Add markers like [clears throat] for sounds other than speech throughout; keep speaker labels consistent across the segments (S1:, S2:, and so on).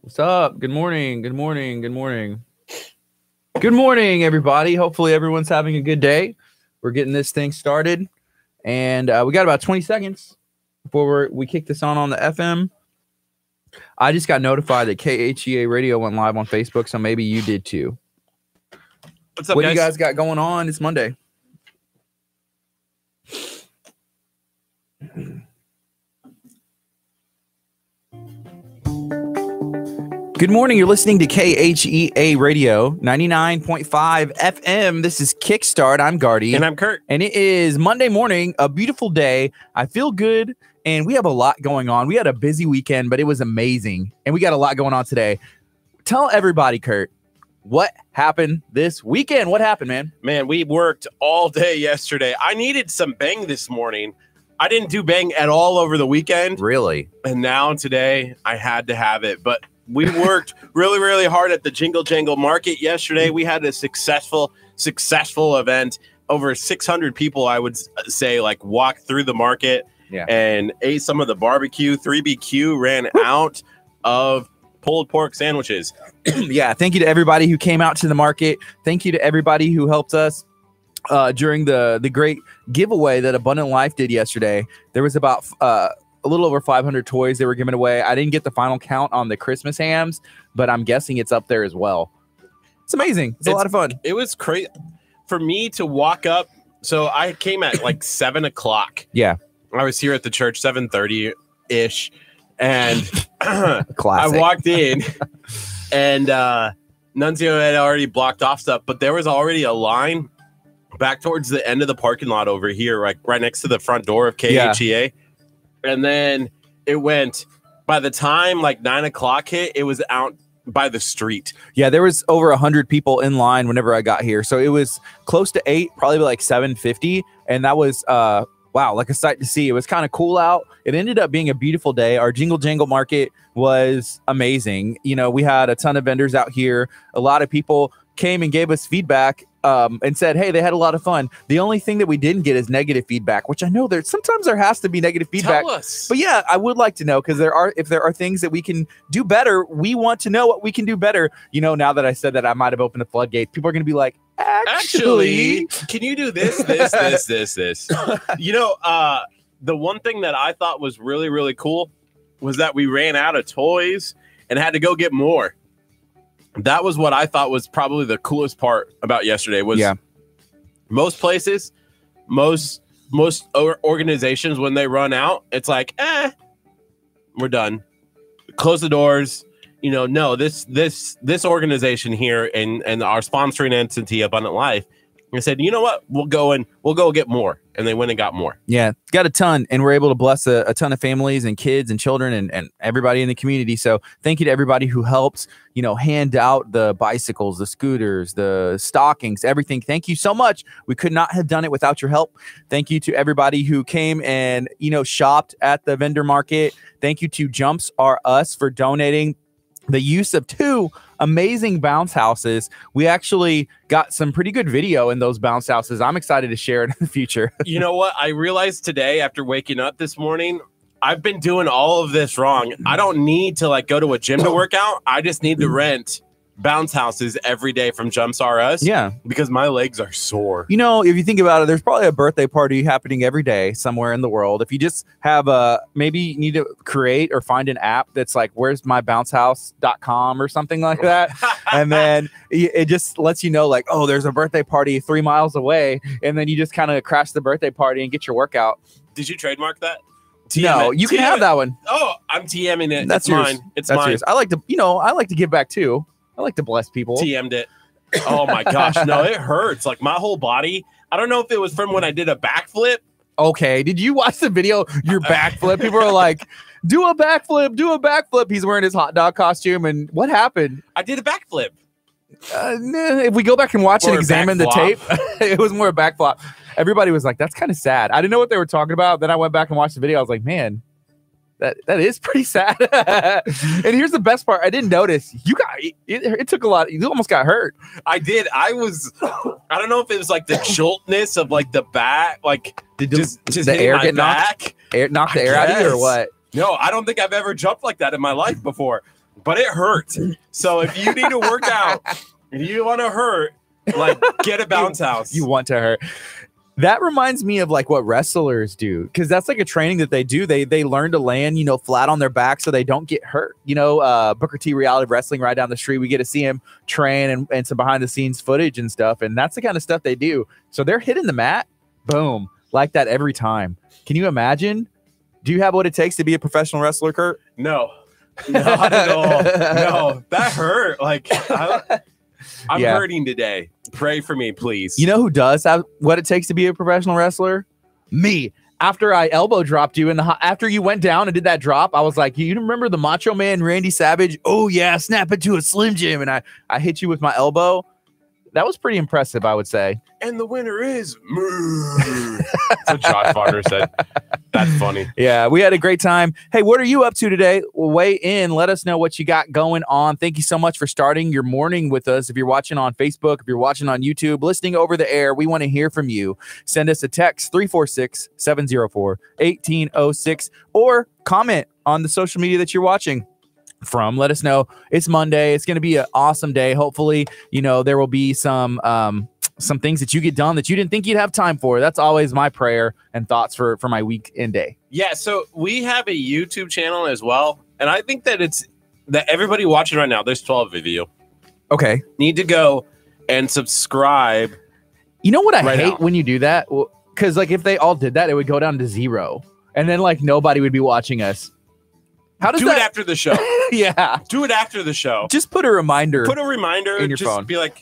S1: What's up? Good morning. Good morning. Good morning. Good morning, everybody. Hopefully, everyone's having a good day. We're getting this thing started, and uh, we got about 20 seconds before we're, we kick this on on the FM. I just got notified that KHEA Radio went live on Facebook, so maybe you did too.
S2: What's up,
S1: what do
S2: guys?
S1: you guys got going on? It's Monday. Good morning. You're listening to KHEA Radio 99.5 FM. This is Kickstart. I'm Guardy.
S2: And I'm Kurt.
S1: and it is Monday morning, a beautiful day. I feel good, and we have a lot going on. We had a busy weekend, but it was amazing, and we got a lot going on today. Tell everybody, Kurt, what happened this weekend? What happened, man?
S2: Man, we worked all day yesterday. I needed some bang this morning. I didn't do bang at all over the weekend.
S1: Really?
S2: And now today, I had to have it. But
S1: [laughs]
S2: we worked really, really hard at the Jingle Jangle Market yesterday. We had a successful, successful event. Over 600 people, I would s- say, like walked through the market
S1: Yeah.
S2: and ate some of the barbecue. 3BQ ran out of pulled pork sandwiches.
S1: yeah. Thank you to everybody who came out to the market. Thank you to everybody who helped us uh, during the the great giveaway that Abundant Life did yesterday. There was about uh, a little over 500 toys they were giving away. I didn't get the final count on the Christmas hams, but I'm guessing it's up there as well. It's amazing. It's, a
S2: It's-
S1: lot of fun.
S2: it was crazy for me to walk up. So I came at
S1: [laughs]
S2: like seven o'clock.
S1: Yeah.
S2: I was here at the church seven thirty ish, and [clears throat] I
S1: Classic. [laughs]
S2: walked in, and uh, Nunzio had already blocked off stuff, but there was already a line back towards the end of the parking lot over here, like right next to the front door of
S1: Yeah.
S2: KHEA. And then it went. By the time like nine o'clock hit, it was out by the street.
S1: yeah, there was over 100 people in line whenever I got here. So it was close to 8, probably like 750, and that was uh wow, like a sight to see. It was kind of cool out. It ended up being a beautiful day. Our Jingle Jangle Market was amazing. You know, we had a ton of vendors out here. A lot of people came and gave us feedback um, and said, "Hey, they had a lot of fun." The only thing that we didn't get is negative feedback, which I know there sometimes there has to be negative feedback.
S2: Tell us.
S1: But yeah, I would like to know because there are if there are things that we can do better, we want to know what we can do better. You know, now that I said that, I might have opened the floodgates. People are going to be like, actually,
S2: actually can you do this this this this this you know uh the one thing that i thought was really really cool was that we ran out of toys and had to go get more that was what i thought was probably the coolest part about yesterday was
S1: Yeah.
S2: most places most most or- organizations when they run out it's like eh we're done close the doors you know no this this this organization here and and our sponsoring entity abundant life and said you know what we'll go and we'll go get more and they went and got more
S1: yeah, got a ton, and we're able to bless a, a ton of families and kids and children and, and everybody in the community. So thank you to everybody who helped. You know, hand out the bicycles, the scooters, the stockings, everything. Thank you so much. We could not have done it without your help. Thank you to everybody who came and you know shopped at the vendor market. Thank you to Jumps Are Us for donating the use of two amazing bounce houses. We actually got some pretty good video in those bounce houses. I'm excited to share it in the future. [laughs]
S2: you know what i realized today after waking up this morning i've been doing all of this wrong i don't need to like go to a gym to work out i just need to rent bounce houses every day from jumps r us
S1: Yeah.
S2: because my legs are sore
S1: You know, if you think about it, there's probably a birthday party happening every day somewhere in the world. If you just have a maybe you need to create or find an app that's like where's my bouncehouse.com or something like
S2: [laughs]
S1: that. [laughs] and then y- it just lets you know like, oh, there's a birthday party three miles away. And then you just kind of crash the birthday party and get your workout.
S2: did you trademark that
S1: no,
S2: TM it.
S1: you can
S2: TM
S1: have
S2: it.
S1: that one.
S2: Oh, I'm TMing it.
S1: That's
S2: That's
S1: yours.
S2: mine. It's
S1: That's
S2: mine.
S1: yours. I like to, you know, I like to give back too. I like to bless people.
S2: TM'd it. Oh my gosh.
S1: [laughs]
S2: No, it hurts. Like my whole body. I don't know if it was from when I did a backflip.
S1: okay, did you watch the video? Your backflip. People are
S2: [laughs]
S1: like, do a backflip, do a backflip. He's wearing his hot dog costume. And what happened?
S2: I did a backflip.
S1: Uh, nah, if we go back and watch and
S2: Or a
S1: examine the tape, [laughs]
S2: backflop.
S1: it was more a backflop. Everybody was like, that's kind of sad. I didn't know what they were talking about. Then I went back and watched the video. I was like, man. That, that is pretty sad. [laughs] and here's the best part: I didn't notice you got it, it. took a lot. You almost got hurt.
S2: I did. I was. I don't know if it
S1: [laughs]
S2: was like the joltness of like the bat, like
S1: Did
S2: just just
S1: the
S2: hitting
S1: air
S2: my
S1: get knocked?
S2: back.
S1: Air, knocked the
S2: I
S1: air out of you, or
S2: guess.
S1: what?
S2: No, I don't think I've ever jumped like that in my life before, but it hurts. So if you need to work out, if you want to hurt, like get a bounce house.
S1: you want to hurt. That reminds me of like what wrestlers do because that's like a training that they do. They they learn to land, you know, flat on their back so they don't get hurt. You know, uh, Booker T. Reality Wrestling right down the street. We get to see him train and, and some behind the scenes footage and stuff. And that's the kind of stuff they do. So they're hitting the mat, boom, like that every time. Can you imagine? Do you have what it takes to be a professional wrestler, Kurt?
S2: no, not at all. No, that hurt. Like I, am
S1: Yeah.
S2: hurting today. Pray for me, please.
S1: You know who does have what it takes to be a professional wrestler? Me. After I elbow dropped you in the ho- after you went down and did that drop, I was like, "You remember the Macho Man Randy Savage? Oh yeah, snap into a Slim Jim." And I I hit you with my elbow. That was pretty impressive, I would say.
S2: and the winner is. That's what Josh Bonner said. That's funny.
S1: Yeah, we had a great time. Hey, what are you up to today? Well, weigh in. Let us know what you got going on. Thank you so much for starting your morning with us. If you're watching on Facebook, if you're watching on YouTube, listening over the air, we want to hear from you. Send us a text 346 704 1806 or comment on the social media that you're watching from. Let us know. It's Monday. It's going to be an awesome day. Hopefully, you know, there will be some. Um, some things that you get done that you didn't think you'd have time for. That's always my prayer and thoughts for for my week and day.
S2: Yeah, so we have a YouTube channel as well, and I think that it's that everybody watching right now. There's 12 of you.
S1: Okay.
S2: Need to go and subscribe.
S1: You know what I
S2: Right
S1: hate
S2: now.
S1: when you do that? Because like if they all did that, it would go down to zero, and then like nobody would be watching us. How does
S2: Do it
S1: that?
S2: after the show.
S1: [laughs] yeah.
S2: Do it after the show.
S1: Just put a reminder.
S2: Put a reminder.
S1: In your
S2: just
S1: phone.
S2: be like,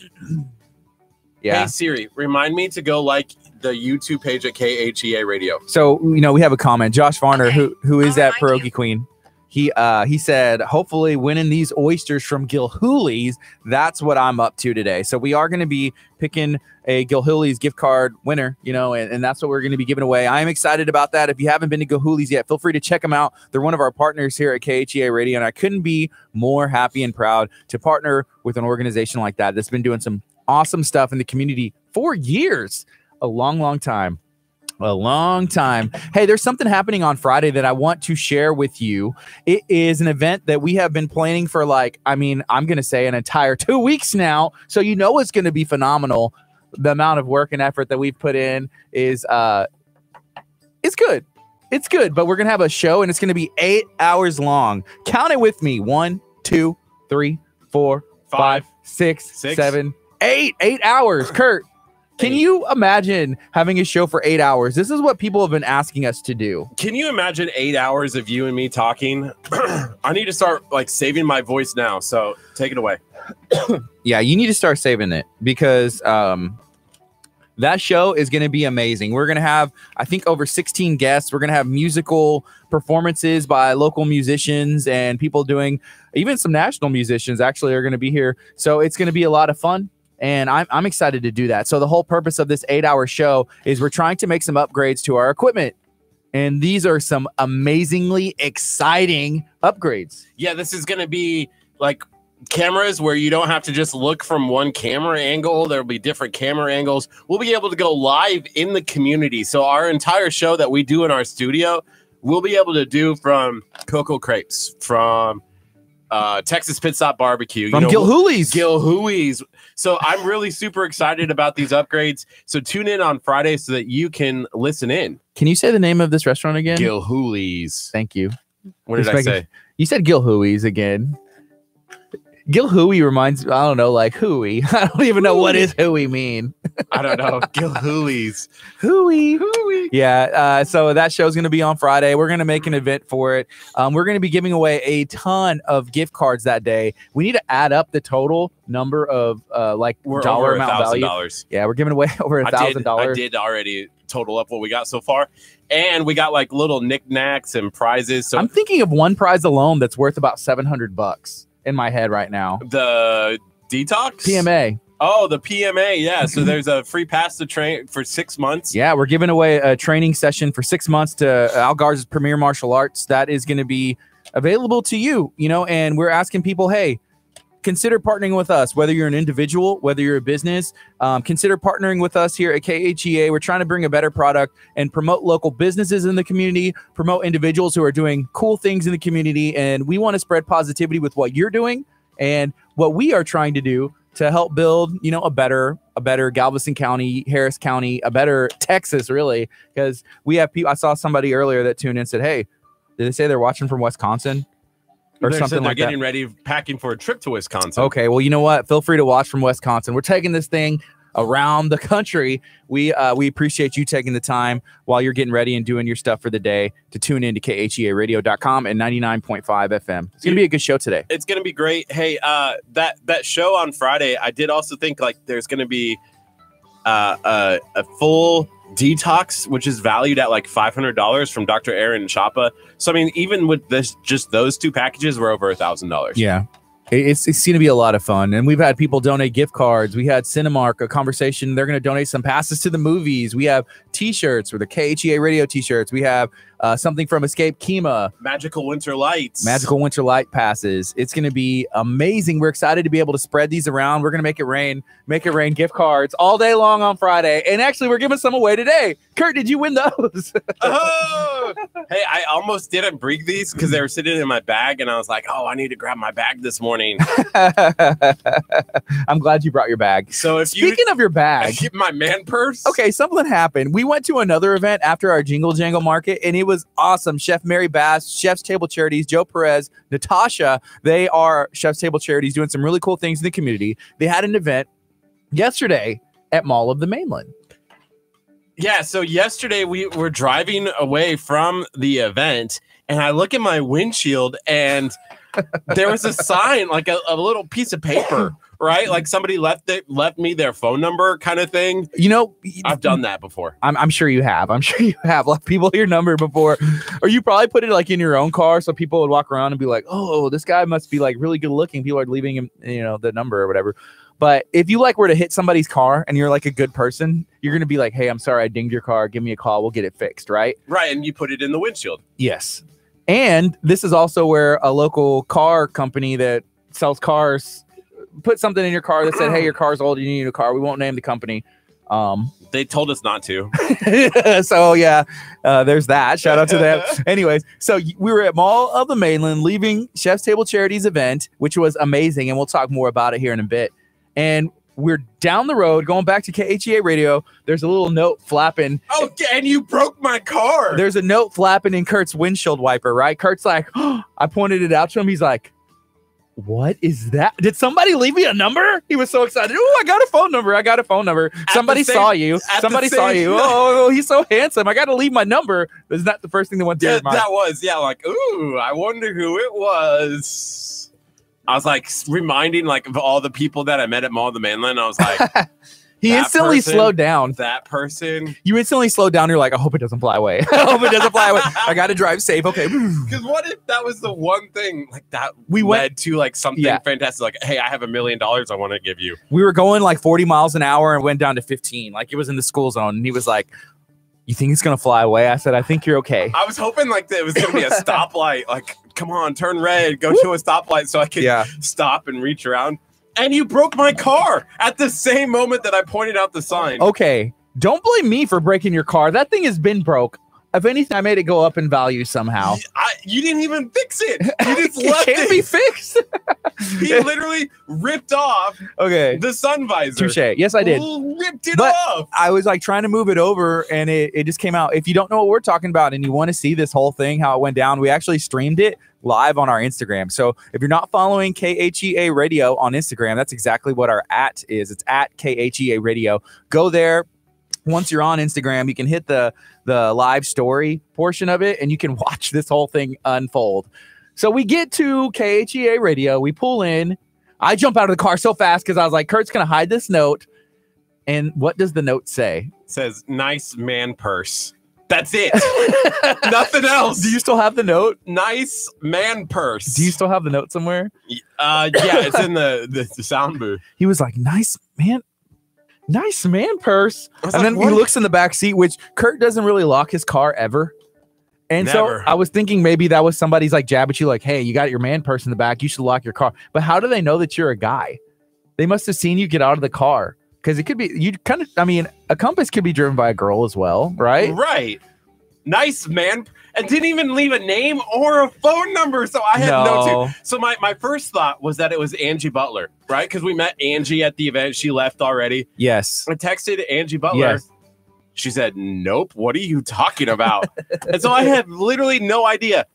S1: yeah.
S2: hey Siri, remind me to go like the YouTube page at KHEA Radio.
S1: So you know we have a comment. Josh Varner,
S3: Okay.
S1: who who is
S3: I'll
S1: that
S3: remind
S1: pierogi queen? He uh he said, hopefully winning these oysters from Gilhooly's. That's what I'm up to today. So we are going to be picking a Gilhooly's gift card winner, you know, and, and that's what we're going to be giving away. I am excited about that. If you haven't been to Gilhooly's yet, feel free to check them out. They're one of our partners here at KHEA Radio, and I couldn't be more happy and proud to partner with an organization like that that's been doing some awesome stuff in the community for years, a long, long time a long time. Hey, there's something happening on Friday that I want to share with you. It is an event that we have been planning for like, I mean, I'm going to say an entire [laughs] 2 weeks now, so you know it's going to be phenomenal. The amount of work and effort that we've put in is uh it's good. It's good, but we're going to have a show and it's going to be 8 hours long. Count it with me. One, two, three, four,
S2: Five.
S1: five, six,
S2: Six.
S1: seven, eight, eight hours. Kurt, can
S2: Eight.
S1: you imagine having a show for eight hours? This is what people have been asking us to do.
S2: Can you imagine eight hours of you and me talking? [clears throat] I need to start like saving my voice now. So take it away.
S1: Yeah, you need to start saving it because um, that show is going to be amazing. We're going to have, I think, over 16 guests. We're going to have musical performances by local musicians and people doing, even some national musicians actually are going to be here. So it's going to be a lot of fun. And I'm, I'm excited to do that. So, the whole purpose of this eight hour show is we're trying to make some upgrades to our equipment. And these are some amazingly exciting upgrades.
S2: Yeah, this is going to be like cameras where you don't have to just look from one camera angle. There'll be different camera angles. We'll be able to go live in the community. So our entire show that we do in our studio, we'll be able to do from Cocoa Crepes, from uh, Texas Pit Stop Barbecue,
S1: From
S2: you know,
S1: Gil Hooley's.
S2: Gilhooey's. So I'm really super excited about these upgrades. So tune in on Friday so that you can listen in.
S1: Can you say the name of this restaurant again?
S2: Gilhooey's.
S1: Thank you.
S2: What did I
S1: Respect-
S2: say?
S1: You said Gil Hooey's again. Gil Hooey reminds I don't know, like Hooey. [laughs] I don't even know what is Hooey mean.
S2: I don't know. Gilhooey's.
S1: Hooey. Yeah. Uh, so that show's going to be on Friday. We're going to make an event for it. Um, we're going to be giving away a ton of gift cards that day. We need to add up the total number of uh, like
S2: We're
S1: dollar
S2: over a
S1: amount
S2: thousand
S1: value.
S2: dollars.
S1: Yeah, we're giving away [laughs] over a
S2: I did-
S1: thousand
S2: I
S1: dollars.
S2: did already total up what we got so far, and we got like little knickknacks and prizes. So
S1: I'm thinking of one prize alone that's worth about seven hundred bucks in my head right now.
S2: the detox
S1: PMA.
S2: Oh, the PMA. Yeah. So there's a free pass to train for six months.
S1: Mm-hmm. Yeah, we're giving away a training session for six months to Algar's Premier Martial Arts. That is going to be available to you, you know, and we're asking people, hey, consider partnering with us, whether you're an individual, whether you're a business. Um, consider partnering with us here at KHEA. We're trying to bring a better product and promote local businesses in the community, promote individuals who are doing cool things in the community. And we want to spread positivity with what you're doing and what we are trying to do to help build, you know, a better, a better Galveston County, Harris County, a better [laughs] Texas, really. Because we have people, I saw somebody earlier that tuned in and said, Hey, did they say they're watching from Wisconsin? Or
S2: They said
S1: something
S2: they're
S1: like that.
S2: getting ready, packing for a trip to Wisconsin.
S1: Okay, well, you know what? Feel free to watch from Wisconsin. We're taking this thing around the country. We uh, we appreciate you taking the time while you're getting ready and doing your stuff for the day to tune in to E khearadio.com and 99.5 FM. It's going to be a good show today.
S2: it's gonna be great. Hey, uh, that that show on Friday, I did also think like there's gonna be uh, uh, a full detox, which is valued at like five hundred dollars from Dr. Aaron Chapa. So I mean, even with this, just those two packages were over a thousand dollars.
S1: Yeah. It- It's, it's going to be a lot of fun. And we've had people donate gift cards. We had Cinemark, a conversation. They're going to donate some passes to the movies. We have t shirts with the KHEA radio t shirts. We have uh, something from Escape Kima.
S2: Magical winter lights.
S1: Magical Winter Light passes. It's going to be amazing. We're excited to be able to spread these around. We're going to make it rain, make it rain gift cards all day long on Friday. And actually, we're giving some away today. Kurt, did you win those?
S2: [laughs]
S1: [laughs]
S2: Oh! hey, I almost didn't bring these because they were sitting in my bag, and I was like, "Oh, I need to grab my bag
S1: [laughs]
S2: this morning."
S1: I'm glad you brought your bag.
S2: So if you
S1: Speaking of your
S2: I
S1: bag,
S2: keep my man purse,
S1: okay, something happened. We went to another event after our Jingle Jangle Market, and it was awesome. Chef Mary Bass, Chef's Table Charities, Joe Perez, Natasha, they are Chef's Table Charities doing some really cool things in the community. They had an event yesterday at Mall of the Mainland.
S2: Yeah, so yesterday we were driving away from the event, and I look at my windshield, and there was a sign, like a, a little piece of paper, right? Like somebody left it, left me their phone number, kind of thing.
S1: You know,
S2: I've done that before.
S1: I'm, I'm sure you have. I'm [laughs] sure you have. Like people your number before, or you probably put it like in your own car, so people would walk around and be like, "Oh, this guy must be like really good looking." People are leaving him, you know, the number or whatever. But if you like were to hit somebody's car and you're like a good person, you're gonna be like, "Hey, I'm sorry, I dinged your car. Give me a call. We'll get it fixed." Right?
S2: Right, and you put it in the windshield.
S1: Yes. And this is also where a local car company that sells cars put something in your car that said, "Hey, your car's old. You need a new car." We won't name the company. Um,
S2: They told us not to.
S1: [laughs] so yeah, uh, there's that. Shout out to them. Anyways, so y- we were at Mall of the Mainland, leaving Chef's Table Charities event, which was amazing, and we'll talk more about it here in a bit. And we're down the road, going back to KHEA Radio. There's a little note flapping.
S2: Oh, and you broke my car.
S1: There's a note flapping in Kurt's windshield wiper. Right? Kurt's like, [gasps] I pointed it out to him. He's like. What is that? Did somebody leave me a number? He was so excited. Oh, I got a phone number. I got a phone number.
S2: the
S1: somebody
S2: same-
S1: saw you.
S2: at the
S1: Somebody
S2: same-
S1: saw
S2: [laughs]
S1: you. Oh, he's so handsome. I got to leave my number. Is that the first thing that went through
S2: yeah,
S1: your mind?
S2: that was yeah. Like, ooh, I wonder who it was. I was like s- reminding like of all the people that I met at Mall of the Mainland. I was like,
S1: He
S2: that
S1: instantly
S2: person-
S1: slowed down.
S2: that person.
S1: You instantly slowed down. You're like, I hope it doesn't fly away. [laughs] I hope it doesn't fly away. I got to drive safe. Okay.
S2: Because what if that was the one thing like that
S1: We
S2: we
S1: went-
S2: went led to like something
S1: Yeah.
S2: fantastic? Like, hey, I have a million dollars I want to give you.
S1: We were going like 40 miles an hour and went down to 15. Like it was in the school zone. And he was like, You think it's going to fly away? I said, I think you're okay.
S2: I was hoping like that it was gonna be a stoplight. Like, come on, turn red, go to a stoplight so I
S1: [laughs]
S2: could
S1: Yeah.
S2: stop and reach around. And you broke my car at the same moment that I pointed out the sign.
S1: Oh, Okay. Don't blame me for breaking your car. That thing has been broke. If anything, I made it go up in value [laughs] somehow.
S2: I, you didn't even fix it.
S1: [laughs]
S2: You just
S1: It
S2: left
S1: can't
S2: it.
S1: be fixed.
S2: he literally ripped off
S1: Okay.
S2: the sun visor.
S1: Touche. Yes, I did.
S2: Ripped it
S1: But-
S2: off.
S1: I was like trying to move it over and it, it just came out. If you don't know what we're talking about and you want to see this whole thing, how it went down, we actually streamed it live on our Instagram. So if you're not following KHEA Radio on Instagram, that's exactly what our at is. It's at KHEA Radio. Go there. Once you're on Instagram, you can hit the the live story portion of it and you can [laughs] watch this whole thing unfold. So we get to KHEA Radio. We pull in. I jump out of the car so fast because I was like, Kurt's going to hide this note. And what does the note say?
S2: Says nice man purse. That's
S1: [laughs]
S2: it. Nothing else.
S1: Do you still have the note?
S2: nice man purse.
S1: Do you still have the note somewhere?
S2: uh, yeah, it's in the, the, the sound booth.
S1: He was like, nice man, nice man purse.
S2: I was
S1: And
S2: like,
S1: then he
S2: "What?"
S1: looks in the back seat, which Kurt doesn't really lock his car ever. And
S2: Never.
S1: so I was thinking maybe that was somebody's like jab at you, like, hey, you got your man purse in the back. You should lock your car. But how do they know that you're a guy? They must have seen you get out of the car because it could be you kind of. I mean, a compass could be driven by a girl as well, right?
S2: Right. Nice man. And didn't even leave a name or a phone number. So I had no, too. So my, my first thought was that it was Angie Butler, right? Because we met Angie at the event. She left already.
S1: Yes.
S2: I texted Angie Butler.
S1: Yes.
S2: She said, Nope, what are you talking about? and so I had literally no idea.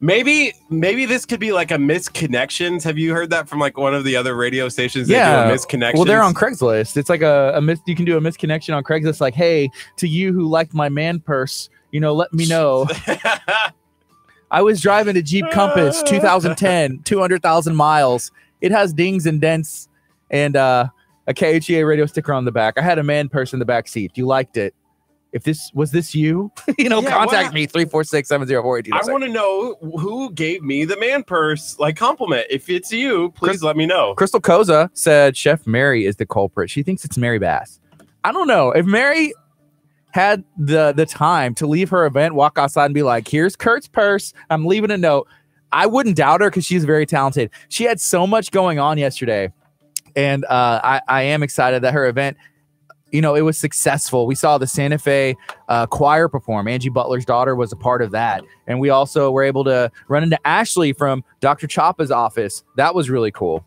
S2: Maybe, maybe this could be like a misconnections. Have you heard that from like one of the other radio stations?
S1: Yeah.
S2: They do a misconnections.
S1: Well, they're
S2: [laughs]
S1: on Craigslist. It's like a, a mis- you can do a misconnection on Craigslist, like, hey, to you who liked my man purse, you know, let me
S2: [laughs]
S1: know. I was driving a Jeep
S2: [laughs]
S1: Compass 2010, 200,000 miles. It has dings and dents and uh, a KHEA radio sticker on the back. I had a man purse in the back seat. You liked it. If this was this you, [laughs] you know,
S2: Yeah,
S1: contact
S2: what-
S1: me 346 704
S2: I want to know who gave me the man purse like compliment. If it's you, please
S1: Chris-
S2: let me know.
S1: Crystal Koza said Chef Mary is the culprit. She thinks it's Mary Bass. I don't know. If Mary had the the time to leave her event, walk outside and be like, here's Kurt's purse. I'm leaving a note. I wouldn't doubt her because she's very talented. She had so much going on yesterday. And uh, I, I am excited that her event, you know, it was successful. We saw the Santa Fe uh, choir perform. Angie Butler's daughter was a part of that. And we also were able to run into Ashley from Dr. Choppa's office. That was really cool.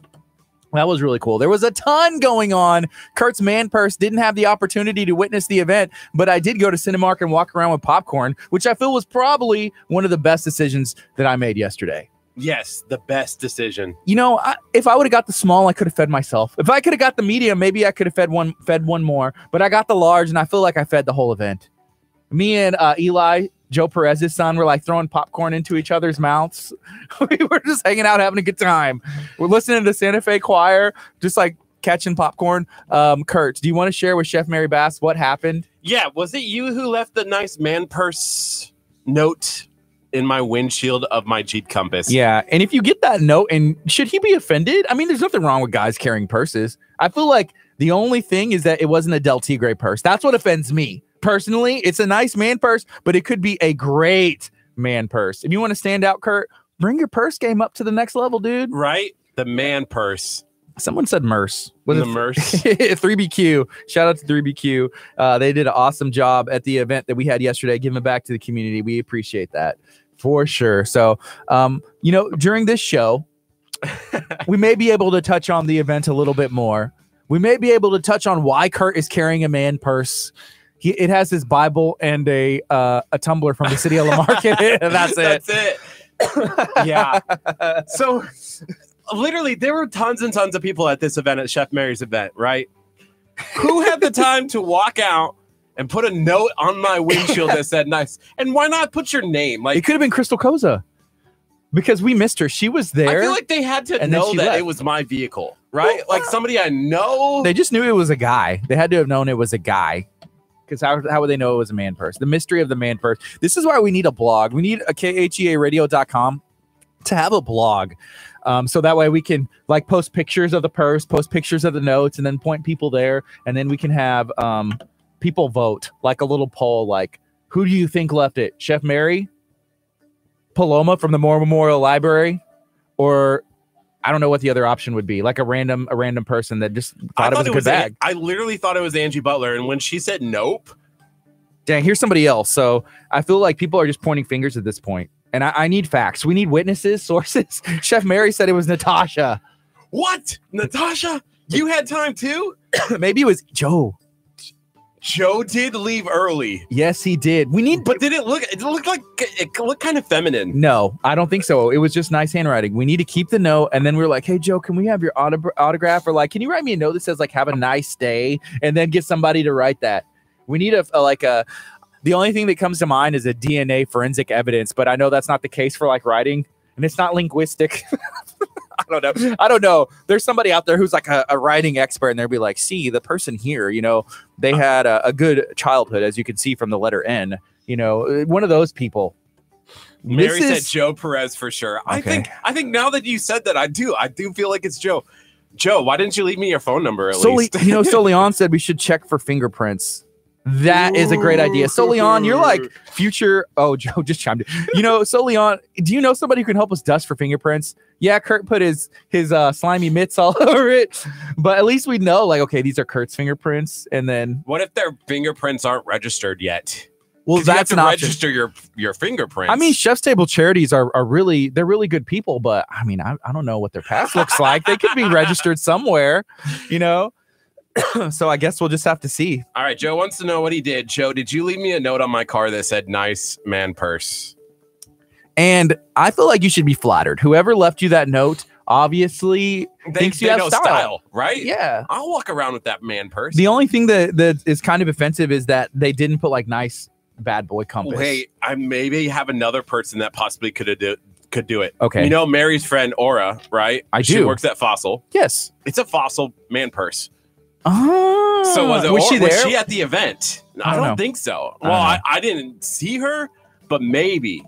S1: That was really cool. There was a ton going on. Kurt's man purse didn't have the opportunity to witness the event, but I did go to Cinemark and walk around with popcorn, which I feel was probably one of the best decisions that I made yesterday.
S2: Yes, the best decision.
S1: You know, I, if I would have got the small, I could have fed myself. If I could have got the medium, maybe I could have fed one, fed one more. But I got the large, and I feel like I fed the whole event. Me and uh, Eli, Joe Perez's son, were like throwing popcorn into each other's mouths. [laughs] we were just hanging out, having a good time. We're listening to the Santa Fe Choir, just like catching popcorn. Um, Kurt, do you want to share with Chef Mary Bass what happened?
S2: Yeah, was it you who left the nice man purse note in my windshield of my Jeep Compass?
S1: Yeah, and if you get that note, and should he be offended? I mean, there's nothing wrong with guys carrying purses. I feel like the only thing is that it wasn't a Del Tigre purse. That's what offends me personally. It's a nice man purse, but it could be a great man purse. If you want to stand out, Kurt, bring your purse game up to the next level, dude.
S2: Right? The man purse.
S1: Someone said Merce. Was
S2: the
S1: it [laughs]
S2: merce.
S1: 3BQ. Shout out to 3BQ. Uh, they did an awesome job at the event that we had yesterday, giving back to the community. We appreciate that for sure. So, um, you know, during this show, we may be able to touch on the event a little bit more. We may be able to touch on why Kurt is carrying a man purse. He, it has his Bible and a uh, a tumbler from the city of Lamarck. in it, [laughs] and That's it.
S2: That's it. [laughs] yeah. So literally there were tons and tons of people at this event at Chef Mary's event, right? Who had the time to walk out and put a note on my windshield that said nice? And why not put your name?
S1: It
S2: Like
S1: could have been Crystal Koza because we missed her. She was there.
S2: I feel like they had to
S1: And then
S2: know
S1: she
S2: that
S1: left. uh,
S2: it was my vehicle, right? like somebody I know.
S1: They just knew it was a guy. They had to have known it was a guy. Because how, how would they know it was a man purse? The mystery of the man purse. This is why we need a blog. We need a khearadio.com to have a blog. Um, so that way we can like post pictures of the purse, post pictures of the notes, and then point people there. And then we can have um, people vote like a little poll like, who do you think left it? Chef Mary? Paloma from the Moore Memorial Library? Or I don't know what the other option would be, like a random a random person that just thought, it was a good bag.
S2: I literally thought it was Angie Butler, and when she said nope,
S1: dang, here's somebody else. So I feel like people are just pointing fingers at this point. And I, I need facts. We need witnesses, [laughs] sources. Chef Mary said it was Natasha. [laughs]
S2: what? Natasha, you had time too?
S1: Maybe it was Joe.
S2: Joe did leave early,
S1: Yes, he did. We need,
S2: [laughs] but did it look? It looked like it looked kind of feminine.
S1: no, I don't think so. It was just nice handwriting. We need to keep the note. And then we were like, hey, Joe, can we have your autob- autograph? Or like, can you write me a note that says, like, have a nice day? And then get somebody to write that. We need a, a like a, the only thing that comes to mind is a DNA forensic evidence, but I know that's not the case for like writing and it's not linguistic. [laughs] I don't know. I don't know. There's somebody out there who's like a, a writing expert and they'll be like, see, the person here, you know, they had a, a good childhood, as you can see from the letter N, you know, uh, one of those people.
S2: Mary
S1: This
S2: said
S1: is-
S2: Joe Perez for sure. I
S1: Okay.
S2: think I think now that you said that, I do. I do feel like it's Joe. Joe, why didn't you leave me your phone number at
S1: Soli-
S2: least?
S1: you know, Solion said we should check for fingerprints. That is a great idea. So Leon, you're like future. Oh, Joe [laughs] just chimed in. You know, so Leon, do you know somebody who can help us dust for fingerprints? Yeah, Kurt put his his uh, slimy mitts all [laughs] over it, but at least we know, like, okay, these are Kurt's fingerprints, and then
S2: [laughs] What if their fingerprints aren't registered yet?
S1: well,
S2: 'Cause you have
S1: that's
S2: to
S1: an option.
S2: register your your fingerprints.
S1: I mean, Chef's Table charities are, are really they're really good people, but I mean, I, I don't know what their past looks like. They could be registered somewhere, you know. [clears throat] so I guess we'll just have to see.
S2: all right. Joe wants to know what he did. Joe, did you leave me a note on my car that said "nice man purse"?
S1: And I feel like you should be flattered. Whoever left you that note, obviously,
S2: They,
S1: Thinks you
S2: they
S1: have
S2: know
S1: style.
S2: right?
S1: yeah.
S2: I'll walk around with that man purse.
S1: The only thing that that is kind of offensive is that they didn't put like nice bad boy compass.
S2: Wait, I maybe have another person that possibly could have do, could do it.
S1: Okay.
S2: You know Mary's friend Aura, right?
S1: I
S2: she
S1: do.
S2: works at Fossil.
S1: yes.
S2: It's a Fossil man purse.
S1: Oh.
S2: So was, it
S1: was
S2: Aura-
S1: she there?
S2: Was she at the event? I,
S1: I don't
S2: don't
S1: know.
S2: think so.
S1: I don't
S2: Well, I, I didn't see her, but maybe.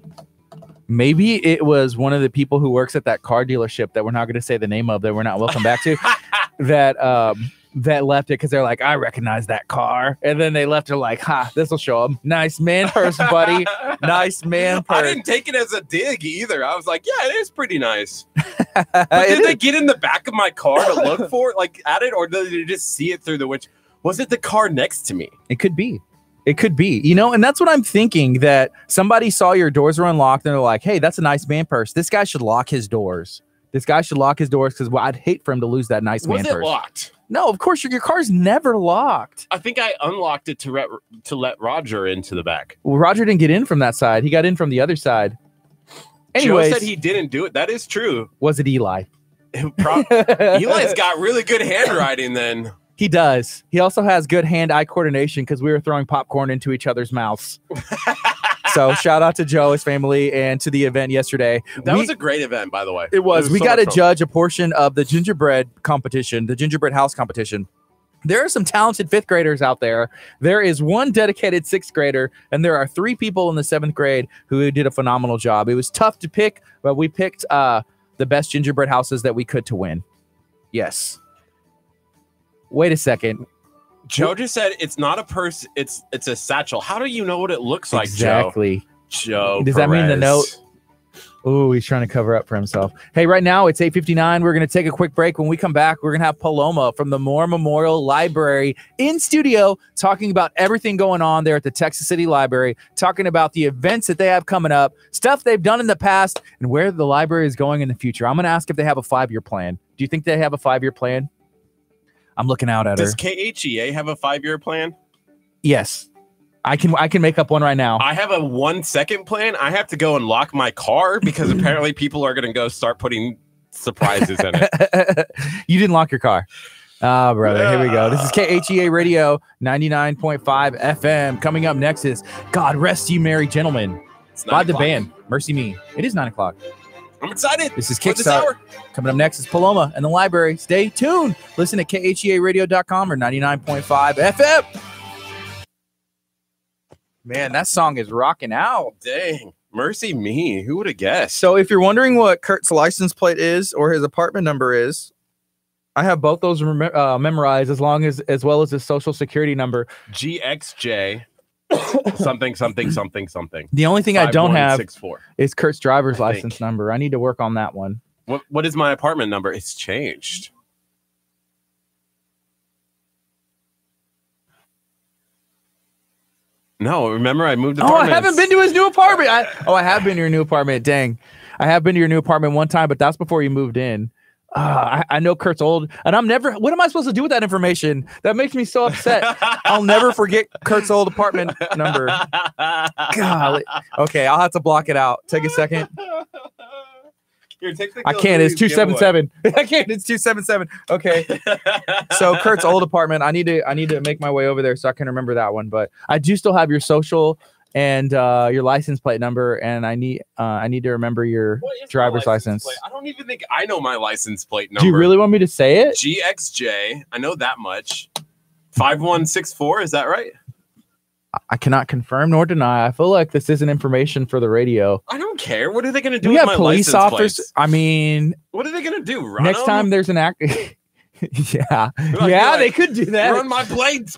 S1: Maybe it was one of the people who works at that car dealership that we're not going to say the name of that we're not welcome
S2: [laughs]
S1: back to that um that left it because they're like I recognize that car and then they left it like ha this will show them nice man purse [laughs]
S2: [laughs]
S1: buddy nice man
S2: I
S1: purse [laughs]
S2: didn't take it as a dig either. I was like, yeah, it is pretty nice. But
S1: Uh, It
S2: did they
S1: is-
S2: get in the back of my car to
S1: [laughs]
S2: look for it, like at it, or did they just see it through the window? Was it the car next to me?
S1: it could be it could be you know and that's what I'm thinking that somebody saw your doors were unlocked and they're like hey that's a nice man purse this guy should lock his doors this guy should lock his doors because well, I'd hate for him to lose that nice
S2: was
S1: man
S2: it
S1: purse
S2: locked?
S1: no of course your, your car's never locked
S2: I think I unlocked it to re- to let Roger into the back.
S1: Well, Roger didn't get in from that side. He got in from the other side. Anyways,
S2: Joe said he didn't do it. That is true. [laughs]
S1: was it Eli?
S2: Pro-
S1: [laughs]
S2: Eli's got really good handwriting. Then
S1: he does. He also has good hand-eye coordination because we were throwing popcorn into each other's
S2: [laughs]
S1: mouths. so shout out to Joe, his family, and to the event yesterday.
S2: that
S1: We-
S2: was a great event, by the way.
S1: It was. we
S2: so
S1: got to
S2: much fun.
S1: judge a portion of the gingerbread competition, the gingerbread house competition. There are some talented fifth graders out there. There is one dedicated sixth grader, and there are three people in the seventh grade who did a phenomenal job. It was tough to pick, but we picked uh, the best gingerbread houses that we could to win. Yes. Wait a second.
S2: Joe just said it's not a purse. It's it's a satchel. How do you know what it looks like,
S1: exactly.
S2: Joe? Joe.
S1: Does that mean the
S2: Perez.
S1: note- Oh, he's trying to cover up for himself. Hey, right now it's 8:59. We're going to take a quick break. When we come back, we're going to have Paloma from the Moore Memorial Library in studio talking about everything going on there at the Texas City Library, talking about the events that they have coming up, stuff they've done in the past, and where the library is going in the future. I'm going to ask if they have a 5-year plan. Do you think they have a 5-year plan? I'm looking out at her.
S2: Does KHEA have a five year plan?
S1: Yes. I can I can make up one right now.
S2: I have a one second plan. I have to go and lock my
S1: [laughs]
S2: car because apparently people are going to go start putting surprises in it.
S1: [laughs] you didn't lock your car. Ah, brother. Here we go. This is KHEA Radio 99.5 FM. Coming up next is God Rest You Merry Gentlemen
S2: It's
S1: by
S2: nine
S1: the
S2: o'clock.
S1: band Mercy Me. It is 9 o'clock.
S2: I'm excited.
S1: This is
S2: for this
S1: Kickstart.
S2: hour.
S1: Coming up next is Paloma and the Library. Stay tuned. Listen to E KHEARadio.com or 99.5 FM. Man, that song is rocking out.
S2: Dang. Mercy me. Who would have guessed?
S1: So if you're wondering what Kurt's license plate is or his apartment number is, I have both those remem- uh, memorized as long as as well as his social security number.
S2: GXJ something something something something.
S1: The only thing I don't have
S2: 5164.
S1: is Kurt's driver's
S2: I think.
S1: license number. I need to work on that one.
S2: What what is my apartment number? It's changed. No, remember I moved
S1: Oh, I
S2: apartments.
S1: haven't
S2: [laughs]
S1: been to his new apartment. I, oh, I have been to your new apartment. Dang, I have been to your new apartment one time, but that's before you moved in. Uh, I, I know Kurt's old, and I'm never. What am I supposed to do with that information? That makes me so
S2: [laughs]
S1: upset. I'll never forget Kurt's old apartment number. Golly. Okay, I'll have to block it out. Take a second.
S2: Here, take the
S1: I
S2: Gil
S1: can't. It's
S2: Ruiz
S1: two seven
S2: [laughs] giveaway.
S1: seven. I can't. It's two seven seven. Okay. So Kurt's old apartment. I need to. I need to make my way over there so I can remember that one. But I do still have your social and uh, your license plate number, and I need. Uh, I need to remember your.
S2: What is my
S1: driver's license.
S2: plate? I don't even think I know my license plate number.
S1: Do you really want me to say it?
S2: GXJ? I know that much. Five one six four. Is that right?
S1: I cannot confirm nor deny. I feel like this isn't information for the radio.
S2: I don't care. What are they going to do?
S1: we
S2: with
S1: have
S2: my
S1: police
S2: license
S1: officers.
S2: plates?
S1: I mean,
S2: What are they going to do? Run
S1: next
S2: 'em?
S1: time there's an act. [laughs] yeah,
S2: Like,
S1: yeah,
S2: like,
S1: they could do that.
S2: Run my plates,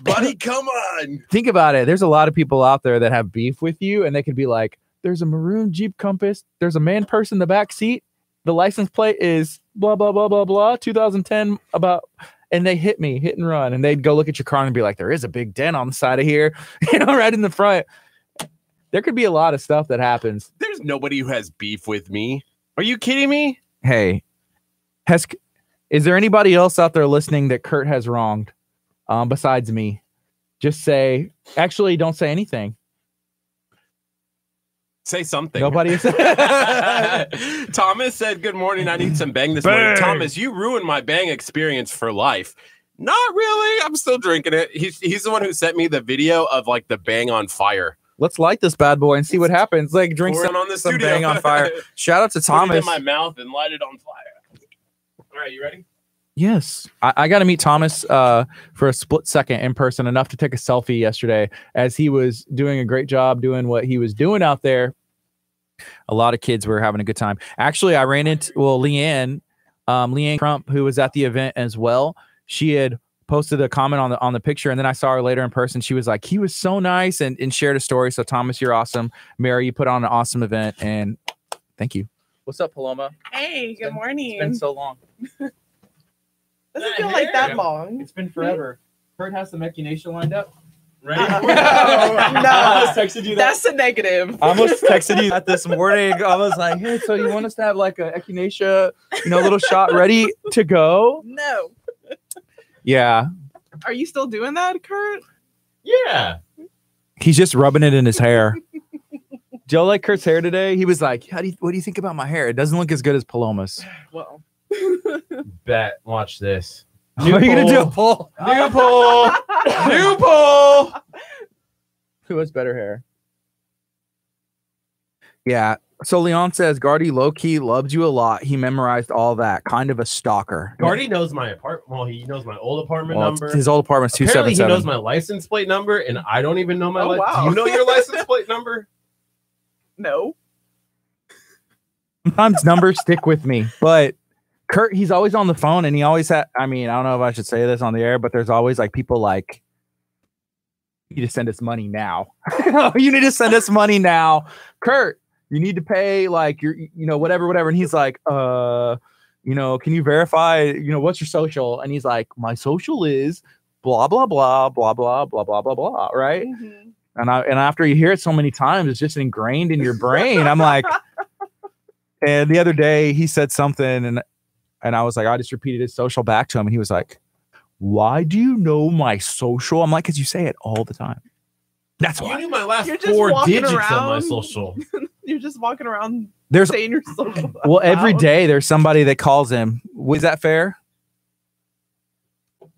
S1: [laughs]
S2: buddy. Come on.
S1: Think about it. There's a lot of people out there that have beef with you, and they could be like, "There's a maroon Jeep Compass. There's a man person in the back seat. The license plate is blah blah blah blah blah 2010 about." And they hit me, hit and run, and they'd go look at your car and be like, "There is a big dent on the side of here, [laughs] you know, right in the front." There could be a lot of stuff that happens.
S2: There's nobody who has beef with me. Are you kidding me?
S1: hey, has is there anybody else out there listening that Kurt has wronged um, besides me? Just say, actually, don't say anything.
S2: Say something.
S1: Nobody [laughs] is.
S2: [laughs] Thomas said, "Good morning. I need some bang this morning."
S1: Bang.
S2: Thomas, you ruined my bang experience for life. Not really. I'm still drinking it. He's he's the one who sent me the video of like the bang on fire.
S1: Let's light this bad boy and see what happens. Like, drink
S2: Pour it
S1: some,
S2: on the
S1: some
S2: studio.
S1: bang on fire.
S2: [laughs] Put
S1: Shout out to
S2: it
S1: Thomas.
S2: in my mouth and light it on fire. All right, you ready?
S1: Yes, I, I got to meet Thomas uh, for a split second in person, enough to take a selfie yesterday as he was doing a great job doing what he was doing out there. A lot of kids were having a good time. Actually, I ran into well Leanne, um, Leanne Crump, who was at the event as well. She had posted a comment on the on the picture, and then I saw her later in person. She was like, "He was so nice," and and shared a story. So Thomas, you're awesome. Mary, you put on an awesome event, and thank you. What's up, Paloma?
S4: Hey, good
S1: been-
S4: morning.
S1: so long.
S4: Doesn't feel like that
S1: Yeah.
S4: long.
S1: It's been forever. Kurt has the machination lined [laughs] up.
S2: [laughs] Ready?
S4: Uh-uh.
S2: I
S4: No.
S2: almost texted you that.
S4: That's a negative.
S1: I almost texted you that this morning. I was like, hey, so you want us to have like a echinacea, you know, little shot ready to go?
S4: No.
S1: Yeah.
S4: Are you still doing that, Kurt?
S2: Yeah.
S1: He's just rubbing it in his hair. Do y'all like Kurt's hair today? He was like, How do you what do you think about my hair? It doesn't look as good as Paloma's.
S4: Well.
S2: Bet. Watch this.
S1: Are you gonna do a poll?
S2: New poll. New poll.
S1: Who has better hair? Yeah. So Leon says Guardy low key loved you a lot. He memorized all that. Kind of a stalker.
S2: Guardy knows my apartment. Well, he knows my old apartment
S1: Well,
S2: number.
S1: his old apartment's two
S2: Apparently,
S1: seven
S2: he
S1: seven.
S2: knows my license plate number, and I don't even know my.
S4: Oh,
S2: li-
S4: wow.
S2: Do you know
S4: [laughs]
S2: your license plate number?
S4: No.
S1: sometimes
S2: [laughs]
S1: numbers stick with me, but Kurt, he's always on the phone and he always had, I mean, I don't know if I should say this on the air, but there's always like people like, you need to send us money now. [laughs] you need to send us money now. Kurt, you need to pay like your, you know, whatever, whatever. And he's like, uh, you know, can you verify, you know, what's your social? And he's like, my social is blah, blah, blah, blah, blah, blah, blah, blah, blah. Right.
S4: Mhm.
S1: And I, and after you hear it so many times, it's just ingrained in your brain. I'm [laughs] like, and the other day he said something and and I was like, I just repeated his social back to him. And he was like, Why do you know my social? I'm like, because you say it all the time. That's
S2: You
S1: why.
S2: knew my last
S4: You're just
S2: four
S4: walking
S2: digits of my
S4: around.
S2: social.
S4: You're just walking around
S1: There's
S4: saying your
S1: [laughs]
S4: social.
S1: well, every
S4: out. [laughs]
S1: day there's somebody that calls him. Was that fair?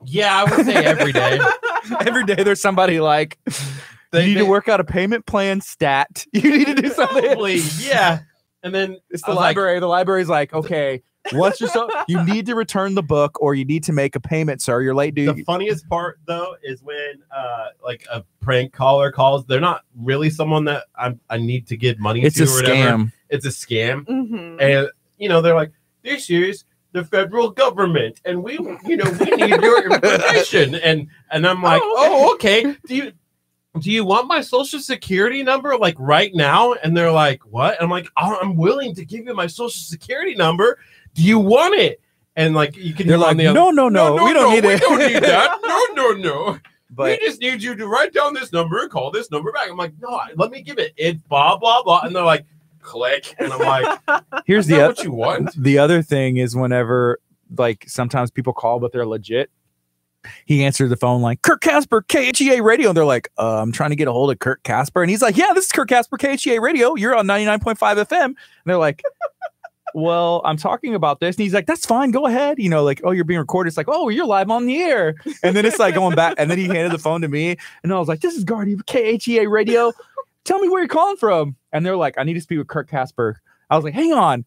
S2: Yeah, I would say every day.
S1: [laughs] Every day there's somebody like
S2: They-
S1: [laughs] you need
S2: they-
S1: to work out a payment plan stat. [laughs] You need to do something.
S2: Probably, yeah. And then
S1: It's
S2: I
S1: the
S2: was like-
S1: library. the library's like, okay, [laughs] what's your so you need to return the book or you need to make a payment, sir. You're late, dude.
S2: the funniest part though is when uh like a prank caller calls. They're not really someone that I'm, I need to give money
S1: it's
S2: to
S1: a
S2: or whatever.
S1: scam.
S2: It's a scam.
S4: Mhm. [laughs]
S2: And you know, they're like, This is the federal government and we you know we need your
S1: [laughs]
S2: information. And and I'm like,
S4: Oh,
S2: Oh, okay. Do you do you want my social security number like right now? And they're like, What? And I'm like, oh, I'm willing to give you my social security number. Do you want it? And like you can
S1: They're
S2: hear on
S1: like,
S2: the other-
S1: no, no, Oh, no, we don't need
S2: we
S1: it.
S2: don't need that. No, no, no.
S1: [laughs] but
S2: we just need you to write down this number and call this number back. I'm like, no, I- let me give it. It's blah blah blah. And they're like, click. And I'm
S1: [laughs]
S2: like,
S1: here's
S2: [laughs] is that
S1: the
S2: what you
S1: [laughs]
S2: want?
S1: the other thing is whenever like sometimes people call but they're legit. He answered the phone like Kirk Casper KHEA Radio, and they're like, uh, "I'm trying to get a hold of Kirk Casper," and he's like, "Yeah, this is Kirk Casper KHEA Radio. You're on 99.5 FM." And they're like, [laughs] "Well, I'm talking about this," and he's like, "That's fine, go ahead." You know, like, "Oh, you're being recorded." It's like, "Oh, you're live on the air," and then it's like going back, and then he handed the phone to me, and I was like, "This is Guardian KHEA E Radio. Tell me where you're calling from." And they're like, "I need to speak with Kirk Casper." I was like, "Hang on."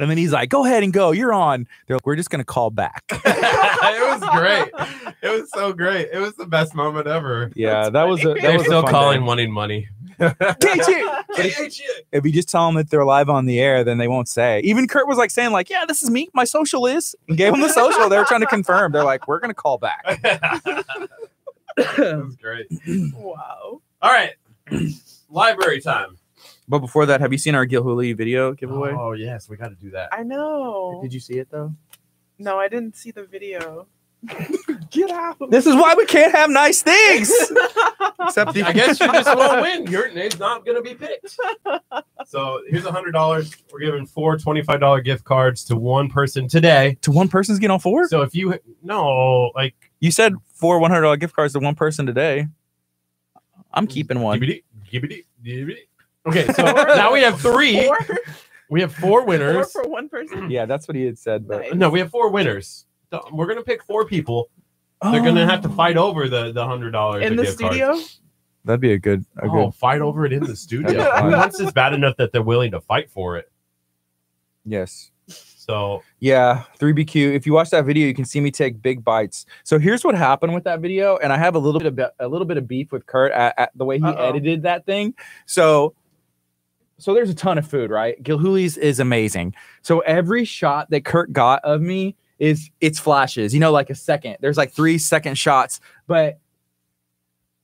S1: And then he's like, "Go ahead and go. You're on." They're like, "We're just gonna call back."
S2: it was great. It was so great. It was the best moment ever.
S1: [laughs] Yeah, that was a, that
S2: They're
S1: was a
S2: still
S1: fun
S2: calling
S1: day.
S2: [laughs] wanting money. [laughs]
S1: if you just tell them that they're live on the air, then they won't say. Even Kurt was like saying, like, yeah, this is me. My social is. And gave him the social. They were trying to confirm. They're like, we're gonna call back.
S2: That's great.
S4: wow.
S2: All right. [clears throat] Library time.
S1: But before that, have you seen our Gil Huli video giveaway?
S2: Oh yes, we got to do that.
S4: I
S2: Oh.
S4: know.
S1: you see it though?
S4: No, I didn't see the video.
S1: [laughs]
S4: Get out.
S1: This is why we can't have nice
S2: [laughs]
S1: things. Except you
S2: I guess you just
S1: [laughs]
S2: [laughs] won't win. Your name's not going to be picked.
S4: [laughs]
S2: So here's a hundred dollars. We're giving four twenty-five dollar gift cards to one person today.
S1: to one person's getting all four.
S2: So if you no like
S1: You said four one hundred dollar gift cards to one person today. I'm
S2: Mm.
S1: keeping one.
S2: gibbity, gibbity, gibbity. Okay, [laughs] so now we have three.
S4: Four,
S2: We have four
S4: four
S2: winners.
S4: for one person.
S1: Yeah, that's what he had said. But
S4: Nice.
S2: No, we have four winners. So We're gonna pick four people. They're gonna have
S1: Oh.
S2: to fight over the the hundred dollars
S4: Oh. In the studio?
S1: That'd be a good. A
S2: Oh,
S1: good
S2: fight over it in the studio.
S4: [laughs]
S1: That'd
S4: be fun.
S2: Once it's bad enough that they're willing to fight for it.
S1: yes.
S2: So
S1: Yeah, 3BQ. If you watch that video, you can see me take big bites. So here's what happened with that video, and I have a little bit of be- a little bit of beef with Kurt at, at the way he
S4: Uh-oh.
S1: edited that thing. So so there's a ton of food, right? Gilhuli's is amazing. So every shot that Kurt got of me is it's flashes, you know, like a second. There's like three second shots, but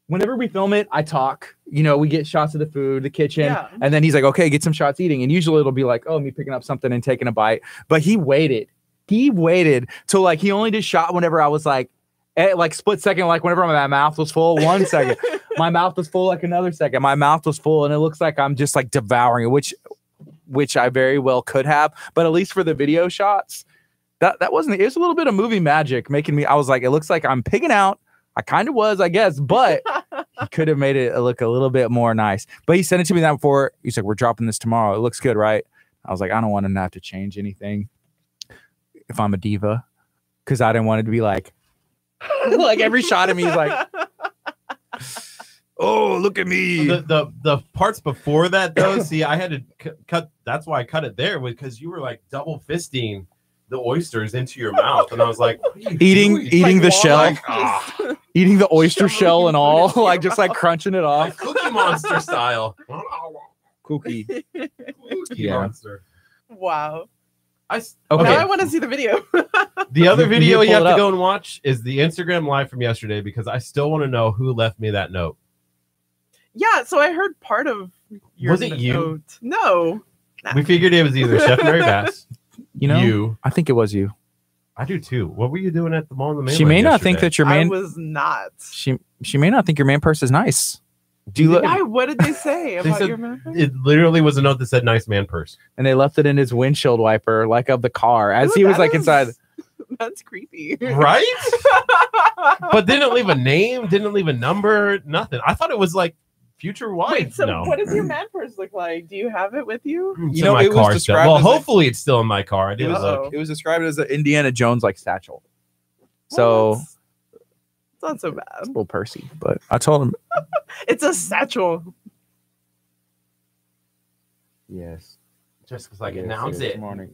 S1: whenever we film it, I talk. You know, we get shots of the food, the kitchen,
S4: Yeah.
S1: and then he's like, okay, get some shots eating. And usually it'll be like, oh, me picking up something and taking a bite. But he waited. He waited till like he only did shot whenever I was like, at like split second, like whenever my mouth was full, one second. my mouth was full, like another second. My mouth was full, and it looks like I'm just like devouring it, which which I very well could have. But at least for the video shots, that that wasn't it was a little bit of movie magic making me. I was like, it looks like I'm pigging out. I kind of was, I guess, but he could have made it look a little bit more nice. But he sent it to me that before. He's like, "We're dropping this tomorrow. It looks good, right?" I was like, "I don't want him to have to change anything if I'm a diva, because I didn't want it to be like, [laughs] like every shot of me
S4: [laughs]
S1: is like, oh, look at me."
S2: the, the the parts before that though, see, I had to cu- cut. That's why I cut it there because you were like double fisting the oysters into your mouth, and I was like, what are you
S1: Eating- e-,
S2: doing?
S1: eating the
S4: Like
S1: shell. Ah.
S4: walleye. Just- [laughs]
S1: Eating the oyster
S4: Shoveling
S1: shell and
S4: food
S1: all, [laughs]
S4: into your
S1: like just like crunching it
S2: like
S1: off.
S2: Cookie Monster style. [laughs]
S1: Cookie.
S2: Cookie
S1: Yeah.
S2: Monster.
S4: wow.
S2: I s-
S1: Okay.
S4: Now I want to see the video.
S2: the
S1: [laughs]
S2: other
S1: You- you
S2: video you,
S1: pull
S2: have
S1: it
S2: to
S1: up.
S2: go and watch is the Instagram live from yesterday because I still want to know who left me that note.
S4: yeah, so I heard part of your
S2: Was it you?
S4: note. No.
S2: We figured it
S1: [laughs]
S2: was either Chef Mary Bass,
S1: You know,
S2: you.
S1: I think it was you.
S2: I do too. What were you doing at the mall in the mainland?
S1: She may not think
S2: yesterday?
S1: that your
S4: I
S1: man.
S4: was not.
S1: she she may not think your man purse is nice. Do you look?
S4: Why? What did
S1: [laughs]
S4: they say about
S2: said-
S4: your member?
S2: It literally was a note that said "nice man purse."
S1: and they left it in his windshield wiper, like of the car, as
S4: Ooh,
S1: he was
S4: that
S1: like
S4: is-
S1: inside.
S4: [laughs] That's creepy.
S2: Right?
S4: [laughs]
S2: but didn't leave a name, didn't leave a number, nothing. I thought it was like future
S4: Wait,
S2: wife.
S4: so
S2: no.
S4: what does your man purse look like? Do you have it with you?
S2: It's
S1: You
S2: in
S1: know,
S2: my
S1: it was
S2: car still.
S1: described
S2: Well,
S1: as, like- Uh,
S2: hopefully it's still in my car. I
S1: It
S2: didn't
S1: was,
S2: look.
S4: Uh-oh.
S1: it was described as an Indiana Jones like satchel. So
S4: Well, that's- it's not so
S1: it's a
S4: bad.
S1: little Percy, but I told him
S4: It's a satchel.
S1: yes.
S2: Just because like announce it.
S1: Morning.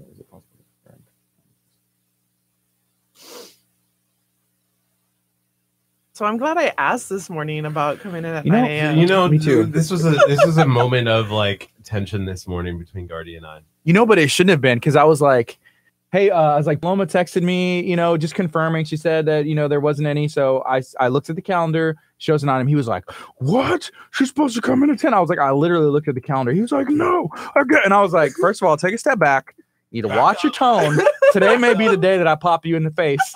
S4: So I'm glad I asked this morning about coming in at
S1: You know,
S4: 9 a.m. [laughs]
S2: You know,
S1: Me too.
S2: this was a this was a moment of like tension this morning between Guardy and I.
S1: You know, but it shouldn't have been because I was like, "Hey," uh, I was like, "Loma texted me, you know, just confirming." She said that you know there wasn't any, so I I looked at the calendar. Shows an item. He was like, "What? She's supposed to come in at 10. I was like, I literally looked at the calendar. He was like, "No, I get." And I was like, first of all, take a step back. You need to
S2: Back
S1: watch your tone. Today may be the day that I pop you in the face."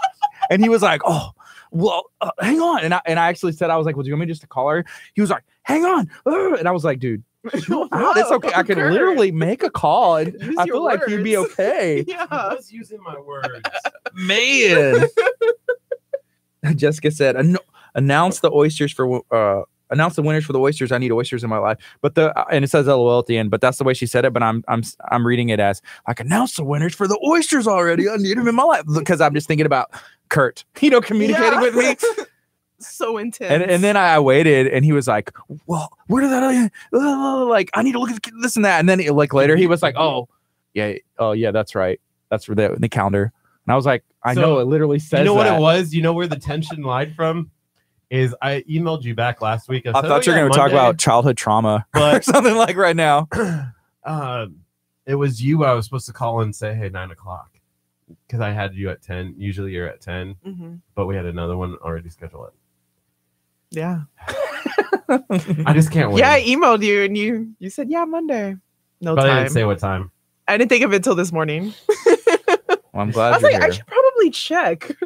S1: And he was like, "Oh." Well, uh, hang on, and I and I actually said I was like, "Well, do you want me just to call her?" He was like, "Hang on," Ugh. and I was like, "Dude,
S4: Whoa,
S1: out. It's okay. I could
S4: Kurt.
S1: literally make a call and
S4: Use
S1: I
S4: your
S1: feel like you'd be
S4: words. [laughs]
S1: okay.
S4: Yeah.
S2: was using my
S1: [laughs]
S2: words.
S1: Man. [laughs] Jessica said, "Anno- announce the oysters for uh announce the winners for the oysters. I need oysters in my life. But the uh, and it says LOL at the end, but that's the way she said it. But I'm I'm I'm reading it as like announce the winners for the oysters already. I need them in my life. Because I'm just thinking about Kurt, you know, communicating
S4: Yeah.
S1: with
S4: [laughs]
S1: me.
S4: so intense.
S1: And, and then I waited, and he was like, "Well, where did that? uh, Like, I need to look at this and that." And then, like later, he was like, "Oh, yeah, oh yeah, that's right, that's for the, the calendar." And I was like, "I
S2: So,
S1: know it literally says
S2: you know
S1: that."
S2: what it was? You know where the tension lied from? is I emailed you back last week.
S1: I
S2: said,
S1: thought
S2: "Oh,
S1: you were
S2: yeah,
S1: going to talk
S2: Monday."
S1: about childhood trauma [laughs] or
S2: But-
S1: something like right now.
S2: um, it was you I was supposed to call and say, hey, nine o'clock. Because I had you at 10. Usually you're at 10,
S4: hmm
S2: but we had another one already scheduled.
S4: Yeah.
S2: I just can't wait.
S4: [laughs] Yeah, I emailed you and you you said yeah Monday. No
S2: but I
S4: time.
S2: didn't say what time.
S4: I didn't think of it till this morning.
S1: Well, I'm
S4: I
S1: glad
S4: was
S1: you're
S4: like,
S1: here.
S4: I should probably check. [laughs]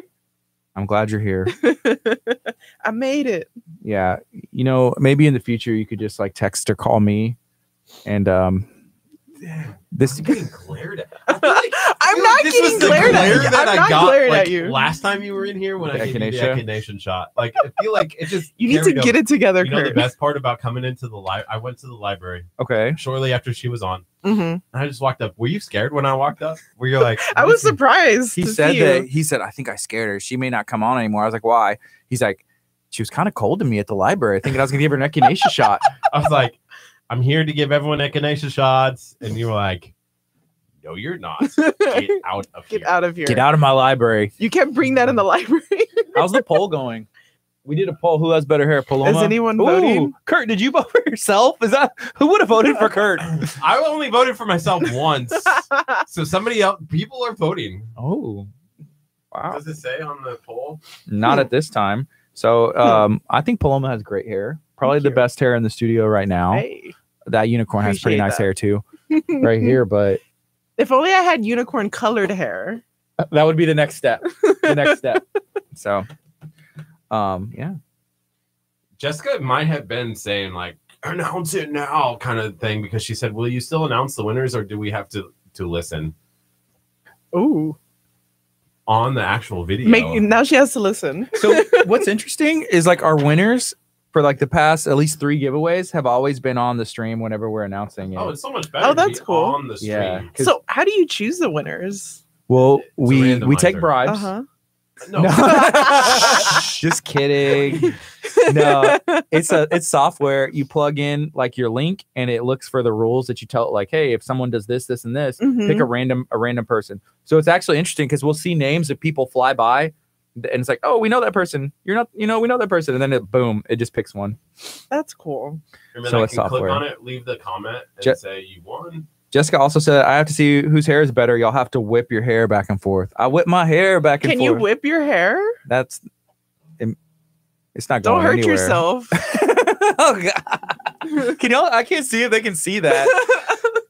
S1: I'm glad you're here.
S4: I made
S2: [laughs]
S4: it.
S1: yeah you know maybe in the future you could just like text or call me and um this
S2: glared at.
S4: [laughs] I'm not getting glared at. you. I'm not glared at you.
S2: Last time you were in here when
S1: The
S2: I gave you the
S1: echinacea?
S2: echinacea shot. Like, I feel like it just.
S4: You need
S2: there
S4: to
S2: we go.
S4: get it together,
S2: You know the
S4: Kurt.
S2: best part about coming into the library? I went to the library
S1: okay
S2: shortly after she was on.
S4: hmm
S2: And I just walked up. Were you scared when I walked up? Were you like,
S4: [laughs] I was
S2: "What
S4: surprised.
S1: he
S4: to
S1: said
S4: see
S1: that
S4: You.
S1: he said i think i scared her she may not come on anymore i was like why he's like she was kind of cold to me at the library thinking i was gonna give her an
S4: [laughs]
S1: echinacea shot
S2: I was like, I'm here to give everyone echinacea shots. And you were like, no, you're
S4: [laughs]
S2: not. Get out of
S4: Get
S2: here.
S4: out of here.
S1: get out of my library
S4: You can't bring that in the [laughs] library.
S1: how's the poll going we did a poll who has better hair paloma
S4: anyone
S1: Ooh,
S4: voting?
S1: kurt did you vote for yourself is that who would have voted for kurt
S2: I only voted for
S4: [laughs]
S2: myself once. so somebody else, people are voting.
S1: [laughs] oh wow
S2: Does it say on the poll?
S1: not at this time so um i think paloma has great hair probably
S4: Thank
S1: the
S4: you.
S1: best hair in the studio right now
S4: Hey.
S1: that unicorn has pretty
S4: Appreciate
S1: nice
S4: that.
S1: hair too,
S4: [laughs]
S1: right here. But
S4: If only I had unicorn colored hair.
S1: that would be the next step. The
S4: [laughs]
S1: next step. So, um, yeah,
S2: Jessica might have been saying, like, announce it now kind of thing because she said, will you still announce the winners or do we have to, to listen
S4: Ooh.
S2: on the actual video?
S4: Make now she has to listen.
S1: So
S4: [laughs]
S1: what's interesting is like our winners for like the past at least three giveaways have always been on the stream whenever we're announcing it.
S2: Oh, it's so much better.
S4: Oh,
S2: to be
S4: that's cool.
S2: On the stream.
S1: yeah. [laughs] 'cause-
S4: So how do you choose the winners?
S1: well, we we
S2: randomizer.
S1: take bribes.
S4: Uh-huh.
S2: No.
S1: No. [laughs] Just kidding. No, it's a it's software. You plug in like your link, and it looks for the rules that you tell it. Like, hey, if someone does this, this, and this,
S4: Mhm.
S1: pick a random a random person. So it's actually interesting because we'll see names of people fly by, th- and it's like, oh, we know that person. You're not, you know, we know that person, and then it boom, it just picks one.
S4: That's cool.
S2: And then
S1: So
S2: I
S1: it's
S2: can click
S1: software.
S2: on it, leave the comment, and
S1: Je-
S2: say you won. [coughs]
S1: Jessica also said, I have to see whose hair is better. Y'all have to whip your hair back and forth. I whip my hair back and
S4: Can you
S1: forth.
S4: whip your hair?
S1: That's it- it's not
S4: Don't
S1: going
S4: hurt
S1: anywhere.
S4: yourself.
S1: [laughs] oh god. Can y'all I can't see if they can see that.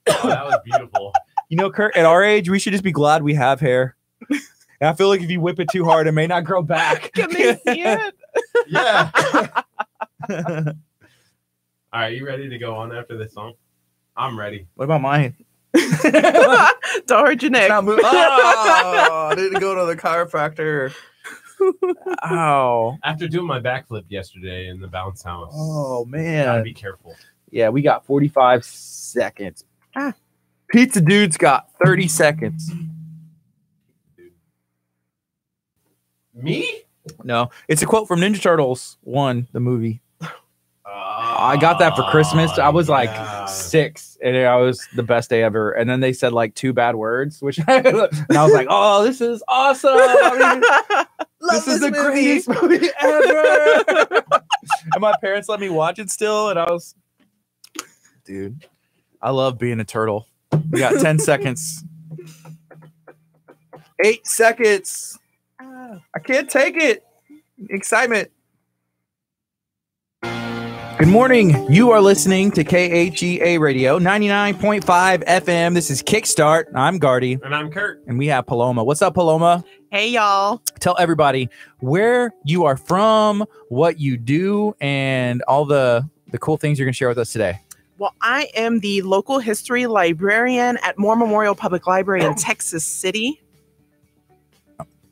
S2: Oh, that was
S1: [laughs]
S2: beautiful.
S1: You know, Kurt, at our age, we should just be glad we have hair. And I feel like if you whip it too hard, it may not grow back.
S4: [laughs] Can they see [laughs]
S1: [laughs]
S4: it? [laughs]
S2: yeah. All right, you ready to go on after this song? I'm ready.
S1: What about mine?
S4: Don't hurt your neck.
S1: Oh, I need to go to the chiropractor. Ow.
S2: After doing my backflip yesterday in the bounce house.
S1: Oh
S2: Gotta
S1: man.
S2: be careful.
S1: Yeah, we got 45 seconds.
S4: Ah.
S1: Pizza dude's got 30 seconds.
S2: Me?
S1: No, it's a quote from Ninja Turtles 1, the movie. I got that for Christmas. I was
S2: Ah, yeah.
S1: like 6 and I was the best day ever. And then they said like two bad words, which [laughs] I, and I was like, "Oh, this is awesome. Oh, I mean,
S4: [laughs]
S1: this, is the greatest [laughs] movie ever. and my parents let me watch it still, and I was, dude, I love being a turtle. We got 10 seconds. Eight seconds. I can't take it. Excitement. Good morning. You are listening to KHEA Radio 99.5 FM. This is Kickstart. I'm Gardy,
S2: And I'm Kurt.
S1: and we have Paloma. What's up, Paloma?
S4: Hey y'all.
S1: tell everybody where you are from, what you do, and all the the cool things you're gonna share with us today.
S4: Well, I am the local history librarian at Moore Memorial Public Library in Texas City.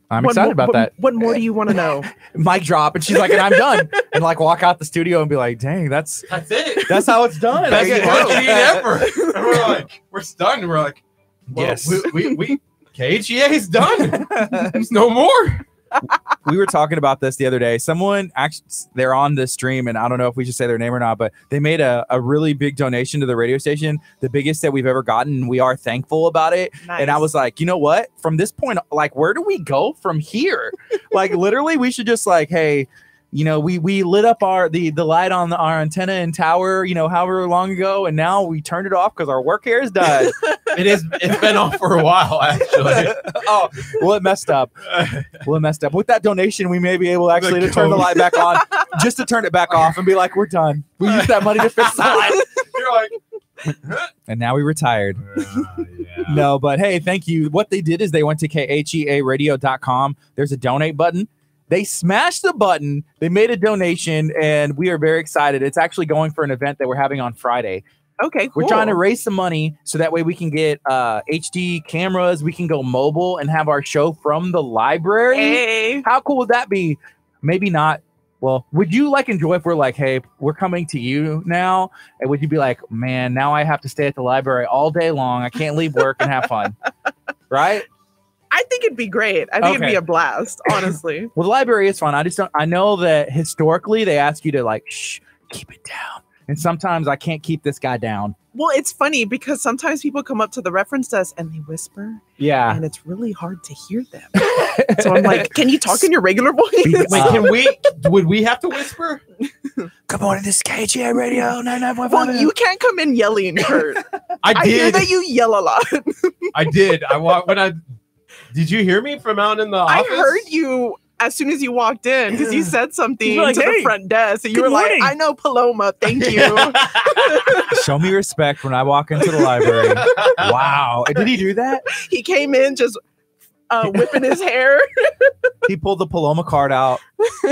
S1: I'm
S4: What
S1: excited
S4: mo-
S1: about
S4: what-
S1: that.
S4: What more do you want to know?
S1: Mic drop, and she's like, and I'm done, and like walk out the studio and be like, dang, that's
S2: That's [laughs] it.
S1: that's how it's done.
S2: Best
S1: Like,
S2: marketing ever. [laughs] And we're like, we're stunned. We're like, well,
S1: Yes.
S2: we, we, we KHEA is done. There's no more.
S1: [laughs] we were talking about this the other day. Someone actually, they're on this stream, and I don't know if we should say their name or not, but they made a, a really big donation to the radio station, the biggest that we've ever gotten. We are thankful about it. [laughs] And I
S4: Nice.
S1: was like, you know what? [laughs] From this point, like, where do we go from here? like, literally, we should just like, hey, you know, we we lit up our the the light on the, our antenna and tower, you know, however long ago, and now we turned it off because our work here is done.
S2: [laughs] It is. It's been off for a while, [laughs] actually.
S1: [laughs] oh, well, it messed [laughs] up. Well, it messed up. With that donation, we may be able actually to turn the
S2: code.
S1: light back on, just to turn it [laughs] back off and be like, we're done. We used that money to fix [laughs] the light,
S2: You're like,
S1: and now we retired.
S2: "Uh, yeah.
S1: No, but hey, thank you. What they did is they went to E khearadio.com. There's a donate button. They smashed the button. They made a donation, and we are very excited. It's actually going for an event that we're having on Friday.
S4: Okay, cool.
S1: We're trying to raise some money so that way we can get uh, HD cameras. We can go mobile and have our show from the library.
S4: Hey.
S1: How cool would that be? Maybe not. Well, would you like enjoy if we're like, hey, we're coming to you now? And would you be like, man, now I have to stay at the library all day long. I can't leave work and have fun. [laughs] right?
S4: I think it'd be great. I think it'd
S1: Okay.
S4: be a blast,
S1: [laughs]
S4: honestly.
S1: Well, the library is fun. I just don't, I know that historically they ask you to like, shh, keep it down. And sometimes I can't keep this guy down.
S4: well, it's funny because sometimes people come up to the reference desk and they whisper,
S1: Yeah.
S4: and it's really hard to hear them. so I'm like, can you talk in
S1: [laughs]
S4: your regular
S1: Be-
S4: voice?
S2: [laughs] Wait, can we? Would we have to whisper?
S1: [laughs] Come on to this KGA radio 99.5.
S4: [laughs] well, you can't come in
S1: [laughs]
S4: yelling, Kurt.
S2: I
S4: I hear
S2: did.
S4: that you yell a lot.
S2: I did. I wa- when I. Did you hear me from out in the
S4: I
S2: office?
S4: heard you as soon as you walked in because you said something
S1: You're like,
S4: to
S1: "Hey,
S4: the front desk, and you
S1: good
S4: were
S1: morning."
S4: like, "I
S1: [laughs]
S4: know Paloma, thank you."
S2: [laughs]
S1: Show me respect when I walk into the
S4: [laughs]
S1: library.
S2: [laughs]
S1: wow. Did he do that?
S4: he came in just uh, whipping his hair. [laughs]
S1: he pulled the Paloma card out.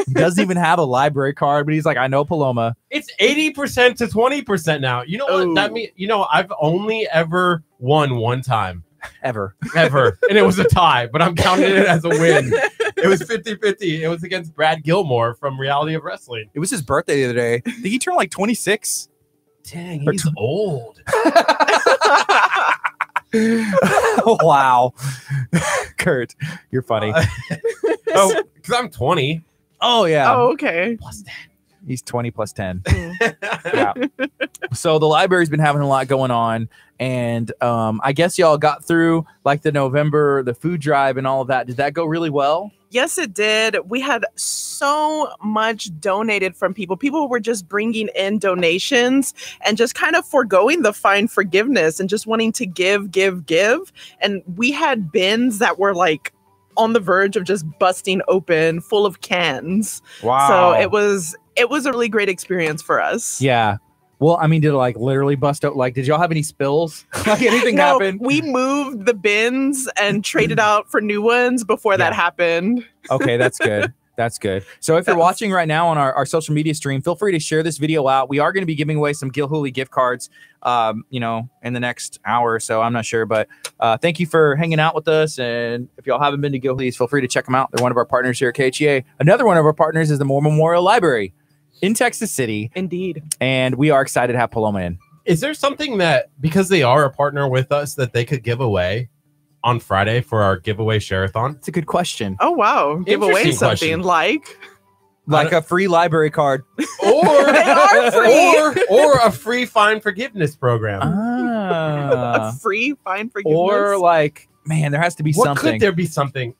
S1: He doesn't even have a library card, but he's like, I know Paloma.
S2: It's eighty percent to twenty percent now. You know what that
S4: Oh.
S2: mean? You know, I've only ever won one time
S1: Ever.
S2: ever, and it was a tie. But I'm counting it as a win. It was 50-50. It was against Brad Gilmore from Reality of Wrestling.
S1: It was his birthday the other day. Did he turn like
S4: [laughs]
S1: 26?
S2: Dang,
S1: he's
S2: old.
S1: wow. [laughs] Kurt, you're funny.
S4: Uh,
S2: Oh, because I'm [laughs] twenty.
S1: Oh, yeah.
S4: Oh, okay.
S2: Plus that.
S1: He's 20 plus 10.
S4: Mm.
S1: Yeah. so the library's been having a lot going on. And um, I guess y'all got through like the November, the food drive and all of that. Did that go really well?
S4: Yes, it did. We had so much donated from people. People were just bringing in donations and just kind of foregoing the fine forgiveness and just wanting to give, give, give. And we had bins that were like on the verge of just busting open, full of cans. So it was it was a really great experience for us.
S1: Yeah. Well, I mean, did it like literally bust out? Like, did y'all have any spills? [laughs] like anything
S4: No,
S1: happen?
S4: we moved the bins and traded out for new ones before that
S1: Yeah.
S4: happened.
S1: Okay, that's good. That's good. So if you're
S4: That was-
S1: watching right now on our, our social media stream, feel free to share this video out. We are going to be giving away some Gil Hooley gift cards, um, you know, in the next hour or so. I'm not sure, but uh, thank you for hanging out with us. And if y'all haven't been to Gil Hooley's, feel free to check them out. They're one of our partners here at KHEA. Another one of our partners is the Moore Memorial Library in Texas City.
S4: Indeed.
S1: And we are excited to have Paloma in.
S2: Is there something that because they are a partner with us that they could give away on Friday for our giveaway shareathon?
S1: It's a good question.
S4: Oh wow. Give away
S2: Interesting question.
S4: something like
S1: Like a free library
S2: [laughs]
S1: card.
S2: Or
S4: [laughs] They are free.
S2: or or a free fine forgiveness program.
S1: Ah.
S4: a free fine forgiveness
S1: or like man there has to be
S2: what
S1: something
S2: could there be something?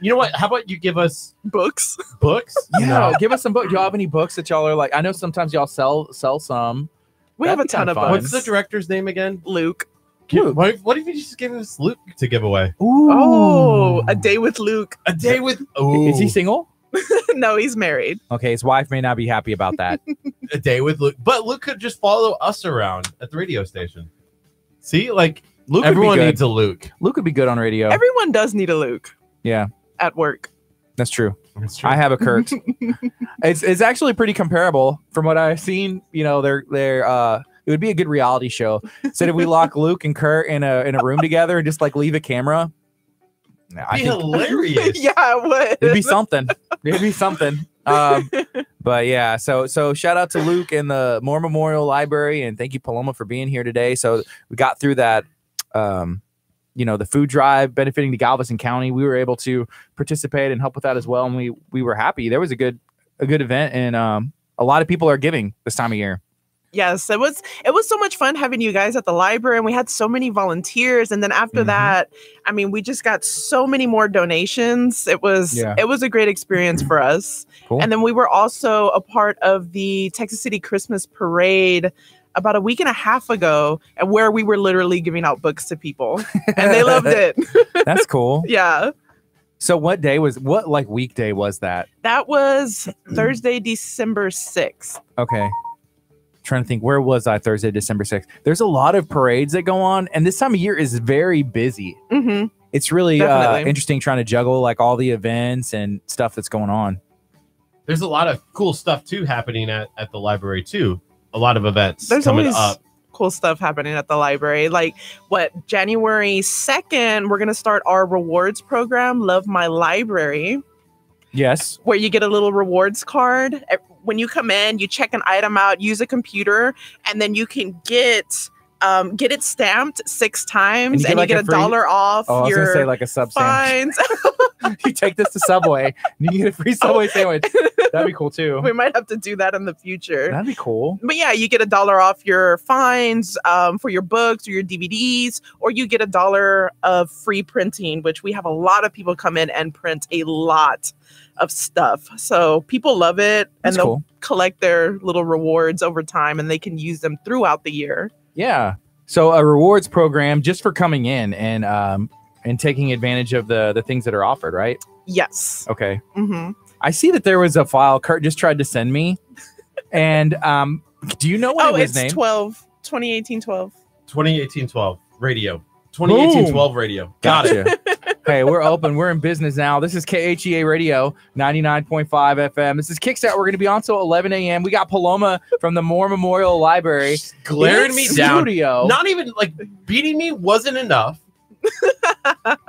S2: You know what? How about you give us
S4: books.
S2: books?
S1: yeah give us some books do y'all have any books that y'all are like i know sometimes y'all sell sell some
S4: We
S1: That'd
S4: have
S1: be
S4: a ton
S1: kinda
S4: of
S1: fun.
S4: books.
S2: What's the director's name again?
S4: Luke.
S1: Luke.
S2: What, if- what if you just give us Luke to give away?
S1: Ooh.
S4: Oh, a day with Luke. [laughs]
S2: A day with
S1: is he
S2: Ooh.
S1: single
S4: no, he's married.
S1: okay his wife may not be happy about that
S2: a day with Luke. But Luke could just follow us around at the radio station. See, like
S1: [laughs] luke
S2: everyone
S1: would be good.
S2: needs a Luke.
S1: luke would be good on radio
S4: Everyone does need a Luke
S1: yeah
S4: at work.
S1: that's true
S2: That's true.
S1: i have a [laughs] kurt it's, it's actually pretty comparable from what i've seen you know they're they're uh it would be a good reality show. Said if we [laughs] lock Luke and Kurt in a in a room together and just like leave a camera, I
S2: be
S1: think [laughs]
S2: hilarious.
S4: [laughs] yeah, it would.
S1: it'd be something. It'd be something.
S4: [laughs]
S1: Um, but yeah, so so shout out to Luke and the Moore Memorial Library, and thank you Paloma for being here today. So we got through that, um, you know, the food drive benefiting the Galveston County. We were able to participate and help with that as well, and we we were happy. There was a good a good event, and um, a lot of people are giving this time of year.
S4: Yes, it was it was so much fun having you guys at the library and we had so many volunteers and then after
S1: Mhm.
S4: that, I mean, we just got so many more donations. It was
S1: Yeah.
S4: it was a great experience for us.
S1: Cool.
S4: And then we were also a part of the Texas City Christmas parade about a week and a half ago and where we were literally giving out books to people and
S1: [laughs]
S4: they loved it.
S1: That's cool.
S4: Yeah.
S1: So what day was what like weekday was that? [clears throat]
S4: That was Thursday, December 6th.
S1: Okay. Trying to think, where was I Thursday, December 6th? There's a lot of parades that go on, and this time of year is very busy.
S4: Mhm.
S1: It's really uh,
S4: Definitely.
S1: interesting trying to juggle like all the events and stuff that's going on.
S2: There's a lot of cool stuff too happening at, at the library too. A lot of events
S4: There's
S2: coming
S4: always-
S2: up.
S4: Cool stuff happening at the library. Like what January 2nd, we're going to start our rewards program, Love My Library,
S1: Yes.
S4: where you get a little rewards card. Eh, When you come in, you check an item out, use a computer, and then you can get um, get it stamped six times, and you,
S1: get, like,
S4: get
S1: a
S4: a,
S1: free-
S4: dollar off
S1: Oh, I was gonna
S4: your
S1: say like a sub sandwich.
S4: fines. [laughs]
S1: [laughs] you take this to Subway and you get a free Subway sandwich. That'd be cool too.
S4: we might have to do that in the future.
S1: That'd be cool.
S4: but yeah, you get a dollar off your fines um, for your books or your DVDs, or you get a dollar of free printing, which we have a lot of people come in and print a lot of stuff. So people love it
S1: That's
S4: and they'll
S1: cool.
S4: collect their little rewards over time and they can use them throughout the year.
S1: Yeah. So a rewards program just for coming in and um and taking advantage of the the things that are offered, right?
S4: Yes.
S1: Okay.
S4: hmm
S1: I see that there was a file Kurt just tried to send me. And um do you know what
S4: Oh,
S1: it was
S4: it's
S1: named?
S4: 12, 2018 12.
S2: 2018 12 radio. 2018 12 radio. Got it.
S1: Gotcha. hey, we're open. We're in business now. This is KHEA Radio 99.5 FM. This is Kickstart. We're going to be on till 11 a.m. We got Paloma from the Moore Memorial Library.
S2: Just glaring
S1: in
S2: me down.
S1: Studio.
S2: Not even like beating me
S1: [laughs]
S2: wasn't enough.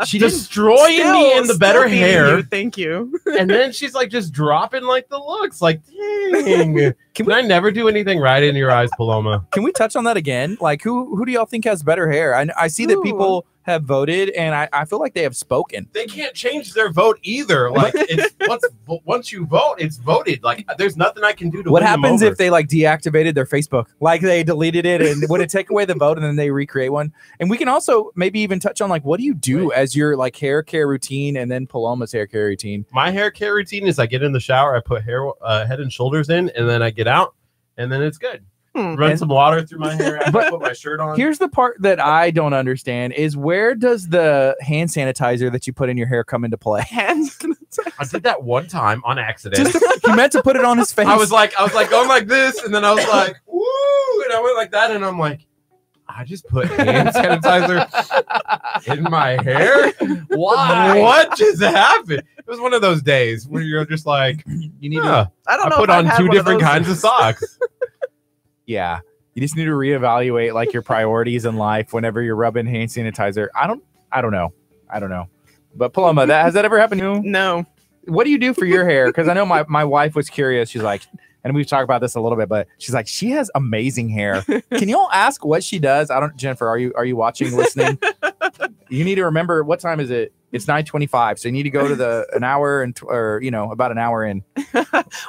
S1: she just
S2: Destroying me
S4: Still-
S2: in the
S4: still
S2: better
S1: [laughs]
S4: beating
S2: hair.
S4: you, thank you. [laughs]
S2: and then she's like just dropping like the looks. Like,
S1: [laughs]
S2: dang. Can, I never do anything right in your eyes, Paloma?
S1: Can we touch on that again? Like, who who do y'all think has better hair? I, I see that
S4: Ooh.
S1: people have voted, and I, I feel like they have spoken.
S2: They can't change their vote either.
S1: [laughs]
S2: Like, it's once once you vote, it's voted. Like, there's nothing I can do to.
S1: What
S2: win them
S1: happens
S2: over.
S1: if they like deactivated their Facebook? Like they deleted it, and would it take away the vote, and then they recreate one? And we can also maybe even touch on like what do you do as your like hair care routine, and then Paloma's hair care routine.
S2: my hair care routine is I get in the shower, I put hair uh, head and shoulders in, and then I get out, and then it's good.
S4: Hmm.
S2: Run
S1: And-
S2: some water through my hair.
S1: [laughs] But-
S2: I put my shirt on.
S1: Here's the part that I don't understand: is where does the hand sanitizer that you put in your hair come into
S2: [laughs]
S1: play?
S4: Hands.
S2: I did that one time on accident.
S1: [laughs] Just he meant to put it on his face.
S2: [laughs] I was like, I was like going like this, and then I was like, woo, and I went like that, and I'm like, I just put
S1: [laughs]
S2: hand sanitizer in my hair.
S1: why?
S2: What just happened? It was one of those days where you're just like,
S1: You need to
S2: huh,
S4: I don't
S2: I
S4: know.
S2: put
S4: if I've
S2: on
S4: had
S2: two
S4: one
S2: different
S4: those.
S2: kinds of
S4: [laughs]
S2: socks.
S1: Yeah. You just need to reevaluate like your priorities in life whenever you're rubbing hand sanitizer. I don't I don't know. I don't know. But Paloma, that has that ever happened to you?
S4: No.
S1: What do you do for your hair? Because I know my, my wife was curious. She's like, and we've talked about this a little bit, but she's like, she has amazing hair. Can you all ask what she does? I don't Jennifer, are you are you watching, [laughs] listening? you need to remember what time is it? It's 925. So you need to go to the an hour and tw- or you know, about an hour in.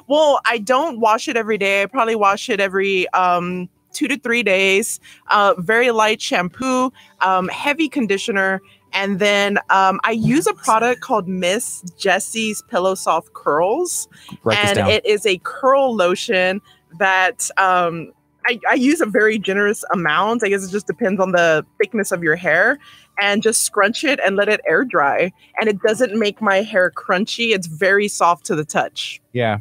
S4: Well, I don't wash it every day. I probably wash it every um, two to three days. Uh, very light shampoo, um, heavy conditioner, and then um, I use a product called Miss Jessie's Pillow Soft Curls,
S1: Write this
S4: and
S1: down.
S4: it is a curl lotion that. Um, I, I use a very generous amount. I guess it just depends on the thickness of your hair and just scrunch it and let it air dry. And it doesn't make my hair crunchy. It's very soft to the touch.
S1: yeah.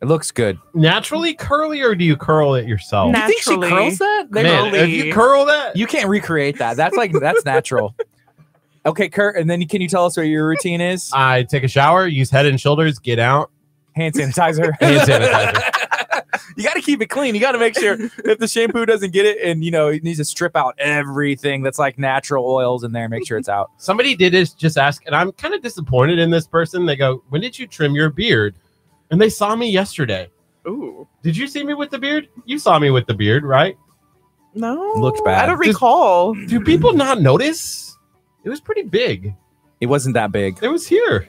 S1: It looks good.
S2: Naturally curly, or do you curl it yourself?
S4: Nat-
S1: You think she
S4: Naturally.
S1: curls that? They
S2: Man, if
S4: curly.
S2: you curl that,
S1: You can't recreate that. That's like that's [laughs] natural. Okay, Kurt, and then can you tell us what your routine is?
S2: I take a shower, use head and shoulders, get out,
S1: Hand sanitizer.
S2: [laughs] hand sanitizer.
S1: [laughs] you got to keep it clean. You got to make sure if the shampoo doesn't get it, and you know it needs to strip out everything that's like natural oils in there. Make sure it's out.
S2: Somebody did is just ask, and I'm kind of disappointed in this person. They go, "When did you trim your beard?" And they saw me yesterday.
S4: Ooh.
S2: Did you see me with the beard? You saw me with the beard, right?
S4: No.
S1: Looked bad.
S4: I don't
S2: Just-
S4: recall.
S2: Do people not notice? It was pretty big.
S1: It wasn't that big.
S2: It was here.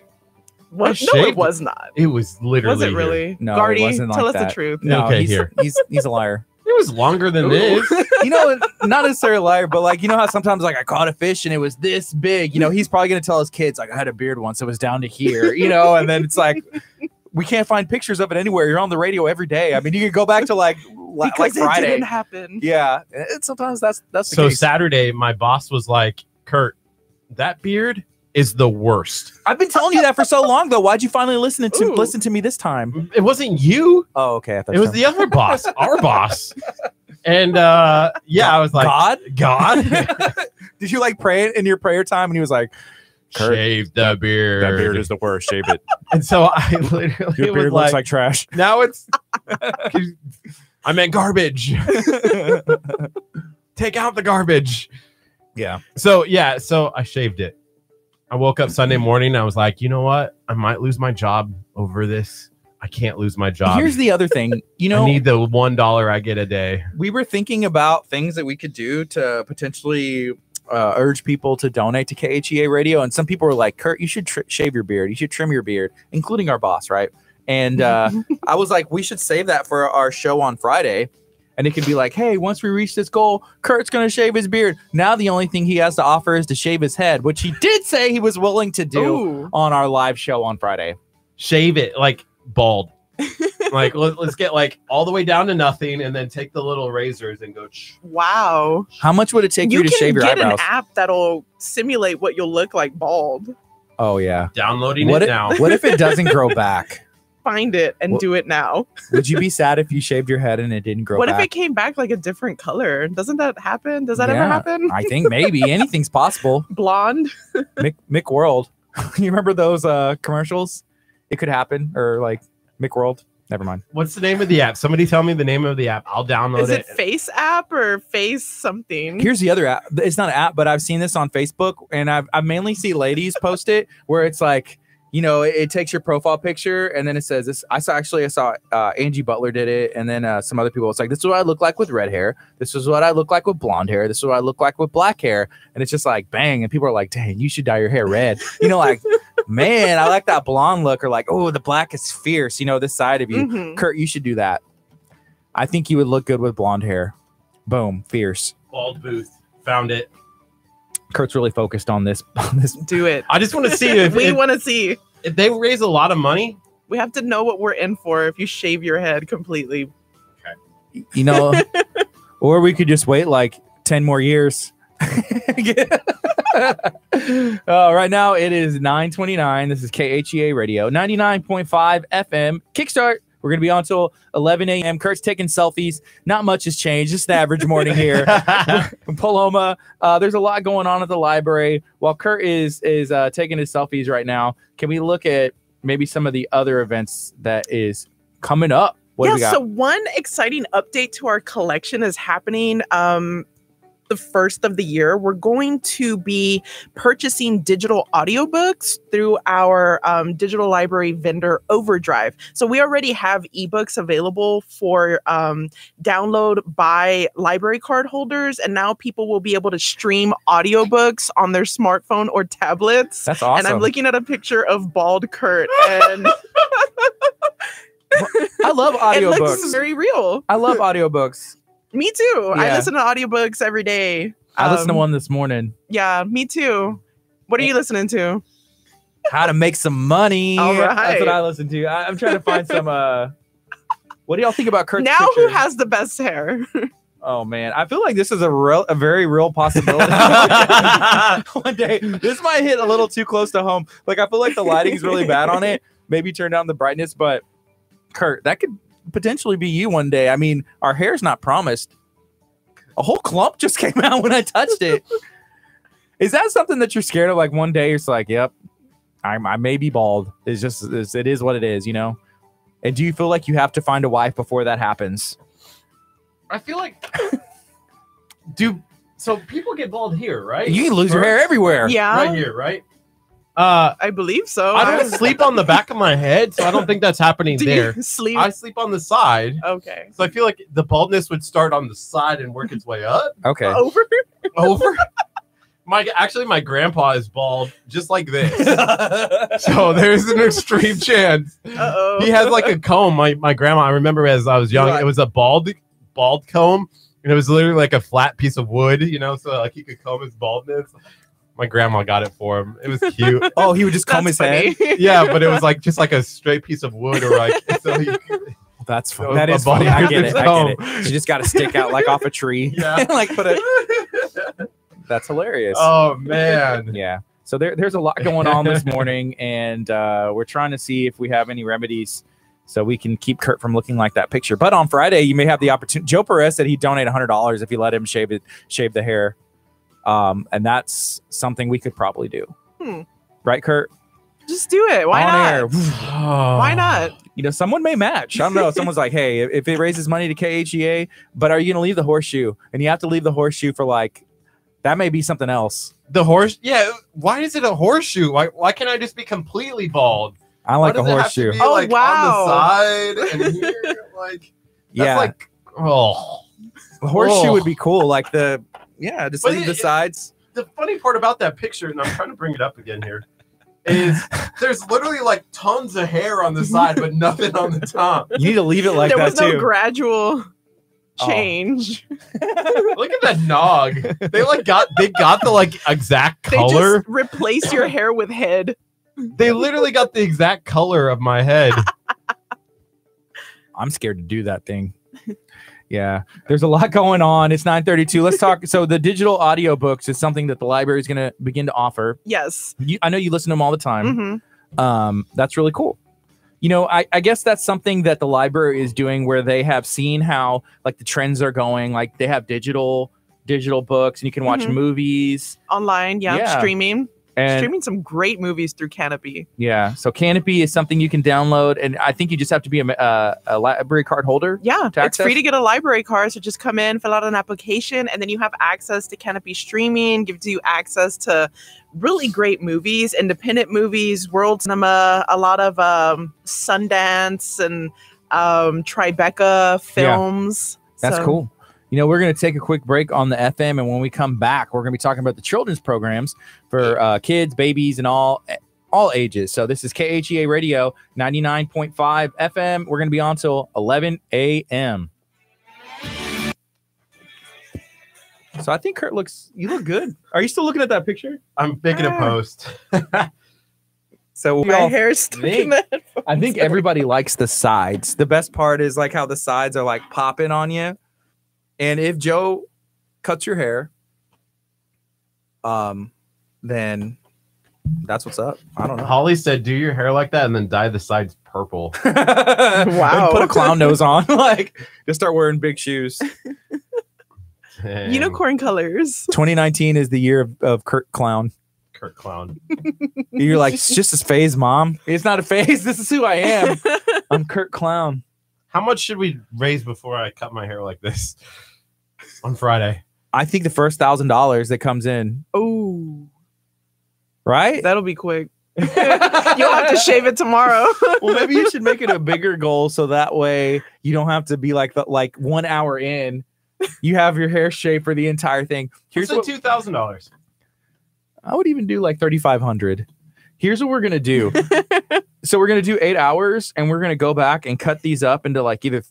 S4: What?
S2: Just
S4: No, it
S2: shaved.
S4: was not.
S2: It was literally.
S4: Was it
S2: here.
S4: really?
S1: No, it
S4: Guardy,
S1: wasn't like
S4: tell us
S1: that.
S4: the truth.
S2: Okay,
S1: he's,
S2: here.
S1: he's he's a liar.
S2: It was longer than
S4: [laughs]
S2: this.
S1: you know, not necessarily a liar, but like you know how sometimes like I caught a fish and it was this big. You know, he's probably gonna tell his kids like I had a beard once, it was down to here. You know, and then it's like we can't find pictures of it anywhere. You're on the radio every day. I mean, you can go back to like la-
S4: because
S1: like
S4: it
S1: Friday.
S4: didn't happen.
S1: Yeah, and sometimes that's that's the
S2: So
S1: case.
S2: Saturday, my boss was like, "Kurt, that beard is the worst.
S1: I've been telling you that for so long though. Why'd you finally listen to
S4: Ooh.
S1: listen to me this time?
S2: It wasn't you.
S1: Oh, okay. I thought
S2: it was
S1: so.
S2: the
S1: [laughs]
S2: other boss, our boss." And uh, yeah, I was like,
S1: God. [laughs]
S2: [laughs] God,
S1: Did you like pray in your prayer time? And he was like, Kurt,
S2: shave the beard.
S1: the worst. Shave
S2: [laughs]
S1: it.
S2: and so I literally was like,
S1: trash. [laughs]
S2: now it's. I meant garbage. Take out the garbage.
S1: yeah.
S2: So [laughs] yeah, so I shaved it. I woke up Sunday morning. I was like, you know what? I might lose my job over this. I can't lose my job.
S1: Here's the other thing. You know,
S2: I need the one dollar I get a day.
S1: we were thinking about things that we could do to potentially uh, urge people to donate to KHEA radio. And some people were like, Kurt, you should tr- shave your beard. You should trim your beard, including our boss, right? And
S2: Mm-hmm.
S1: uh, I was like, we should save that for our show on Friday. And it could be like, hey, once we reach this goal, Kurt's going to shave his beard. Now the only thing he has to offer is to shave his head, which he did say he was willing to do
S4: Ooh.
S1: on our live show on Friday.
S2: Shave it like bald.
S4: [laughs]
S2: like let, us get like all the way down to nothing, and then take the little razors and go. Ch-
S4: Wow.
S1: How much would it take you,
S4: You
S1: to
S4: can
S1: shave your
S4: get an
S1: eyebrows?
S4: app that'll simulate what you'll look like bald.
S1: oh, yeah.
S2: downloading
S1: What
S2: it
S1: if-
S2: now.
S4: [laughs]
S1: what if it doesn't
S2: [laughs]
S1: grow back?
S4: Find it and
S1: Well,
S4: do it now.
S1: Would you be sad if you shaved your head and it didn't grow
S4: What
S1: back?
S4: if it came back like a different color? Doesn't that happen? Does that
S1: Yeah.
S4: ever happen?
S1: I think maybe anything's possible.
S4: Blonde?
S1: Mick, Mick World. [laughs] you remember those uh, commercials? It could happen, or like Mick World. Never mind.
S2: What's the name of the app? Somebody tell me the name of the app. I'll download
S4: Is it
S2: it.
S4: face app or face something?
S1: Here's the other app. It's not an app, but I've seen this on Facebook, and I've, I mainly see ladies post it where it's like, you know, it, it takes your profile picture, and then it says this. I saw actually, I saw uh, Angie Butler did it, and then uh, some other people. It's like, this is what I look like with red hair. This is what I look like with blonde hair. This is what I look like with black hair. And it's just like, bang, and people are like, dang, you should dye your hair red. You know, like, man, I like that blonde look, or like, oh, the black is fierce. You know, this side of you.
S4: Mhm.
S1: Kurt, you should do that. I think you would look good with blonde hair. Boom, fierce.
S2: Bald booth. Found it.
S1: Kurt's really focused on this. [laughs] On this. [laughs]
S4: Do it.
S2: I just want to see if,
S4: [laughs] we
S2: if,
S4: want to see.
S2: if they raise a lot of money.
S4: We have to know what we're in for if you shave your head completely.
S1: You know, or we could just wait like ten more years. [laughs] uh, right now it is 9:29. This is KHEA Radio 99.5 FM. Kickstart. We're gonna be on till 11 a.m. Kurt's taking selfies. Not much has changed. Just an average morning [laughs]
S2: [laughs]
S1: here. Paloma. Uh, there's a lot going on at the library. While Kurt is is uh, taking his selfies right now, can we look at maybe some of the other events that is coming up? What do
S4: yeah,
S1: we got?
S4: so one exciting update to our collection is happening um the first of the year. We're going to be purchasing digital audiobooks through our um, digital library vendor Overdrive. So we already have ebooks available for um, download by library card holders, and now people will be able to stream audiobooks on their smartphone or tablets.
S1: That's awesome.
S4: And I'm looking at a picture of
S1: [laughs]
S4: bald Kurt, and
S1: I
S4: [laughs]
S1: love
S4: it
S1: audiobooks.
S4: looks very real.
S1: I love audiobooks.
S4: Me too.
S1: Yeah.
S4: I listen to audiobooks every day.
S1: I listened to
S4: Um,
S1: one this morning.
S4: Yeah, me too. What are you listening to?
S1: How to make some money.
S4: All
S1: That's what
S4: right.
S1: I listened to. I, I'm trying to find some. uh What do y'all think about Kurt's
S4: now who
S1: picture?
S4: has the best hair?
S1: Oh man, I feel like this is a real, a very real possibility. One day, this might hit a little too close to home. Like I feel like the lighting's really bad on it. Maybe turn down the brightness, but Kurt, that could potentially be you one day. I mean, our hair's not promised. A whole clump just came out when I touched it. Is that something that you're scared of? Like one day, it's like, yep, I'm, I may be bald. It's just, it's, it is what it is, you know. And do you feel like you have to find a wife before that happens?
S2: I feel like do so people get bald here, right?
S1: You can lose your
S2: Or-
S1: hair everywhere.
S4: [laughs] yeah,
S2: right here, right? Uh
S4: Oh, I believe so.
S2: I don't sleep on the back of my head, so I don't think that's happening
S4: [laughs] Do
S2: there.
S4: you sleep?
S2: I sleep on the side.
S4: okay.
S2: So I feel like the baldness would start on the side and work its way
S5: [laughs]
S2: up
S1: Okay.
S4: Over.
S2: over. My actually my grandpa is bald just like this.
S5: [laughs]
S1: That's
S2: So there's an extreme chance.
S4: Uh oh. [laughs]
S2: He has like a comb. My my grandma, I remember as I was young,
S4: Right.
S2: it was a bald bald comb, and it was literally like a flat piece of wood, you know, so like he could comb his baldness. My grandma got it for him. It was cute.
S5: [laughs]
S1: Oh, he would just comb
S4: That's
S1: his head.
S4: funny.
S2: yeah, but it was like just like a straight piece of wood, or like so
S5: [laughs]
S2: he,
S1: That's
S2: so
S1: funny.
S5: That
S2: a
S5: is funny. I
S2: bald
S5: get it. I
S2: comb. [laughs]
S5: get
S1: You just got to stick out like off a tree.
S5: [laughs]
S2: Yeah.
S1: like put a. [laughs] That's hilarious.
S2: Oh man.
S1: Yeah. So there, there's a lot going on this morning, and uh, we're trying to see if we have any remedies so we can keep Kurt from looking like that picture. But on Friday, you may have the opportunity. Joe Perez said he'd donate $100 if you let him shave it, shave the hair, um, and that's something we could probably do.
S4: Hmm.
S1: Right, Kurt?
S4: [laughs] Just do it. Why
S1: on
S4: not?
S1: air.
S4: [sighs]
S1: Oh,
S4: Why not?
S1: You know, someone may match. I don't know. Someone's like, "Hey, if- if it raises money to KHEA, but are you going to leave the horseshoe?" And you have to leave the horseshoe for like that may be something else.
S2: The horse. Yeah. Why is it a horseshoe? Why, why can't I just be completely bald?
S1: I like
S2: Why
S1: a
S2: does it have
S1: horseshoe.
S2: to be,
S4: Oh,
S2: like,
S4: wow.
S2: On the
S1: [laughs]
S2: side and here, like that's
S1: yeah,
S2: like oh.
S1: The horseshoe
S2: Oh.
S1: would be cool. Like the yeah, just
S2: But
S1: leave
S2: it-
S1: the
S2: it-
S1: sides.
S2: the funny part about that picture, and I'm trying to bring it up again here,
S1: [laughs]
S2: is there's literally like tons of hair on the side, but nothing on the top.
S1: You need to
S2: [laughs]
S1: leave it like
S4: there
S1: that
S4: was no
S1: too.
S4: gradual
S1: Oh.
S4: change. [laughs]
S2: Look at that nog. They like got they got the like exact
S4: They
S2: color.
S4: just replace your hair with head.
S2: They literally got the exact color of my head.
S1: I'm scared to do that thing. Yeah, there's a lot going on. It's 9:32. Let's
S2: [laughs]
S1: talk. So the digital audiobooks is something that the library is going to begin to offer.
S4: Yes.
S1: You, I know you listen to them all the time.
S2: Mm-hmm.
S4: hmm
S1: um, that's really cool. You know, I, I guess that's something that the library is doing where they have seen how like the trends are going. Like they have digital digital books and you can watch
S4: Mhm.
S1: movies
S4: Online, yeah,
S1: Yeah.
S4: streaming,
S1: and
S4: streaming some great movies through Canopy.
S1: yeah. So Canopy is something you can download, and I think you just have to be a, uh, a library card holder.
S4: Yeah,
S1: To
S4: it's free
S1: access?
S4: to get a library card. So just come in, fill out an application, and then you have access to Canopy streaming. Gives you access to really great movies, independent movies, world cinema, a lot of um, Sundance and um, Tribeca films.
S1: That's
S4: So-
S1: cool. You know, we're going to take a quick break on the FM, and when we come back, we're going to be talking about the children's programs for uh, kids, babies, and all all ages. So this is KHEA Radio 99.5 FM. We're going to be on till 11 a.m. So I think Kurt looks. You look good. Are you still looking at that picture?
S2: I'm
S1: [laughs]
S2: making a post.
S1: So we
S4: My
S1: all,
S4: hair's stuck in
S1: think-
S4: the
S1: I think everybody likes the sides. The best part is like how the sides are like popping on you. And if Joe cuts your hair, um, then that's what's up. I don't [laughs] know.
S2: Holly said, "Do your hair like that, and then dye the sides [laughs] purple."
S1: wow. Put a clown nose on, [laughs] like just start wearing big shoes.
S4: unicorn colors.
S1: 2019 is the year of, of Kurt Clown.
S2: Kurt clown.
S1: You're like, it's just a phase, mom. It's not a phase. [laughs] This is who I
S4: [laughs]
S1: am. I'm Kurt Clown.
S2: How much should we raise before I cut my hair like this [laughs] on Friday?
S1: I think the first thousand dollars that comes in,
S4: Oh,
S1: right?
S4: that'll be quick.
S1: [laughs] You'll
S4: You'll
S1: [laughs]
S4: have to shave it tomorrow. [laughs]
S1: well, maybe you should make it a bigger goal so that way you don't have to be like the, like one hour in. You have your hair shaved for the entire thing. Here's
S2: Here's
S1: what
S2: two thousand dollars.
S1: I would even do like thirty five hundred. Here's what we're gonna do. so we're gonna do eight hours, and we're gonna go back and cut these up into like either.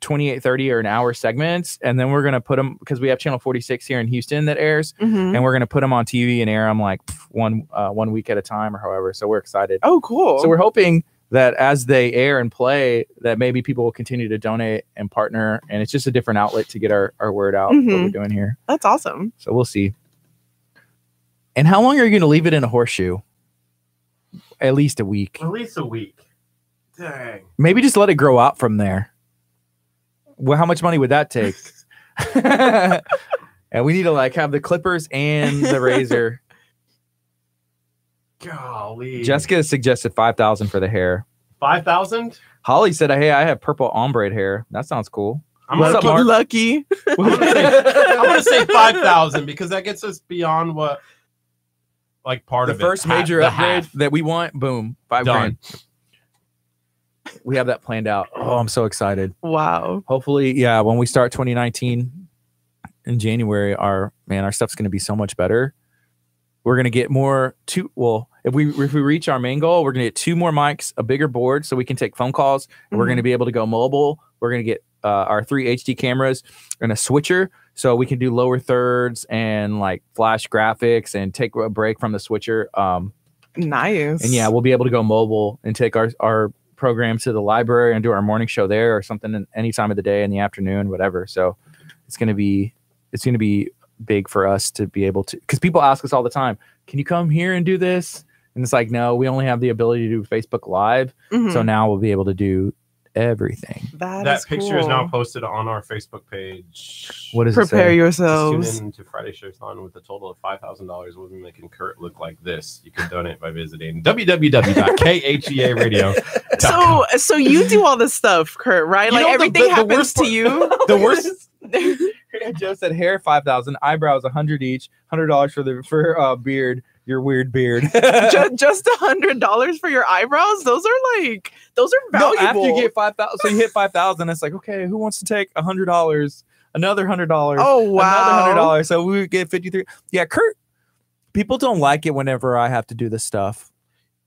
S1: 28 30 or an hour segments and then we're going to put them because we have channel 46 here in houston that airs
S4: Mhm.
S1: and we're going to put them on tv and air them like pff, one uh, one week at a time or however so we're excited
S4: Oh, cool.
S1: so we're hoping that as they air and play, that maybe people will continue to donate and partner. And it's just a different outlet to get our, our word out what we're
S4: Mhm.
S1: doing here.
S4: That's awesome.
S1: So we'll see. And how long are you going to leave it in a horseshoe? At least a week.
S2: At least a week. Dang.
S1: Maybe just let it grow out from there. Well, how much money would that take? [laughs] and we need to like have the clippers and the razor.
S2: Golly.
S1: Jessica suggested 5,000 for the hair.
S2: 5,000?
S1: Holly said, Hey, I have purple ombre hair. That sounds cool.
S2: I'm
S1: What's
S2: going
S1: up, Mark?
S4: Lucky.
S1: [laughs]
S2: [laughs] to say 5,000 because that gets us beyond what, like, part
S1: the
S2: of
S1: first
S2: it. Ha-
S1: major
S2: the
S1: upgrade
S2: half.
S1: that we want. Boom, five
S2: Done.
S1: grand. We have that planned out. Oh, I'm so excited.
S4: Wow.
S1: Hopefully, yeah, when we start 2019 in January, our man, our stuff's going to be so much better. We're going to get more two. Well, if we if we reach our main goal, we're gonna get two more mics, a bigger board, so we can take phone calls. We're
S4: Mhm.
S1: gonna be able to go mobile. We're gonna get uh, our three HD cameras and a switcher, so we can do lower thirds and like flash graphics and take a break from the switcher. Um,
S4: Mm-hmm. Nice.
S1: and yeah, we'll be able to go mobile and take our our program to the library and do our morning show there or something in any time of the day in the afternoon, whatever. So it's gonna be it's gonna be big for us to be able to because people ask us all the time, can you come here and do this? And it's like, no, we only have the ability to do Facebook Live.
S4: Mhm.
S1: So now we'll be able to do everything.
S2: that picture is now
S4: cool.
S2: posted on our Facebook page.
S1: What is
S4: prepare
S1: it?
S2: Just
S4: yourselves.
S2: tune in to Friday Shirtathon with a total of five thousand dollars. We'll be making Kurt look like this. You can donate by visiting E
S4: [laughs]
S2: www.khearadio.com.
S4: So so you do all this stuff, Kurt, right?
S6: You
S4: like
S6: know the-
S4: everything
S6: the- the
S4: happens
S6: worst
S4: to
S6: part-
S1: [laughs]
S4: you.
S2: [laughs]
S6: The
S4: [laughs]
S6: worst.
S1: say? Joe said hair five thousand, eyebrows a hundred each, hundred dollars for the for uh, beard, your weird
S4: [laughs]
S1: beard.
S4: just just a hundred dollars for your eyebrows? Those are like those are
S1: [laughs] No,
S4: valuable.
S1: after you get five thousand, so you hit five thousand, it's like okay, who wants to take a hundred dollars, another hundred dollars,
S4: oh
S1: another hundred
S4: wow.
S1: dollars? So we would get fifty three. Yeah, Kurt. People don't like it whenever I have to do this stuff.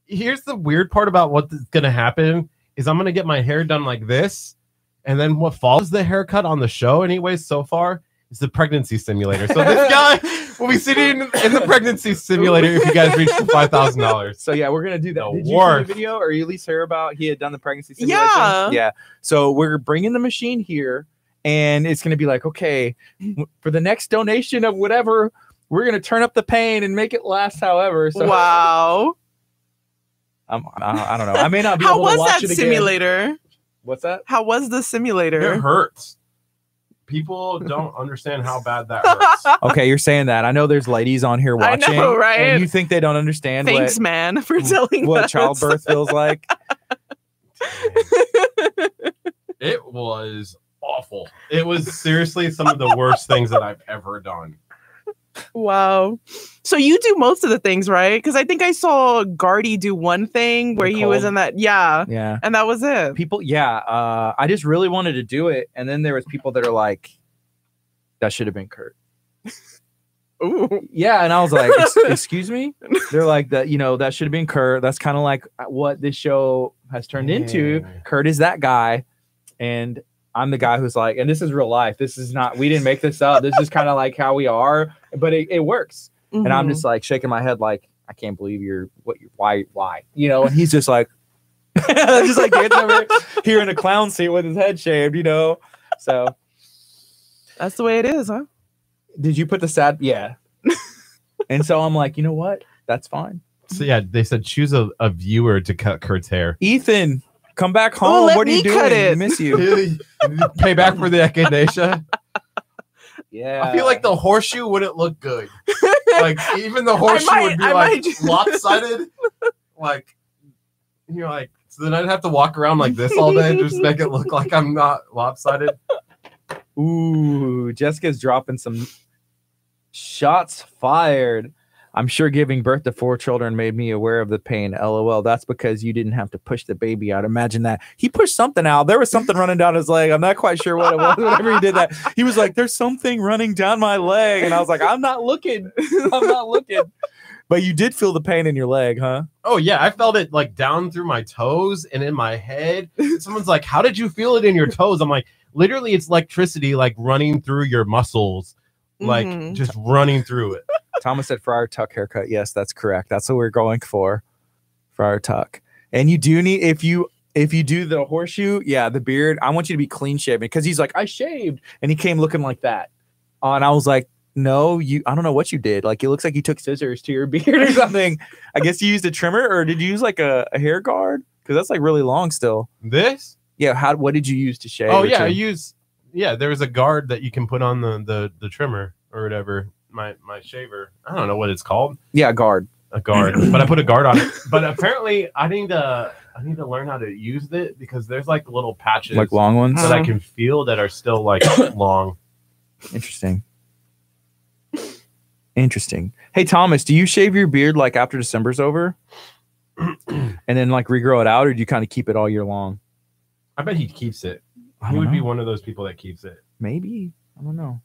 S2: Here's the weird part about what's gonna happen is I'm gonna get my hair done like this, and then what follows the haircut on the show, anyways, so far is the pregnancy simulator. So
S4: [laughs]
S2: this guy will be sitting in the pregnancy simulator if you guys reach the five thousand dollars.
S1: So yeah, we're gonna do that.
S2: The
S1: Did you see
S2: worst.
S1: the video, or you at least hear about? He had done the pregnancy simulation.
S4: Yeah.
S1: yeah. So we're bringing the machine here, and it's gonna be like, okay, w- for the next donation of whatever, we're gonna turn up the pain and make it last. However, so [laughs]
S4: Wow.
S1: I'm, I, I don't know. I may not be
S4: How
S1: able
S4: was
S1: to watch
S4: that
S1: it again.
S4: simulator?
S1: What's
S4: [laughs]
S1: that?
S4: How was the
S2: It
S4: simulator?
S2: hurts. People don't understand how bad that hurts.
S4: [laughs]
S1: Okay, you're saying that. I know there's ladies on here
S4: I
S1: watching.
S4: know, right?
S1: And you think they don't understand
S4: Thanks, man,
S1: [laughs]
S4: for telling
S1: what, what
S4: us.
S1: childbirth feels
S4: [laughs]
S1: like?
S2: it was awful. It was seriously some of the worst things that I've ever done.
S4: Wow. So you do most of the things, right? Because I think I saw Gardy do one thing where
S1: The
S4: he was
S1: cold.
S4: in that, yeah,
S1: Yeah.
S4: and that was it.
S1: People, yeah. Uh, I just really wanted to do it, and then there was people that are like, "That should have been Kurt."
S4: Ooh.
S1: Yeah, and I was like, "Ex- "Excuse me." They're like, "That you know, that should have been Kurt." That's kind of like uh, what this show has turned into.
S2: Yeah.
S1: Kurt is that guy, and I'm the guy who's like, and this is real life. This is not. We didn't make this up. This is kind of like how we are, but it, it works. and I'm
S2: Mm-hmm.
S4: Mhm.
S1: just like shaking my head, like I can't believe you're what you why why you know, and he's just like [laughs] just like dancing over here in a clown suit with his head shaved, you know. So
S4: that's the way it is, huh?
S1: did you put the sad?
S2: [laughs]
S1: Yeah. and so I'm like, you know what? That's fine.
S2: So yeah, they said choose a, a viewer to cut Kurt's
S4: [laughs]
S2: hair.
S1: Ethan, come back home.
S4: let
S1: what are you
S4: me
S1: doing?
S4: cut
S1: I
S4: it.
S1: miss you.
S2: Pay back for the echinacea.
S1: yeah.
S2: [laughs] I feel like the horseshoe wouldn't look good.
S4: [laughs]
S2: Like even the horseshoe
S4: might-
S2: would be
S4: I
S2: like
S4: might-
S2: lopsided. Like you're like so then I'd have to walk around like this all day and just make it look like I'm not lopsided.
S1: Ooh, Jessica's dropping some shots fired. I'm sure giving birth to four children made me aware of the pain. LOL. That's because you didn't have to push the baby out. Imagine that. He pushed something out. There was something running down his leg. I'm not quite sure what it was. Whenever he did that, he was like, There's something running down my leg. And I was like, I'm not looking. I'm not looking. But you did feel the pain in your leg, huh?
S2: Oh yeah, I felt it like down through my toes and in my head. Someone's like, "How did you feel it in your toes?" I'm like, "Literally, it's electricity like running through your muscles, like
S4: Mhm.
S2: just running through it."
S1: Thomas said Friar Tuck haircut. Yes, that's correct. That's what we're going for. Friar Tuck. And you do need if you if you do the horseshoe, yeah, the beard. I want you to be clean shaven because he's like, I shaved, and he came looking like that. Uh, and I was like, No, you. I don't know what you did. Like it looks like you took scissors to your [laughs] beard or something. I guess you used a trimmer, or did you use like a, a hair guard? Because that's like really long still.
S2: This?
S1: Yeah. How? What did you use to shave?
S2: oh yeah, I
S1: Richard?
S2: use yeah. There was a guard that you can put on the the the trimmer or whatever. My my shaver. I don't know what it's called.
S1: yeah, guard.
S2: A guard, but I put a guard on it. But apparently, I need to I need to learn how to use it because there's like little patches
S1: Like long ones.
S2: that I can feel that are still like [coughs] long.
S1: Interesting. Interesting. Hey Thomas, do you shave your beard like after December's over? and then like regrow it out or do you kind of keep it all year long?
S2: I bet he keeps it.
S1: I
S2: He
S1: don't
S2: would be
S1: know.
S2: one of those people that keeps it.
S1: maybe. I don't know.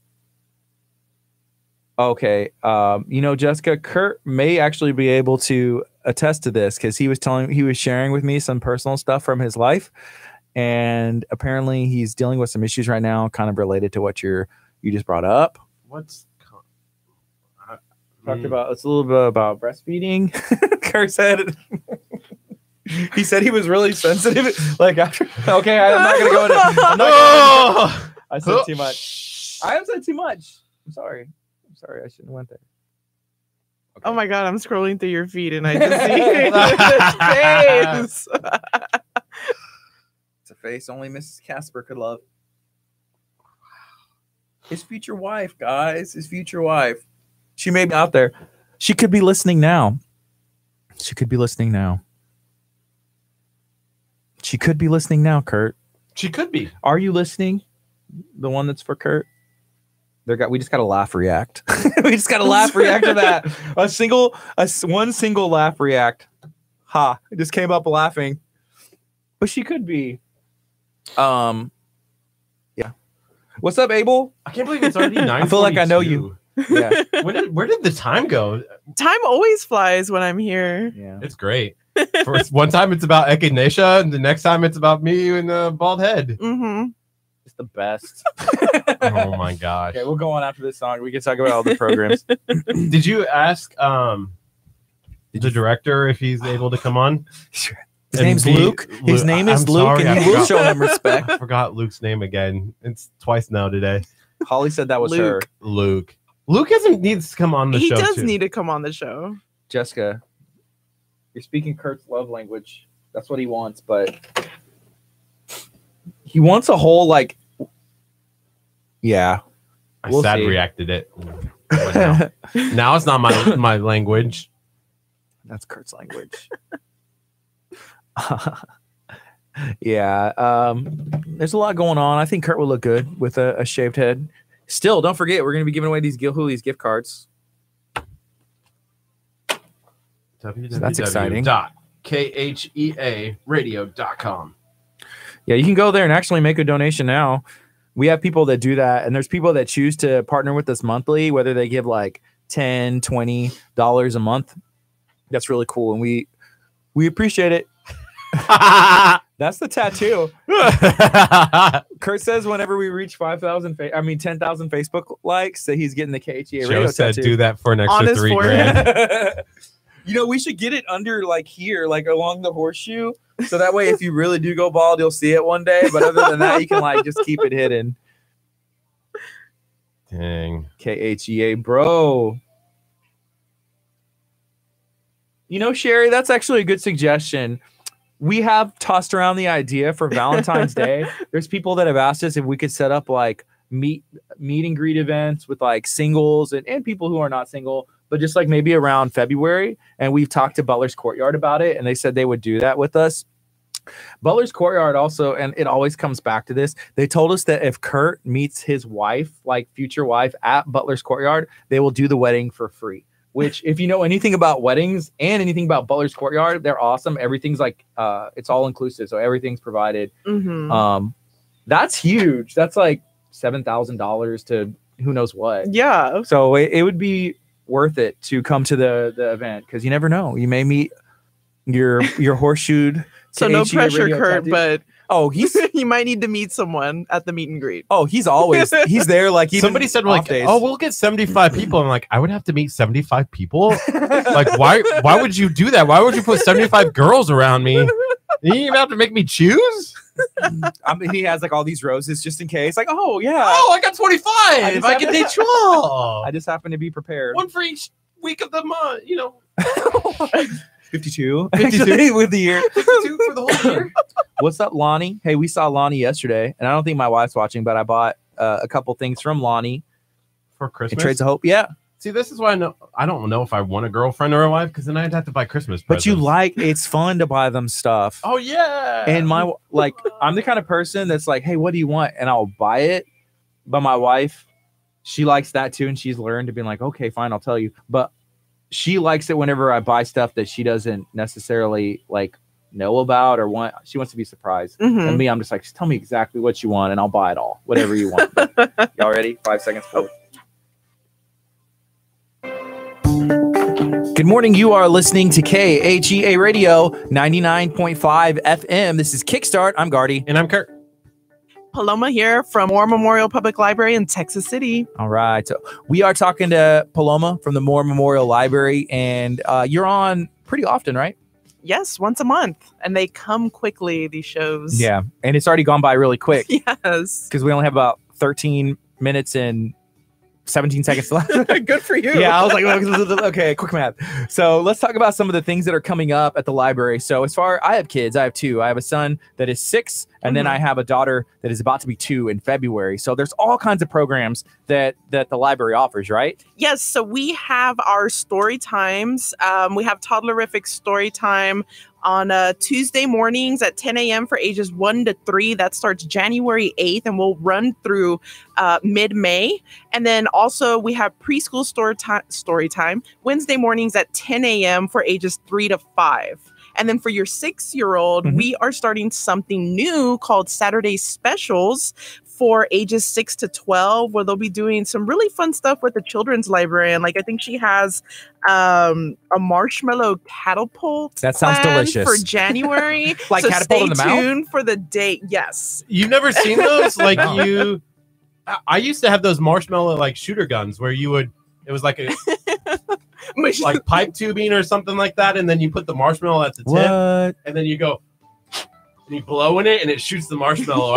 S1: Okay. Um, you know, Jessica, Kurt may actually be able to attest to this because he was telling he was sharing with me some personal stuff from his life, and apparently he's dealing with some issues right now, kind of related to what you're you just brought up.
S2: What's co- I-
S1: Talked
S2: mm.
S1: about it's a little bit about breastfeeding. [laughs] Kerr said. [laughs] He said he was really sensitive. Like after, okay, I'm not gonna go
S4: [laughs]
S1: into. I'm not gonna- [laughs]
S2: Oh!
S1: I said too much. I have said too much. I'm sorry. I'm sorry. I shouldn't have went there.
S4: Oh my god, I'm scrolling through your
S1: [laughs]
S4: feed and I [laughs] just see his face.
S1: It's a face only Mrs. Casper could love. His future wife, guys. His future wife. She may be out there. She could be listening now. She could be listening now. She could be listening now, Kurt.
S2: She could be.
S1: Are you listening? The one that's for Kurt. There got we just got to laugh react. [laughs] we just got to laugh react to that. A single a s- one single laugh react. Ha, it just came up laughing. But she could be um yeah. What's up,
S2: [laughs]
S1: Abel?
S2: I can't
S1: [laughs]
S2: believe it's already nine.
S1: feel like I know you. Yeah.
S2: [laughs] When did, where did the time go?
S4: Time always flies when I'm here.
S1: yeah. [laughs]
S2: It's great. First, one time it's about Echinacea, and the next time it's about me and the bald head.
S4: Mm-hmm.
S1: It's the [laughs] best.
S2: Oh my gosh!
S1: okay, we'll go on after this song. We can talk about all the programs.
S2: Did you ask um the director if he's able to come on?
S1: His
S2: And
S1: name's
S2: be-
S1: Luke. His
S2: Lu-
S1: name
S2: I-
S1: is
S2: I'm
S1: Luke,
S2: sorry,
S1: and you
S2: I
S1: will
S2: forgot-
S1: show him respect.
S2: I forgot Luke's name again. It's twice now today.
S1: Holly said that was her.
S4: Luke.
S2: Luke. Luke hasn't needs to come on the
S4: He
S2: show.
S4: does
S2: too.
S4: need to come on the show.
S1: Jessica, you're speaking Kurt's love language. That's what he wants, but he wants a whole like. Yeah.
S2: I
S1: We'll
S2: sad
S1: see.
S2: reacted it. now.
S1: [laughs]
S2: Now it's not my my language.
S1: That's Kurt's language. [laughs] yeah. Um, there's a lot going on. I think Kurt will look good with a, a shaved head. Still, don't forget, we're going to be giving away these Gil Hoolies gift cards. that's exciting.
S2: E [laughs] www.khearadio.com.
S1: Yeah, you can go there and actually make a donation now. We have people that do that, and there's people that choose to partner with us monthly, whether they give like 10 $20 a month. That's really cool. And we we appreciate
S2: [laughs]
S1: it. That's the tattoo. Kurt says whenever we reach 5,000, fa- I mean 10,000 Facebook likes, that he's getting the KHA
S2: Joe
S1: radio
S2: said,
S1: tattoo.
S2: "Do that for an
S4: On
S2: extra
S4: his
S2: three
S4: forehead.
S2: grand."
S1: you know, we should get it under like here, like along the horseshoe. So that way, if you really do go bald, you'll see it one day. But other than that, you can like just keep it hidden.
S2: [laughs] Dang.
S1: K H E A, bro. You know, Sherry, that's actually a good suggestion. We have tossed around the idea for Valentine's Day. There's people that have asked us if we could set up like meet meet and greet events with like singles and, and people who are not single, but just like maybe around February. And we've talked to Butler's Courtyard about it, and they said they would do that with us. Butler's Courtyard also, and it always comes back to this. They told us that if Kurt meets his wife, like future wife, at Butler's Courtyard, they will do the wedding for free. Which, if you know anything about weddings and anything about Butler's Courtyard, they're awesome. Everything's like, uh, it's all inclusive, so everything's provided.
S4: Mm-hmm.
S1: Um, that's huge. That's like seven thousand dollars to who knows what.
S4: yeah.
S1: So it, it would be worth it to come to the the event because you never know. You may meet your your horseshoed.
S4: So no
S1: KHEA
S4: pressure,
S1: E radio
S4: Kurt,
S1: tattoo-
S4: but
S1: oh, he's
S4: [laughs] you might need to meet someone at the meet and greet.
S1: [laughs] Oh, he's always he's there. Like even
S2: Somebody said like,
S1: off days. [laughs]
S2: "Oh, we'll get 75 people." I'm like, "I would have to meet 75 people? like why why would you do that? Why would you put 75 girls around me? You didn't even have to make
S1: [laughs]
S2: me choose?"
S1: I mean, he has like all these roses just in case. Like, oh yeah,
S2: Oh, I got 25.
S1: I
S2: I,
S1: just have-
S2: can date 12.
S1: [laughs] I just happen to be [laughs] prepared.
S2: One for each week of the month, you know,
S1: Fifty-two, actually, with the year.
S2: two for the [coughs] whole year.
S1: What's up, Lonnie? Hey, we saw Lonnie yesterday, and I don't think my wife's watching, but I bought uh, a couple things from Lonnie
S2: For
S1: in
S2: Christmas.
S1: Trades of Hope. Yeah,
S2: See, this is why I know I don't know if I want a girlfriend or a wife because then I'd have to buy Christmas.
S1: but you
S2: presents.
S1: like it's fun to buy them stuff.
S2: Oh yeah.
S1: And my like, I'm the kind of person that's like, hey, what do you want? And I'll buy it. But my wife, she likes that too, and she's learned to be like, okay, fine, I'll tell you. But she likes it whenever I buy stuff that she doesn't necessarily like know about or want. She wants to be surprised.
S4: Mhm.
S1: And me, I'm just like, just tell me exactly what you want, and I'll buy it all, whatever you want. Y'all ready? Five seconds. For Good morning. You are listening to KHEA Radio 99.5 FM. This is Kickstart. I'm Gardy.
S2: And I'm Kurt.
S4: Paloma here from War Memorial Public Library in Texas City.
S1: All right. So we are talking to Paloma from the Moore Memorial Library, and uh, you're on pretty often, right?
S4: Yes, once a month. And they come quickly, these shows.
S1: Yeah. And it's already gone by really quick
S4: [laughs] Yes.
S1: because we only have about 13 minutes and 17 seconds left.
S4: [laughs] Good for you.
S1: yeah, I was like, okay, quick math. So let's talk about some of the things that are coming up at the library. So as far I have kids, I have two. I have a son that is six, and then
S4: Mhm.
S1: I have a daughter that is about to be two in February. So there's all kinds of programs that that the library offers, right?
S4: Yes, so we have our story times. Um, we have toddlerific story time on uh, Tuesday mornings at 10 a.m. for ages one to three. That starts January 8th and will run through uh, mid-May. And then also we have preschool story time, story time Wednesday mornings at 10 a.m. for ages three to five. And then for your six-year-old,
S1: Mhm.
S4: we are starting something new called Saturday Specials for ages 6 to 12 where they'll be doing some really fun stuff with the children's librarian like i think she has um, a marshmallow catapult
S1: That sounds
S4: planned
S1: delicious. [laughs]
S4: for january
S1: Like
S4: so
S1: catapult
S4: stay
S1: in the mouth?
S4: tuned for the date yes
S2: You've never [laughs] seen those? Like
S1: No.
S2: you I- I used to have those marshmallow like shooter guns where you would it was [laughs] like a
S4: Which- [laughs]
S2: like pipe tubing or something like that, and then you put the marshmallow at the tip,
S1: What?
S2: and then you go and you blow in it, and it shoots the marshmallow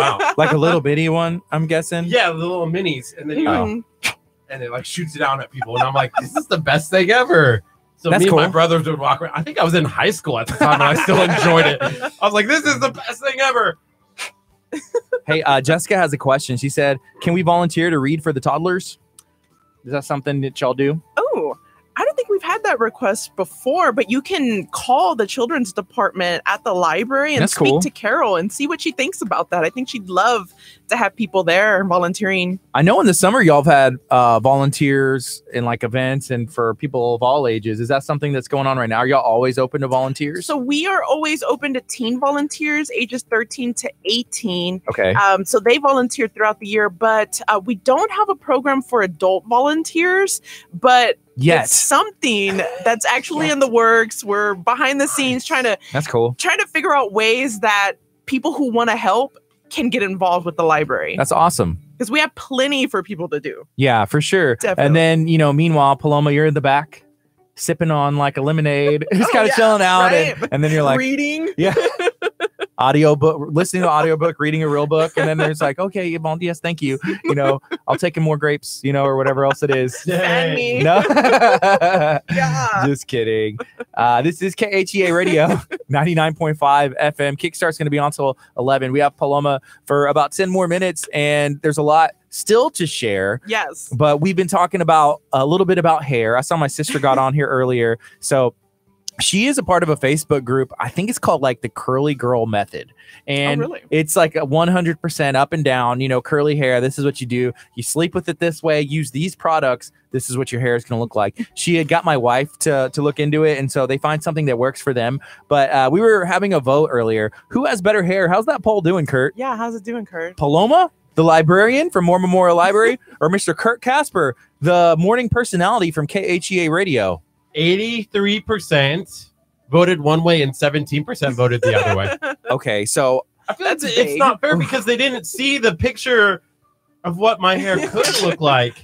S1: [laughs]
S2: out.
S1: Like a little bitty one, I'm
S4: [laughs]
S1: guessing.
S2: yeah, the little minis, and then you
S1: Oh.
S2: go,
S4: Mhm.
S2: and it like shoots it out at people, and I'm like, this is the best thing ever. So
S1: That's
S2: me and my
S1: cool.
S2: brothers would walk around. I think I was in high school at the time, and I still enjoyed it. I was like, this is the best thing ever.
S1: Hey, uh, Jessica has a question. She said, "Can we volunteer to read for the toddlers? Is that something that y'all do?"
S4: oh i don't think we've had that request before but you can call the children's department at the library and
S1: That's
S4: speak
S1: cool.
S4: to carol and see what she thinks about that i think she'd love to have people there volunteering
S1: I know in the summer y'all have had uh, volunteers in like events and for people of all ages. Is that something that's going on right now? Are y'all always open to volunteers?
S4: So we are always open to teen volunteers ages 13 to 18.
S1: okay.
S4: Um, so they volunteer throughout the year, but uh, we don't have a program for adult volunteers, but it's
S1: Yes.
S4: something that's actually in the works. We're behind the scenes trying to
S1: That's cool.
S4: trying to figure out ways that people who want to help can get involved with the library
S1: That's awesome.
S4: because we have plenty for people to do.
S1: Yeah, for sure.
S4: Definitely.
S1: And then, you know, meanwhile, Paloma, you're in the back sipping on like a lemonade, [laughs] just
S4: Oh,
S1: kind of
S4: yeah,
S1: chilling out. And,
S4: right.
S1: and then you're like,
S4: Reading.
S1: yeah, audio book, listening to audio book, reading a real book. And then there's like, okay, well, yes, thank you. You know, I'll take in more grapes, you know, or whatever else it
S4: [laughs]
S1: is.
S4: Fan
S1: [laughs]
S4: me.
S1: No.
S4: Yeah.
S1: [laughs] Just kidding. Uh, this is KHEA Radio, 99.5 FM. Kickstart's going to be on till 11. We have Paloma for about 10 more minutes, and there's a lot still to share.
S4: Yes.
S1: But we've been talking about a little bit about hair. I saw my sister got on here earlier. So she is a part of a Facebook group. I think it's called like the Curly Girl Method. And
S4: oh, really?
S1: it's like a 100% up and down, you know, curly hair. This is what you do. You sleep with it this way, use these products. This is what your hair is going to look like. She had got my wife to, to look into it. And so they find something that works for them. But uh, we were having a vote earlier. Who has better hair? How's that poll doing, Kurt?
S4: Yeah. How's it doing, Kurt?
S1: Paloma, the librarian from Moore Memorial Library, or Mr. Kurt Casper, the morning personality from KHEA Radio?
S2: 83% voted one way and 17% voted the other way.
S1: Okay. So
S2: I feel
S4: That's
S2: it's, it's
S4: vague.
S2: not fair because they didn't see the picture of what my hair could look like.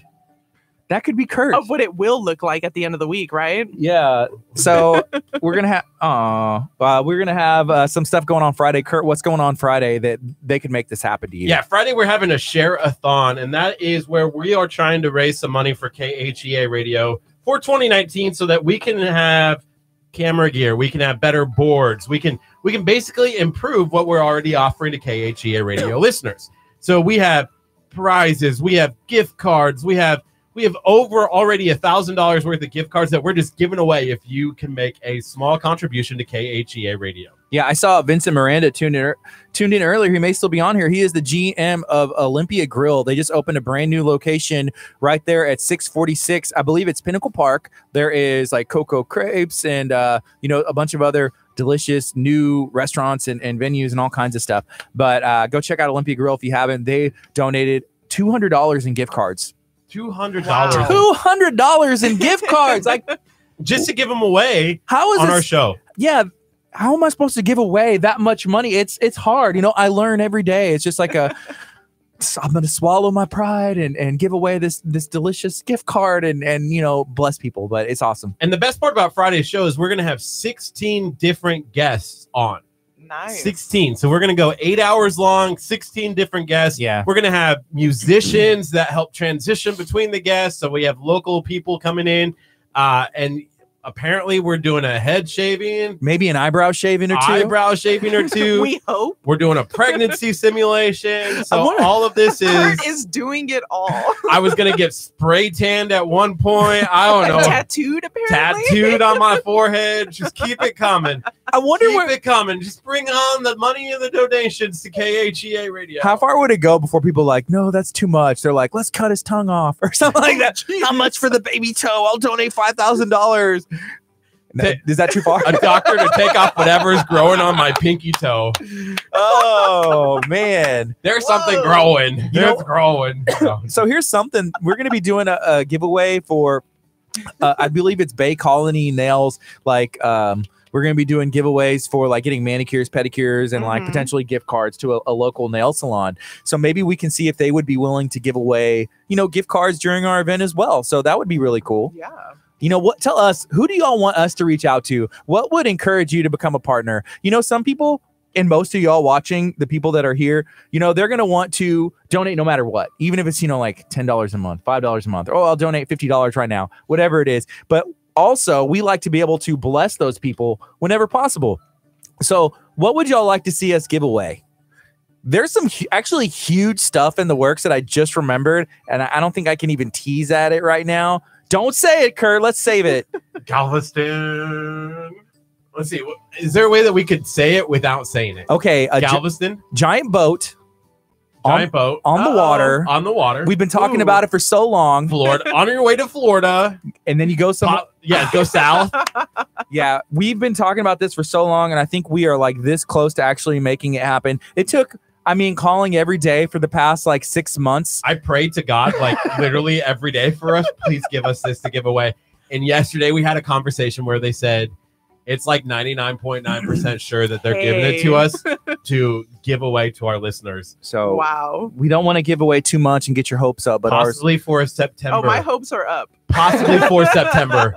S1: that could be Kurt.
S4: Of what it will look like at the end of the week, right?
S1: Yeah. So we're gonna have oh, uh, we're gonna have uh, some stuff going on Friday. Kurt, what's going on Friday that they could make this happen to you?
S2: Yeah, Friday we're having a share a thon, and that is where we are trying to raise some money for KHEA Radio for 2019 so that we can have camera gear, we can have better boards, we can we can basically improve what we're already offering to KHEA Radio listeners. So we have prizes, we have gift cards, we have we have over already a thousand dollars worth of gift cards that we're just giving away if you can make a small contribution to KHEA Radio.
S1: Yeah. I saw Vincent Miranda tuned in er, tuned in earlier. He may still be on here. He is the GM of Olympia Grill. They just opened a brand new location right there at 646. I believe it's Pinnacle Park. There is like Coco Crepes and uh, you know a bunch of other delicious new restaurants and, and venues and all kinds of stuff. But uh, go check out Olympia Grill if you haven't. They donated two hundred dollars in gift cards.
S2: Two hundred dollars.
S4: Wow.
S1: two hundred dollars in gift cards. Like
S2: just to give them away
S1: How is
S2: on
S1: this?
S2: our show.
S1: yeah. How am I supposed to give away that much money? It's it's hard. You know, I learn every day. It's just like a I'm gonna swallow my pride and and give away this this delicious gift card and and you know bless people. But it's awesome.
S2: And the best part about Friday's show is we're going to have 16 different guests on.
S4: Nice.
S2: 16. So we're going to go eight hours long, 16 different guests.
S1: Yeah.
S2: We're going to have musicians that help transition between the guests. So we have local people coming in. Uh, and apparently, we're doing a head shaving,
S1: Maybe an eyebrow shaving or two.
S2: eyebrow shaving
S1: [laughs]
S2: or two.
S4: [laughs] we hope
S2: we're doing a pregnancy simulation. So
S1: wonder-
S2: all of this is.
S4: Kurt is doing it
S1: [laughs]
S4: all.
S2: I was gonna get spray tanned at one point. I
S1: Oh, [laughs]
S2: don't know.
S4: Tattooed apparently.
S2: Tattooed
S4: [laughs]
S2: on my forehead. Just keep it coming.
S1: I wonder
S2: Keep
S1: where.
S2: it coming. Just bring on the money and the donations to KHEA Radio.
S1: How far would it go before people like, no, that's too much? They're like, let's cut his tongue off or [laughs] something like that. How much for the baby toe? I'll donate five thousand dollars. Is that too far?
S2: a doctor to take off whatever's growing on my pinky toe.
S1: [laughs] oh man!
S2: There's
S4: Whoa.
S2: something growing. There's
S1: know-
S2: growing.
S1: [coughs]
S2: No.
S1: [laughs] So here's something we're going to be doing a, a giveaway for. Uh, I believe it's Bay Colony Nails. Like, um, we're going to be doing giveaways for like getting manicures, pedicures, and like
S4: Mhm.
S1: potentially gift cards to a, a local nail salon. So maybe we can see if they would be willing to give away, you know, gift cards during our event as well. So that would be really cool.
S4: Yeah.
S1: You know what? Tell us who do y'all want us to reach out to? What would encourage you to become a partner? You know, some people and most of y'all watching, the people that are here, you know, they're gonna want to donate no matter what, even if it's you know like ten dollars a month, five dollars a month, or oh, I'll donate fifty dollars right now, whatever it is. But also, we like to be able to bless those people whenever possible. So, what would y'all like to see us give away? There's some hu- actually huge stuff in the works that I just remembered, and I, I don't think I can even tease at it right now. Don't say it, Kurt. Let's save it.
S2: Galveston. Let's see. what- Is there a way that we could say it without saying it?
S1: Okay, a gi-
S2: Galveston,
S1: giant boat on-
S2: giant boat Oh,
S1: on, the
S4: Uh-oh.
S1: water.
S2: on the water.
S1: We've been talking
S4: Ooh.
S1: about it for so long,
S2: Florida on your way to Florida.
S1: and then you go some.
S2: Pop- yeah, go south.
S1: yeah, we've been talking about this for so long, and I think we are like this close to actually making it happen. It took, I mean, calling every day for the past like six months.
S2: I pray to God like literally every day for us. Please give us this to give away. And yesterday we had a conversation where they said it's like 99.9% sure that they're giving it to
S4: Hey.
S2: us to give away to our listeners.
S1: So
S4: Wow.
S1: we don't want to give away too much and get your hopes up, but ours.
S2: possibly for September.
S4: Oh, my hopes are up.
S2: possibly
S4: [laughs]
S2: for September.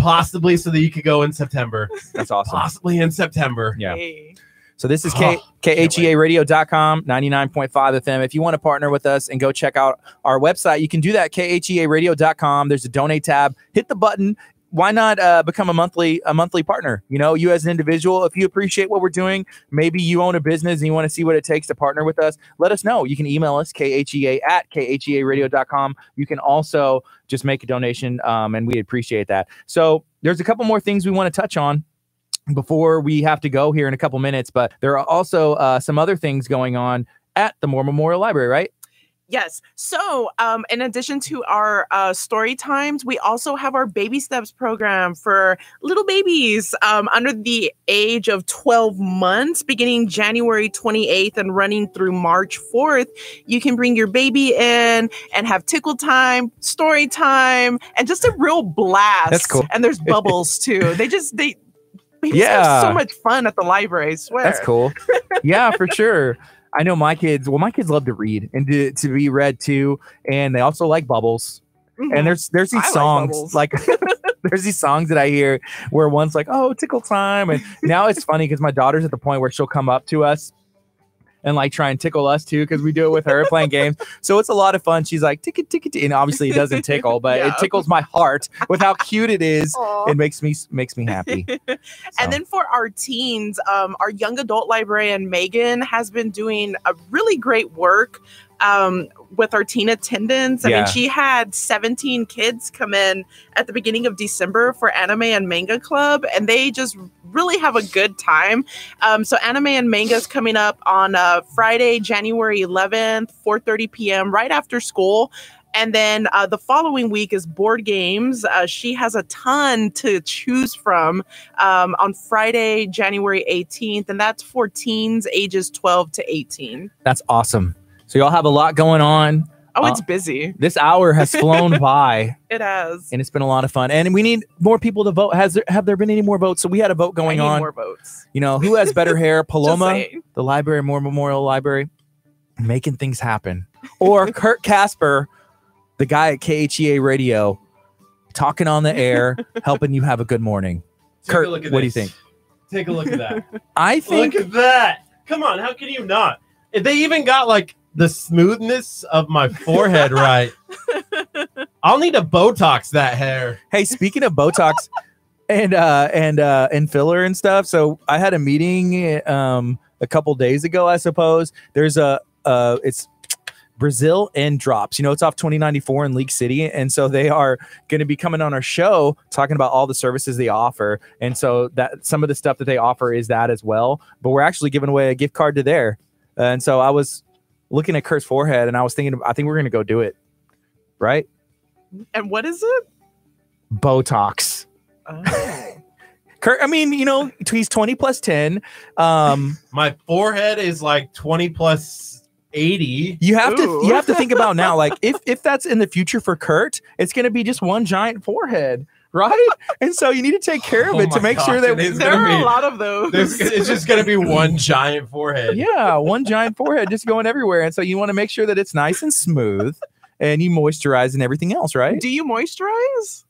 S2: possibly so that you could go in September.
S1: That's awesome.
S2: Possibly in September.
S1: Yeah.
S4: Hey.
S1: So this is K- E KHEARadio.com, 99.5 FM. If you want to partner with us and go check out our website, you can do that, E KHEARadio.com. There's a donate tab. Hit the button. Why not uh, become a monthly a monthly partner? You know, you as an individual, if you appreciate what we're doing, maybe you own a business and you want to see what it takes to partner with us, let us know. You can email us, KHEA at E KHEARadio.com. You can also just make a donation, um, and we appreciate that. So there's a couple more things we want to touch on before we have to go here in a couple minutes, but there are also uh, some other things going on at the Moore Memorial Library, right?
S4: Yes. So, um, in addition to our uh, story times, we also have our baby steps program for little babies um, under the age of 12 months, beginning January 28th and running through March 4th. You can bring your baby in and have tickle time, story time, and just a real blast.
S1: That's cool. [laughs]
S4: And there's bubbles too. They just, they, babies
S1: Yeah.
S4: have so much fun at the library. I swear.
S1: That's cool. yeah, for sure. I know my kids. Well, my kids love to read and to, to be read too, and they also like bubbles.
S4: Mhm.
S1: And there's there's these
S4: I like
S1: songs
S4: bubbles.
S1: like, [laughs] there's these songs that I hear where one's like, "Oh, tickle time," and now it's funny because my daughter's at the point where she'll come up to us and like try and tickle us too because we do it with her playing games. So it's a lot of fun. She's like, "Tickle, tickle," tick," and obviously it doesn't tickle, but
S4: Yeah.
S1: it tickles my heart with how cute it is.
S4: Aw.
S1: it makes me makes me happy. So,
S4: [laughs] And then for our teens, um, our young adult librarian Megan has been doing a really great work um, with our teen attendance. I
S1: Yeah.
S4: mean, she had 17 kids come in at the beginning of December for anime and manga club, and they just really have a good time. Um, so anime and manga is coming up on uh, Friday, January 11th, 4:30 p.m. right after school. And then uh, the following week is board games. Uh, she has a ton to choose from um, on Friday, January 18th, and that's for teens ages 12 to 18.
S1: that's awesome. So y'all have a lot going on.
S4: Oh,
S1: Uh,
S4: it's busy.
S1: This hour has
S4: [laughs]
S1: flown by,
S4: It has.
S1: and it's been a lot of fun. And we need more people to vote. Has there have there been any more votes? So we had a vote going
S4: I need
S1: on.
S4: more votes.
S1: You know, who has
S2: [laughs]
S1: better hair,
S4: Just
S1: Paloma,
S4: saying.
S1: the library, Moore Memorial Library, making things happen,
S2: [laughs]
S1: or Kurt Casper, the guy at KHEA Radio, talking on the
S2: [laughs]
S1: air, helping you have a good morning.
S2: Take
S1: Kurt,
S2: a look at
S1: what do you
S2: this. Take a look at that.
S1: I think
S2: look at that. Come on, how can you not? If They even got like the smoothness of
S1: [laughs]
S2: my forehead right. I'll need to Botox that hair.
S1: Hey, speaking of Botox and uh and uh and filler and stuff, so I had a meeting um a couple days ago, I suppose. There's a uh it's Brazil and drops. You know, it's off 2094 in League City. And so they are going to be coming on our show talking about all the services they offer. And so that some of the stuff that they offer is that as well. But we're actually giving away a gift card to there. And so I was looking at Kurt's forehead and I was thinking, I think we're going to go do it. Right?
S4: And what is it?
S1: Botox.
S4: Oh. [laughs]
S1: Kurt, I mean, you know, he's 20 plus 10. Um,
S2: My forehead is like 20 plus 80.
S1: you have
S4: Ooh.
S1: to you have to think about now, like if if that's in the future for Kurt, it's gonna be just one giant forehead, right? And so you need to take care of
S2: Oh
S1: it to
S2: my
S1: make sure
S2: gosh,
S1: that
S2: it is
S4: there
S2: gonna
S4: are
S2: be-
S4: a lot of
S1: [laughs]
S4: those.
S2: There's, it's just gonna be one giant forehead.
S1: yeah, one giant forehead just going everywhere. And so you want to make sure that it's nice and smooth and you moisturize and everything else, right?
S4: Do you moisturize,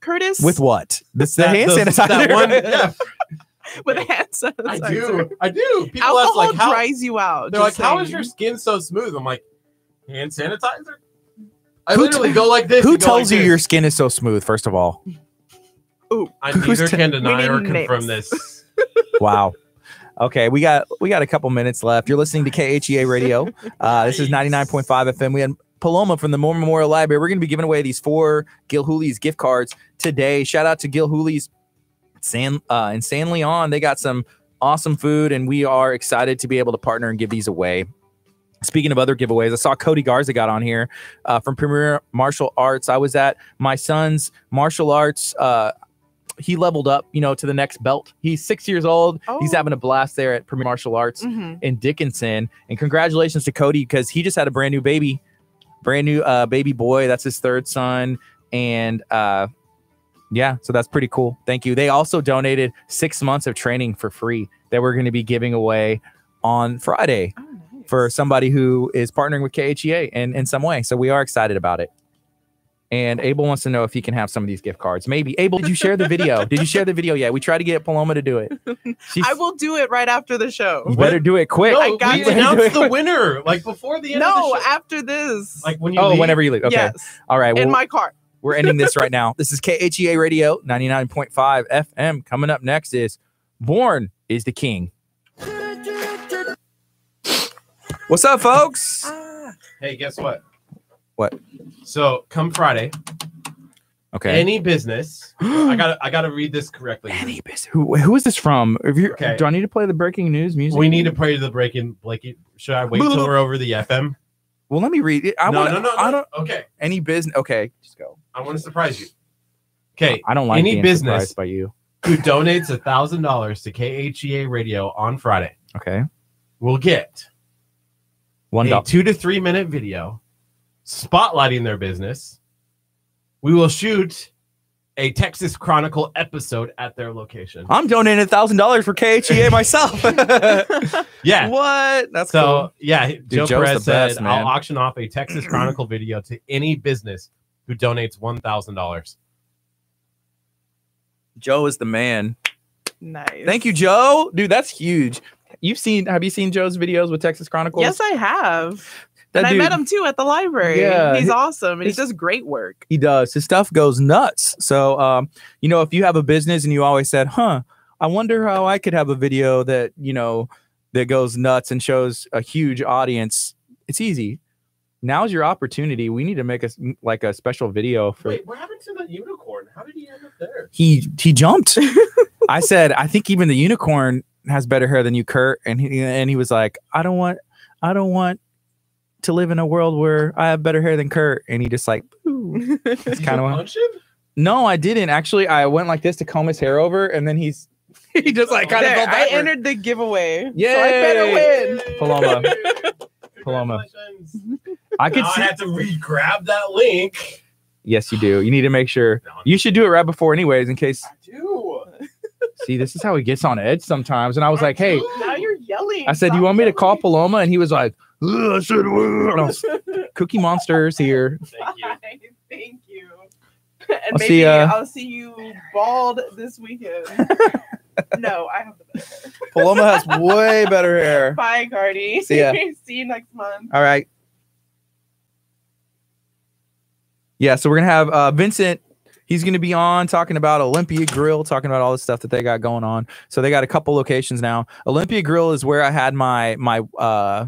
S4: Curtis?
S1: With what? This the
S2: That-
S1: hand
S2: those-
S1: sanitizer.
S2: that
S1: [laughs]
S2: one-
S1: right?
S2: yeah,
S4: [laughs] with hand
S2: I
S4: sanitizer.
S2: do. I do. People ask
S4: Alcohol
S2: like how
S4: dries you out.
S2: they're like,
S4: just
S2: how is
S4: saying.
S2: your skin so smooth? I'm like, hand sanitizer. I
S1: Who
S2: literally go like this.
S1: Who
S2: and go like
S1: tells you
S2: this.
S1: your skin is so smooth, first of all?
S2: I
S1: Who's
S2: neither can deny
S4: need
S2: or confirm
S4: names.
S2: this.
S1: Wow. Okay, we got we got a couple minutes left. You're listening to KHEA Radio. Uh, this is 99.5 FM. We had Paloma from the Moore Memorial Library. We're going to be giving away these four Gil Hooley's gift cards today. Shout out to Gil Hooley's San uh, and San Leon. They got some awesome food, and we are excited to be able to partner and give these away. Speaking of other giveaways, I saw Cody Garza got on here uh, from Premier Martial Arts. I was at my son's martial arts. Uh, he leveled up, you know, to the next belt. He's six years old. He's
S4: Oh.
S1: having a blast there at Premier Martial Arts
S4: Mhm.
S1: in Dickinson. And congratulations to Cody because he just had a brand new baby, brand new uh, baby boy. That's his third son. And uh, yeah, so that's pretty cool. Thank you. They also donated six months of training for free that we're going to be giving away on Friday
S4: Oh, nice.
S1: for somebody who is partnering with KHEA in, in some way. So we are excited about it. And Abel wants to know if he can have some of these gift cards. Maybe. Abel, did you share the video? Did you share the video yet? We tried to get Paloma to
S4: [laughs]
S1: do it. She's,
S4: I will do it right after the show.
S1: you better do it quick.
S2: No,
S4: I got
S2: we
S4: you.
S2: announced the winner like before the end.
S4: No,
S2: of the show.
S4: after this.
S2: like when you
S1: Oh,
S2: leave,
S1: whenever you leave. Okay.
S4: Yes.
S1: All right. Well,
S4: In my car.
S1: we're ending this right now. This is KHEA Radio 99.5 FM. Coming up next is Born is the King. What's up, folks?
S2: Hey, guess what?
S1: What?
S2: So come Friday,
S1: Okay.
S2: any business.
S1: [gasps]
S2: I got. to I got to read this correctly.
S1: Any business. Who, who is this from? If you
S2: Okay.
S1: Do I need to play the breaking news music?
S2: We need to pray to the breaking. Like, should I wait till we're over the FM?
S1: well, let me read it. I
S2: no,
S1: wanna,
S2: no, no, no.
S1: I don't.
S2: Okay,
S1: Any business. Okay. Just go.
S2: I want to surprise you. Okay,
S1: I don't like
S2: Any
S1: being
S2: business.
S1: surprised by you.
S2: who donates a thousand dollars to KHEA Radio on Friday
S1: Okay.
S2: will get
S1: One
S2: a
S1: dollar.
S2: two to three minute video spotlighting their business. We will shoot a Texas Chronicle episode at their location.
S1: I'm donating a thousand dollars for
S2: [laughs]
S1: KHEA
S4: [laughs]
S1: myself. [laughs]
S2: Yeah.
S1: What? That's
S2: so
S1: cool.
S2: yeah, Joe
S1: Joe's
S2: Perez
S1: the
S2: said
S1: best, man.
S2: I'll auction off
S1: [clears throat]
S2: a Texas Chronicle video to any business who donates one thousand dollars.
S1: Joe is the man.
S4: Nice.
S1: Thank you, Joe. Dude, that's huge. You've seen have you seen Joe's videos with Texas Chronicles?
S4: Yes, I have.
S1: That
S4: and
S1: dude-
S4: I met him too at the library.
S1: Yeah,
S4: He's
S1: he-
S4: awesome and he
S1: he's-
S4: does great work.
S1: He does. His stuff goes nuts. So um, you know, if you have a business and you always said, huh, I wonder how I could have a video that, you know, that goes nuts and shows a huge audience, it's easy. Now's your opportunity. We need to make a s- like a special video for
S2: Wait, what happened to the unicorn? How did he end up there?
S1: he he
S4: [laughs]
S1: jumped. I said, I think even the unicorn has better hair than you, Kurt. And he and he was like, I don't want, I don't want to live in a world where I have better hair than Kurt. And he just like,
S4: [laughs]
S2: That's
S1: kinda what- no, I didn't actually. I went like this to comb his hair over, and then he's [laughs] he just like kind of
S4: There,
S1: fell
S4: I
S1: backward.
S4: entered
S1: [laughs]
S4: the giveaway. So I
S2: [laughs]
S4: better
S1: Yay!
S4: win.
S1: Paloma. Paloma. I could
S6: Now
S1: see.
S6: to re-grab that link.
S1: Yes, you do. You need to make sure. You should do it right before, anyways, in case.
S2: [laughs]
S6: do.
S1: See, this is how he gets on edge sometimes. And I was like, hey,
S4: now you're yelling.
S1: I said,
S4: Stop
S1: you want me to call
S4: yelling.
S1: Paloma? And he was like, "Ugh," I said, "Ugh."
S4: [laughs]
S1: And I was, Cookie Monsters here.
S6: Thank you.
S4: Bye.
S1: [laughs]
S4: Thank you. [laughs] And
S1: I'll see uh,
S4: maybe
S1: ya.
S4: I'll see you bald
S1: [laughs]
S4: this weekend. no, I have the best.
S1: Paloma has way better hair.
S4: Bye, Cardi.
S1: See ya.
S4: [laughs] see you next month.
S1: All right. Yeah, so we're gonna have uh, Vincent. He's gonna be on talking about Olympia Grill, talking about all the stuff that they got going on. So they got a couple locations now. Olympia Grill is where I had my my uh,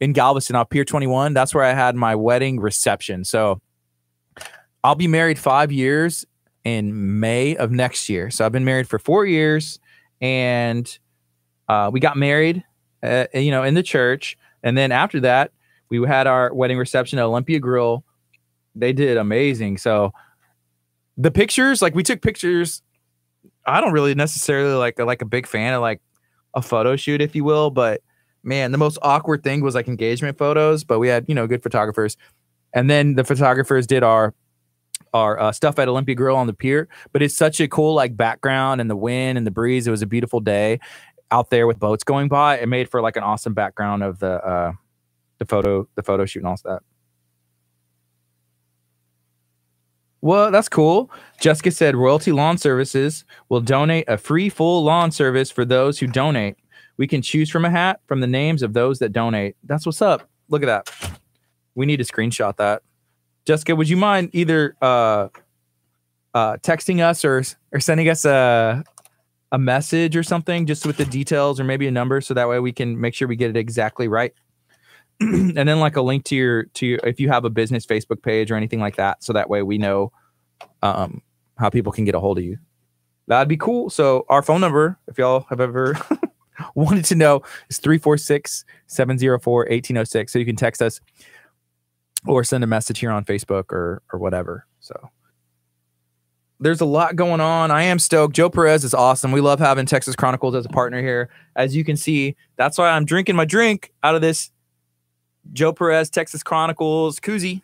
S1: in Galveston off Pier 21. That's where I had my wedding reception. So I'll be married five years in May of next year. So I've been married for four years, and uh, we got married, uh, you know, in the church. And then after that, we had our wedding reception at Olympia Grill. They did amazing. So the pictures, like we took pictures. I don't really necessarily like like a big fan of like a photo shoot, if you will, but man, the most awkward thing was like engagement photos, but we had, you know, good photographers. And then the photographers did our our uh, stuff at Olympia Grill on the pier, but it's such a cool like background and the wind and the breeze. It was a beautiful day out there with boats going by. It made for like an awesome background of the uh the photo the photo shoot and all that. Well, that's cool. Jessica said Royalty Lawn Services will donate a free full lawn service for those who donate. We can choose from a hat from the names of those that donate. That's what's up. Look at that. We need to screenshot that. Jessica, would you mind either uh uh texting us or or sending us a a message or something just with the details or maybe a number so that way we can make sure we get it exactly right [clears throat] and then like a link to your to your if you have a business facebook page or anything like that so that way we know um how people can get a hold of you that'd be cool so our phone number if y'all have ever [laughs] wanted to know is 346-704-1806 so you can text us or send a message here on facebook or or whatever so there's a lot going on. I am stoked. Joe Perez is awesome. We love having Texas Chronicles as a partner here. As you can see, that's why I'm drinking my drink out of this Joe Perez Texas Chronicles koozie.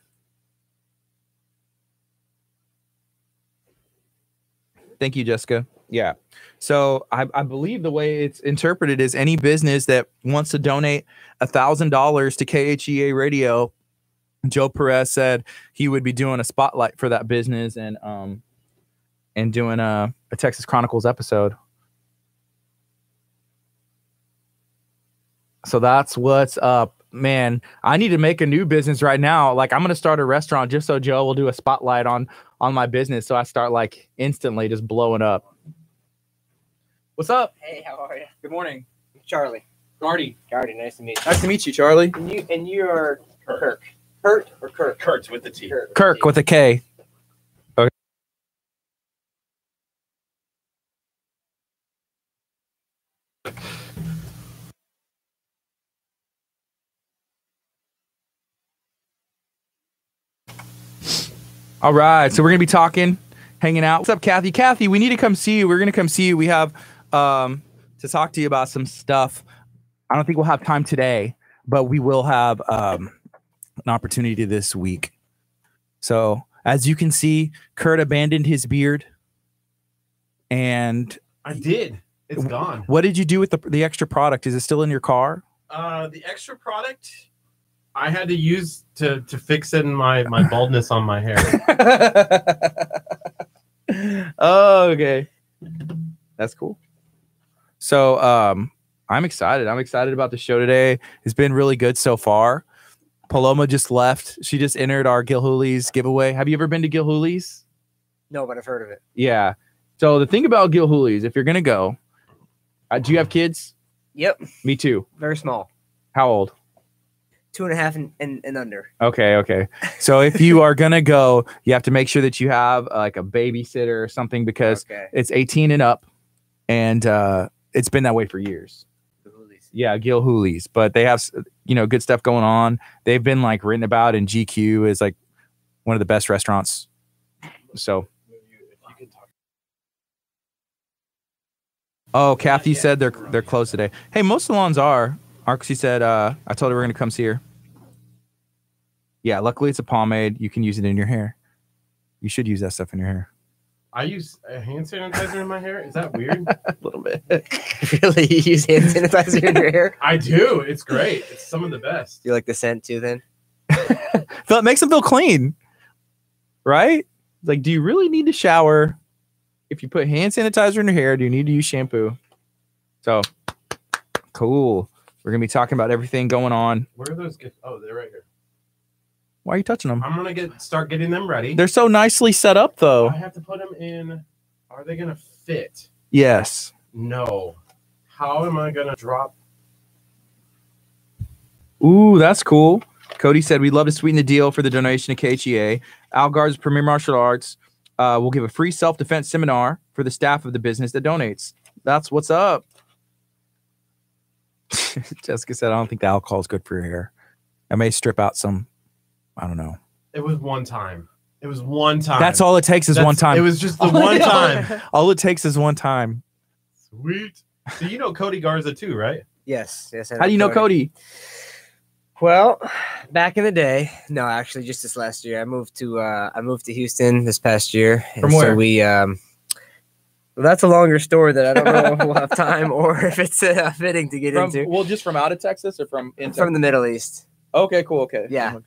S1: Thank you, Jessica. Yeah. So I, I believe the way it's interpreted is any business that wants to donate a thousand dollars to KHEA Radio. Joe Perez said he would be doing a spotlight for that business and um, and doing a, a Texas Chronicles episode. So that's what's up, man. I need to make a new business right now. Like I'm gonna start a restaurant just so Joe will do a spotlight on on my business. So I start like instantly just blowing up. What's up?
S5: Hey, how are you?
S1: Good morning,
S5: Charlie.
S1: Gardy.
S5: Gardy, nice to meet you.
S1: Nice to meet you, Charlie.
S5: And you and you are
S6: Kirk.
S5: Kirk. Kurt or Kirk?
S6: Kurtz with the T.
S5: Kirk.
S1: Kirk with a K. Okay. All right, so we're gonna be talking, hanging out. What's up, Kathy? Kathy, we need to come see you. We're gonna come see you. We have um, to talk to you about some stuff. I don't think we'll have time today, but we will have um, an opportunity this week. So as you can see, Kurt abandoned his beard. And
S2: I did. It's gone.
S1: what did you do with the, the extra product? Is it still in your car?
S2: Uh, the extra product I had to use to to fix in my [laughs] my baldness on my hair.
S1: oh, [laughs] okay. That's cool. So um I'm excited. I'm excited about the show today. It's been really good so far. Paloma just left. She just entered our Gilhooly's giveaway. Have you ever been to Gilhooly's?
S5: No, but I've heard of it.
S1: Yeah. So the thing about Gilhooly's, if you're gonna go, uh, do you have kids?
S5: Yep.
S1: Me too.
S5: Very small.
S1: How old?
S5: Two and a half and, and, and under.
S1: Okay, okay. So if you are gonna go, you have to make sure that you have uh, like a babysitter or something because [laughs]
S5: Okay.
S1: it's 18 and up, and uh, it's been that way for years. Yeah, Gilhooly's, but they have s- you know good stuff going on. They've been like written about in GQ as like one of the best restaurants. So. Oh, Kathy said they're they're closed today. Hey, most salons are. Arxie said, uh, I told her we're gonna come see her. Yeah, luckily it's a pomade. You can use it in your hair. You should use that stuff in your hair.
S2: I use a hand sanitizer in my hair. Is that weird?
S6: a little bit.
S5: really? You use [laughs] hand sanitizer in your hair?
S2: I do. It's great. It's some of the best.
S5: You like the scent too? Then
S1: Feel- It makes them feel clean, right? Like, do you really need to shower? If you put hand sanitizer in your hair, do you need to use shampoo? So, cool. We're gonna be talking about everything going on.
S2: Where are those? Gifts? Oh, they're right here.
S1: Why are you touching them?
S2: I'm gonna get start getting them ready.
S1: They're so nicely set up, though.
S2: I have to put them in. Are they gonna fit?
S1: Yes.
S2: No. How am I gonna drop?
S1: Ooh, that's cool. Cody said we'd love to sweeten the deal for the donation to KHEA. Algar's Premier Martial Arts uh, will give a free self defense seminar for the staff of the business that donates. That's what's up. [laughs] Jessica said, I don't think the alcohol is good for your hair. I may strip out some. I don't know.
S2: It was one time. It was one time.
S1: That's all it takes is
S2: That's-
S1: one time. Oh
S2: It was
S1: [laughs]
S2: just the
S1: All
S2: one
S4: [laughs]
S1: it-
S2: time.
S1: all it takes is one time.
S2: Sweet. So you know Cody Garza too, right?
S5: yes, yes. I
S1: How do you know Cody?
S5: Well, back in the day, no, actually, just this last year, I moved to uh, I moved to Houston this past year. and
S1: From where?
S5: So we um, well, that's a longer story that I don't know if we'll have time or [laughs] if it's uh, fitting to get into
S1: well, just from out of Texas or from in
S5: from the Middle East.
S1: Okay, cool. Okay.
S5: Yeah.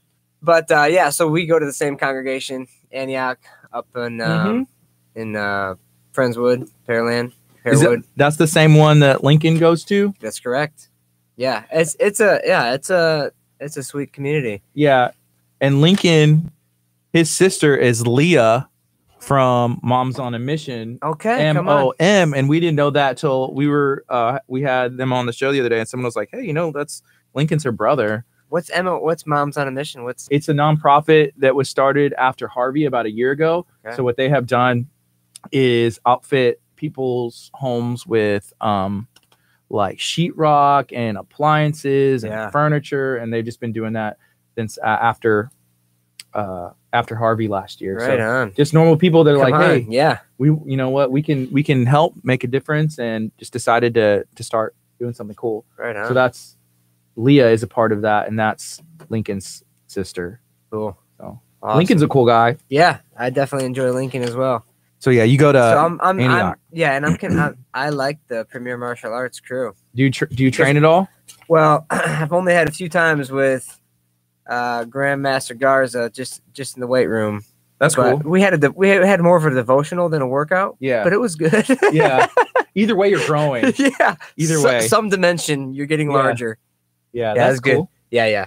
S5: But uh, yeah, so we go to the same congregation, Antioch, up in um, in uh, Friendswood, Pearland,
S1: Mm-hmm. Is that-
S5: Pearwood.
S1: that's the same one that Lincoln goes to?
S5: That's correct. Yeah, it's it's a yeah it's a it's a sweet community.
S1: Yeah. And Lincoln, his sister is Leah from Moms on a Mission.
S5: Okay,
S1: M
S5: come on.
S1: O M. And we didn't know that till we were uh we had them on the show the other day and someone was like, Hey, you know, that's Lincoln's her brother.
S5: What's Emma? What's Moms on a Mission? What's
S1: It's a nonprofit that was started after Harvey about a year ago.
S5: Okay.
S1: So what they have done is outfit people's homes with um like sheetrock and appliances and
S5: Yeah.
S1: furniture, and they've just been doing that since uh, after uh after Harvey last year.
S5: right
S1: so
S5: on?
S1: just normal people that are like,
S5: Come on,
S1: hey,
S5: yeah,
S1: we you know what we can we can help make a difference, and just decided to to start doing something cool.
S5: right on.
S1: So that's Leah is a part of that, and that's Lincoln's sister.
S5: cool.
S1: so,
S5: Awesome.
S1: Lincoln's a cool guy.
S5: yeah, I definitely enjoy Lincoln as well.
S1: So yeah, you go to
S5: so I'm, I'm, I'm
S1: Uh, Antioch.
S5: yeah, and I'm, con- I'm I like the Premier Martial Arts crew.
S1: do you tr- do you train at all?
S5: Well, [clears throat] I've only had a few times with uh, Grandmaster Garza just just in the weight room.
S1: That's
S5: but We had a de- we had more of a devotional than a workout,
S1: Yeah,
S5: but it was good. [laughs]
S1: [laughs] yeah. Either way, you're [laughs] growing.
S5: yeah.
S1: Either
S5: So-
S1: way.
S5: some dimension you're getting
S1: Yeah.
S5: larger.
S1: Yeah,
S5: that's
S1: that's
S5: good.
S1: cool.
S5: Yeah, yeah.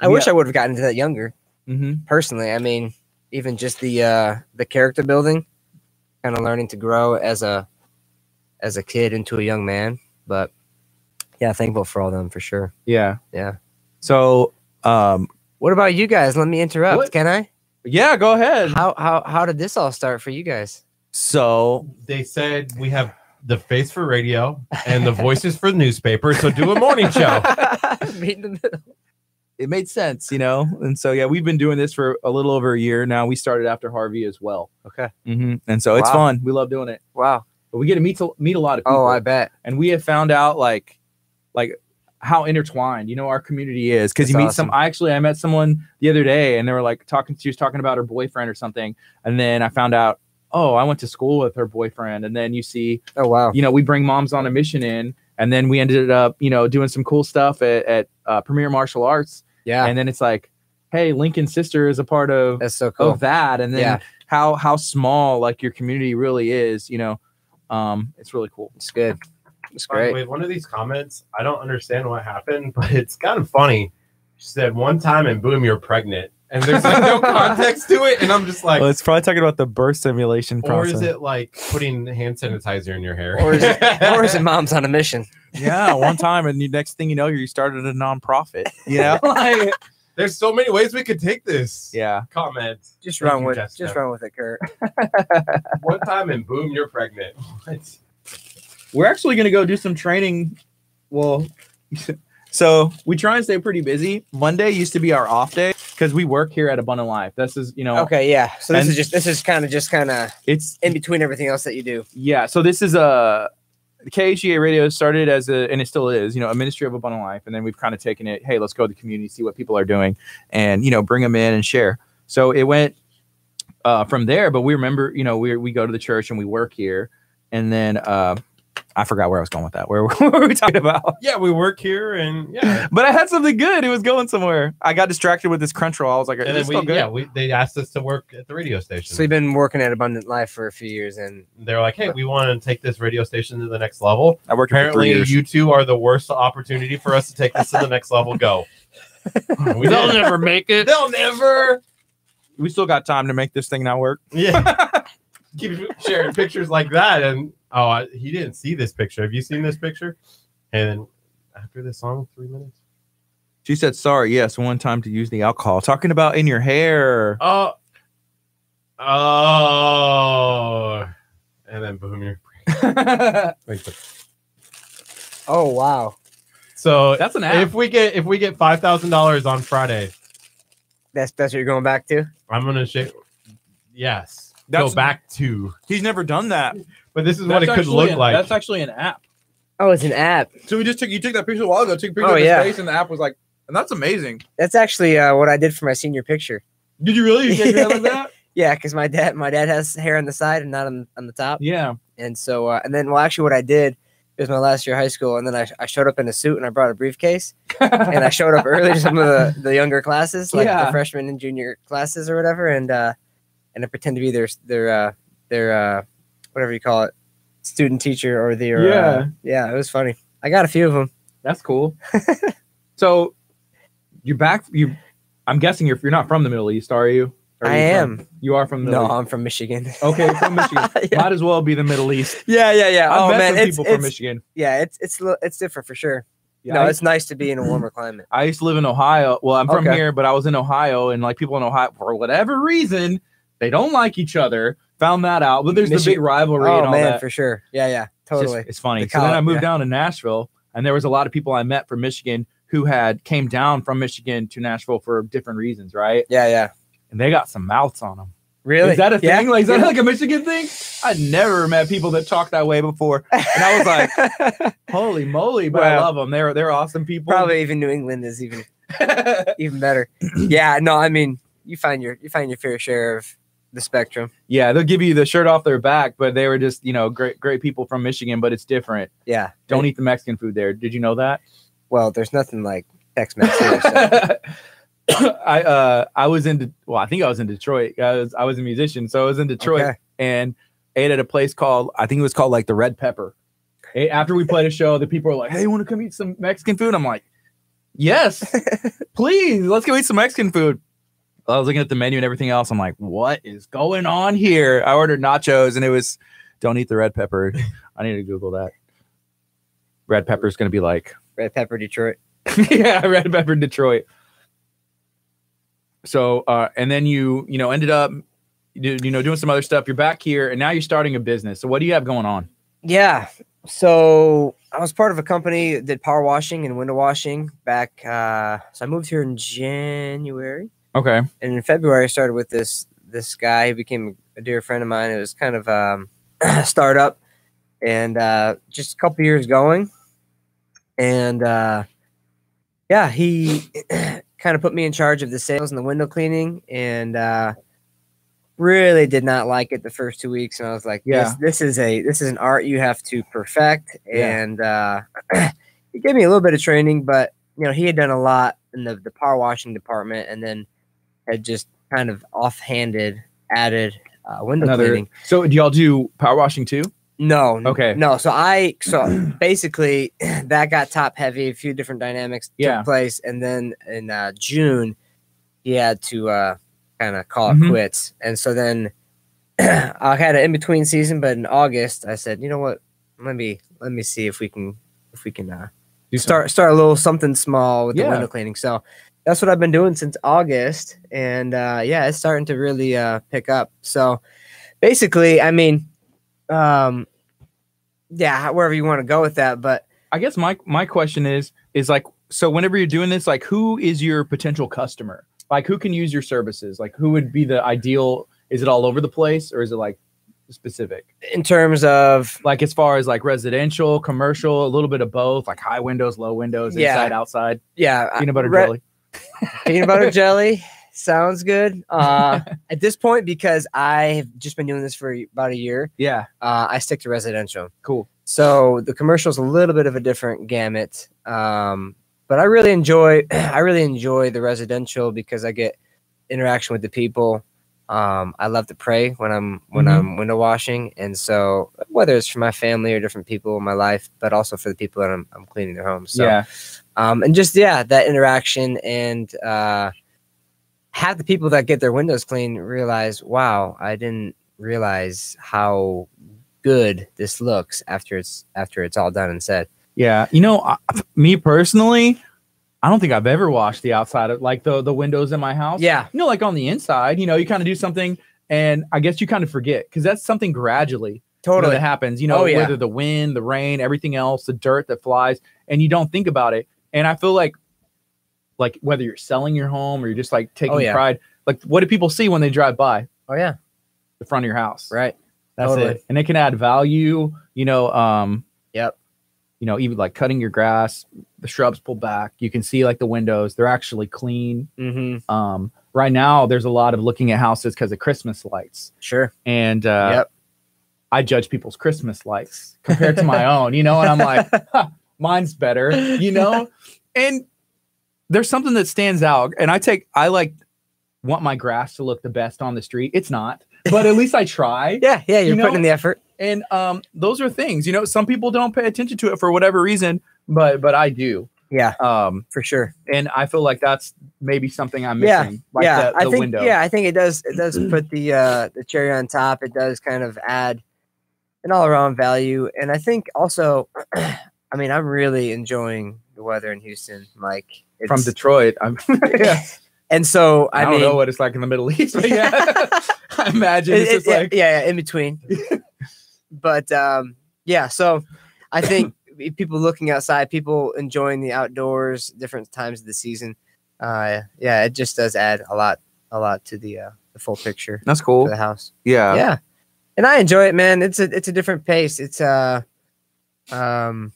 S5: I
S1: Yeah.
S5: wish I would have gotten to that younger.
S1: hmm
S5: personally i mean even just the uh the character building kind of learning to grow as a as a kid into a young man but yeah thankful for all them for sure
S1: Yeah,
S5: Yeah.
S1: So, um,
S5: what about you guys let me interrupt
S1: What?
S5: can i
S1: yeah, go ahead.
S5: how how how did this all start for you guys
S1: So
S2: They said we have the face for radio and the voices for the newspaper, so do a morning
S5: [laughs]
S2: show.
S5: Meet in the middle.
S1: it made sense, you know. And so yeah, we've been doing this for a little over a year now. We started after Harvey as well,
S5: okay
S1: hmm and so it's
S5: Wow.
S1: fun. We love doing it,
S5: wow
S1: but we get to meet to, meet a lot of people.
S5: oh i bet
S1: and we have found out like like how intertwined you know our community is because you meet
S5: That's
S1: some
S5: awesome.
S1: i actually i met someone the other day and they were like talking she was talking about her boyfriend or something and then i found out oh i went to school with her boyfriend and then you see
S5: oh wow
S1: you know we bring moms on a mission in and then we ended up you know doing some cool stuff at, at uh, premier martial arts
S5: yeah
S1: and then it's like hey lincoln's sister is a part of
S5: that's so cool
S1: of that and then
S5: Yeah.
S1: how how small like your community really is you know um it's really cool
S5: it's good it's
S2: By the
S5: great
S2: way, one of these comments, I don't understand what happened, [laughs] but it's kind of funny. She said one time and boom, you're pregnant. And there's like
S5: [laughs]
S2: no context to it. And I'm just like,
S1: well, it's probably talking about the birth simulation
S2: or
S1: process.
S2: is it like putting hand sanitizer in your hair?
S5: Or is it- or is it mom's on a mission
S1: [laughs] yeah, one time, and the next thing you know, you started a nonprofit. [laughs] Yeah,
S2: [laughs] There's so many ways we could take this
S1: yeah.
S2: comment.
S5: just
S2: Thank
S5: run
S2: you,
S5: with
S2: Jessica.
S5: just run with it kurt
S2: One time and boom, you're pregnant. [laughs] What?
S1: We're actually gonna go do some training. Well, [laughs] so we try and stay pretty busy. Monday used to be our off day because we work here at Abundant Life. This is, you know,
S5: Oh. okay yeah so this
S1: And-
S5: is just this is kind of just kind of
S1: it's
S5: in between everything else that you do
S1: yeah. So this is a KHEA Radio started as a, and it still is, you know, a ministry of abundant life. And then we've kind of taken it, hey, let's go to the community, see what people are doing, and, you know, bring them in and share. So it went uh, from there. But we remember, you know, we, we go to the church and we work here. And then uh, I forgot where I was going with that. Where, [laughs] what were we talking about?
S2: Yeah, we work here, and
S5: [laughs]
S2: yeah,
S1: But I had something good. It was going somewhere. I got distracted with this crunch roll. I was like,
S2: and
S1: it's
S2: then
S1: still
S2: we
S1: good.
S2: yeah we they asked us to work at the radio station.
S5: So you've been working at Abundant Life for a few years, and
S2: They're like, hey, we want to take this radio station to the next level.
S1: I worked here for three
S2: Apparently,
S1: years.
S2: you two are the worst opportunity for us to take this to the next
S1: [laughs]
S2: level. Go. We
S6: They'll
S2: did.
S6: never make it.
S2: They'll never.
S1: we still got time to make this thing not work.
S2: [laughs] Yeah.
S6: [laughs]
S2: Keep sharing pictures like that, and oh, I, he didn't see this picture. Have you seen this picture? And after this song, three minutes.
S1: She said, sorry, yes, one time to use the alcohol. Talking about in your hair.
S2: Oh. Oh. And then boom, you're
S1: [laughs] That's
S2: like the
S5: oh wow,
S2: So
S1: an
S2: if we get if we get five thousand dollars on Friday,
S5: that's that's what you're going back to.
S2: I'm gonna shake. Yes,
S1: That's-
S2: go back to.
S1: He's never done that.
S2: But this is what it could look like.
S1: That's actually an app.
S5: Oh, it's an app.
S1: So we just took you took that picture a while ago, took a picture
S5: Oh,
S1: of his
S5: yeah.
S1: face, and the app was like, and that's amazing.
S5: That's actually uh, what I did for my senior picture.
S1: Did you really? You shaved your head like that?
S5: Yeah, because my dad my dad has hair on the side and not on, on the
S1: [laughs]
S5: top.
S1: Yeah.
S5: And so, uh, and then, well, actually, what I did it was my last year of high school, and then I, I showed up in a suit and I brought a briefcase, and I showed up early to some of the, the younger classes, like
S1: Yeah.
S5: the freshman and junior classes or whatever, and uh, and I pretend to be their their uh, their uh, whatever you call it, student teacher or their
S1: Yeah.
S5: uh, yeah. It was funny. I got a few of them.
S1: That's [laughs] cool. so you're back. You, I'm guessing you're you're not from the Middle East, are you? Or are
S5: I
S1: you
S5: am.
S1: from- you are from the
S5: No,
S1: Middle
S5: I'm from Michigan.
S1: East. Okay, from Michigan.
S5: [laughs]
S1: [laughs]
S5: yeah.
S1: Might as well be the Middle East.
S5: yeah, yeah, yeah.
S1: I've
S5: Oh
S1: met
S5: man,
S1: some
S5: it's,
S1: people from
S5: it's
S1: Michigan.
S5: yeah, it's it's li- it's different for sure.
S1: Yeah,
S5: no,
S1: I-
S5: it's nice to be in a warmer climate.
S1: I used to live in Ohio. Well, I'm from
S5: Okay.
S1: here, but I was in Ohio, and like people in Ohio, for whatever reason, they don't like each other. Found that out, but there's the
S5: Michi-
S1: big rivalry and
S5: Oh
S1: all
S5: man,
S1: that.
S5: for sure. Yeah, yeah,
S1: It's just-
S5: totally.
S1: It's, funny.
S5: The
S1: So then I
S5: college,
S1: moved
S5: yeah.
S1: down to Nashville, and there was a lot of people I met from Michigan who had came down from Michigan to Nashville for different reasons, right?
S5: yeah, yeah.
S1: And they got some mouths on them.
S5: Really?
S1: Is that a thing?
S5: Yeah.
S1: Like, is that
S5: Yeah.
S1: like a Michigan thing? I never met people that talked that way before, and I was
S5: [laughs]
S1: like, "Holy moly!" But I
S5: Wow.
S1: love them. They're they're awesome people. [laughs]
S5: probably even New England is even
S1: [clears throat]
S5: even better. yeah, no, I mean, you find your you find your fair share of the spectrum.
S1: yeah, they'll give you the shirt off their back, but they were just you know great great people from Michigan, but it's different.
S5: Yeah.
S1: Don't eat the Mexican food there. Did you know that?
S5: Well, there's nothing like Tex-Mex here. So.
S1: [coughs] I uh I was in De- well I think I was in Detroit. I was I was a musician, so I was in [laughs] Detroit
S5: Okay.
S1: and ate at a place called I think it was called like the Red Pepper. Eh, After we played a show, the people were like, "Hey, want to come eat some Mexican food?" I'm like, "Yes, please, let's go eat some Mexican food." I was looking at the menu and everything else. I'm like, "What is going on here?" I ordered nachos and it was, "Don't eat the red pepper." I need to Google that. Red pepper is going to be like
S5: Red Pepper Detroit.
S1: [laughs] yeah, Red Pepper Detroit. So, uh, and then you, you know, ended up, you you know, doing some other stuff. You're back here, and now you're starting a business. So, what do you have going on?
S5: Yeah. So I was part of a company that did power washing and window washing back. Uh, so I moved here in January.
S1: Okay.
S5: and in February I started with this this guy who became a dear friend of mine. It was kind of um, [clears throat] a startup, and uh, just a couple years going, and uh, yeah, he [clears throat] kind of put me in charge of the sales and the window cleaning, and uh, really did not like it the first two weeks. And I was like,
S1: Yeah.
S5: "Yes, this is a this is an art you have to perfect."
S1: Yeah.
S5: And uh, [clears throat] he gave me a little bit of training, but you know, he had done a lot in the the power washing department, and then had just kind of offhanded added uh, window
S1: Another.
S5: cleaning.
S1: So, do y'all do power washing too?
S5: No, n-
S1: Okay.
S5: no. So I so [clears throat] basically that got top heavy. A few different dynamics
S1: Yeah.
S5: took place, and then in uh, June he had to uh, kind of call
S1: Mhm.
S5: it quits. And so then [clears throat] I had an in between season, but in August I said, you know what? Let me let me see if we can if we can uh,
S1: Do some-
S5: start start a little something small with
S1: Yeah.
S5: the window cleaning. So that's what I've been doing since August, and uh, yeah, it's starting to really uh, pick up. So basically, I mean, um, yeah, wherever you want to go with that, but
S1: I guess my my question is is like, so whenever you're doing this, like, who is your potential customer? Like, who can use your services? Like, who would be the ideal? Is it all over the place, or is it like
S7: specific?
S5: in terms of
S7: Like as far as like residential, commercial, a little bit of both, like high windows, low windows,
S5: Yeah.
S7: inside, outside,
S5: yeah, I-
S7: peanut butter
S5: re-
S7: jelly.
S5: [laughs] peanut
S7: [laughs]
S5: butter jelly sounds good. Uh, at this point, because I've just been doing this for about a year,
S7: Yeah,
S5: uh, I stick to residential.
S7: cool.
S5: So the commercial's a little bit of a different gamut. Um, but I really enjoy [clears throat] I really enjoy the residential because I get interaction with the people. Um, I love to pray when I'm when
S7: Mhm.
S5: I'm window washing, and so whether it's for my family or different people in my life, but also for the people that I'm, I'm cleaning their homes. So,
S7: yeah,
S5: um, and just yeah, that interaction and uh, have the people that get their windows clean realize, wow, I didn't realize how good this looks after it's after it's all done and said.
S7: yeah. You know, I, me personally, I don't think I've ever washed the outside of like the the windows in my house.
S5: Yeah,
S7: you know, like on the inside, you know, you kind of do something and I guess you kind of forget because that's something gradually you know,
S5: totally.
S7: that happens, you know,
S5: Oh, yeah.
S7: whether the wind, the rain, everything else, the dirt that flies, and you don't think about it. And I feel like, like whether you're selling your home or you're just like taking
S5: Oh, yeah.
S7: pride, like what do people see when they drive by
S5: Oh yeah,
S7: the front of your house?
S5: right.
S7: That's
S5: Totally.
S7: it. And it can add value, you know, um,
S5: Yep.
S7: you know, even like cutting your grass, the shrubs pull back, you can see like the windows, they're actually clean.
S5: Mm-hmm.
S7: Um, right now, there's a lot of looking at houses because of Christmas lights,
S5: Sure.
S7: and uh,
S5: Yep.
S7: I judge people's Christmas lights compared to my own, you know, and I'm
S5: [laughs]
S7: like, "Huh, mine's better, you know, and there's something that stands out, and I take, I like, want my grass to look the best on the street. It's not, but at least I try.
S5: [laughs] Yeah, yeah. You're
S7: You know-
S5: putting in the effort.
S7: And um, those are things, you know, some people don't pay attention to it for whatever reason, but but I do.
S5: Yeah,
S7: Um,
S5: for sure.
S7: and I feel like that's maybe something I'm
S5: Yeah,
S7: missing. like
S5: yeah,
S7: the,
S5: I
S7: the
S5: think
S7: window.
S5: yeah, I think it does.
S7: [clears throat]
S5: It does put the uh, the cherry on top. It does kind of add an all around value, and I think also, [clears throat] I mean, I'm really enjoying the weather in Houston, Mike. It's,
S7: from Detroit. I'm, [laughs] yeah.
S5: [laughs] and so
S7: I,
S5: I,
S7: don't
S5: mean,
S7: know [laughs] what it's like in the Middle East,
S5: [laughs]
S7: but yeah, [laughs] I imagine
S5: it-
S7: it's
S5: it-
S7: just
S5: yeah,
S7: like
S5: yeah, yeah,
S7: [laughs]
S5: in between. but um, yeah, so
S7: [coughs]
S5: I think i- people looking outside, people enjoying the outdoors, different times of the season. Uh, yeah, it just does add a lot, a lot to the uh, the full picture
S1: That's
S5: for
S1: cool.
S5: the house.
S1: Yeah.
S5: yeah, and I enjoy it, man. It's a it's a different pace. It's uh, um,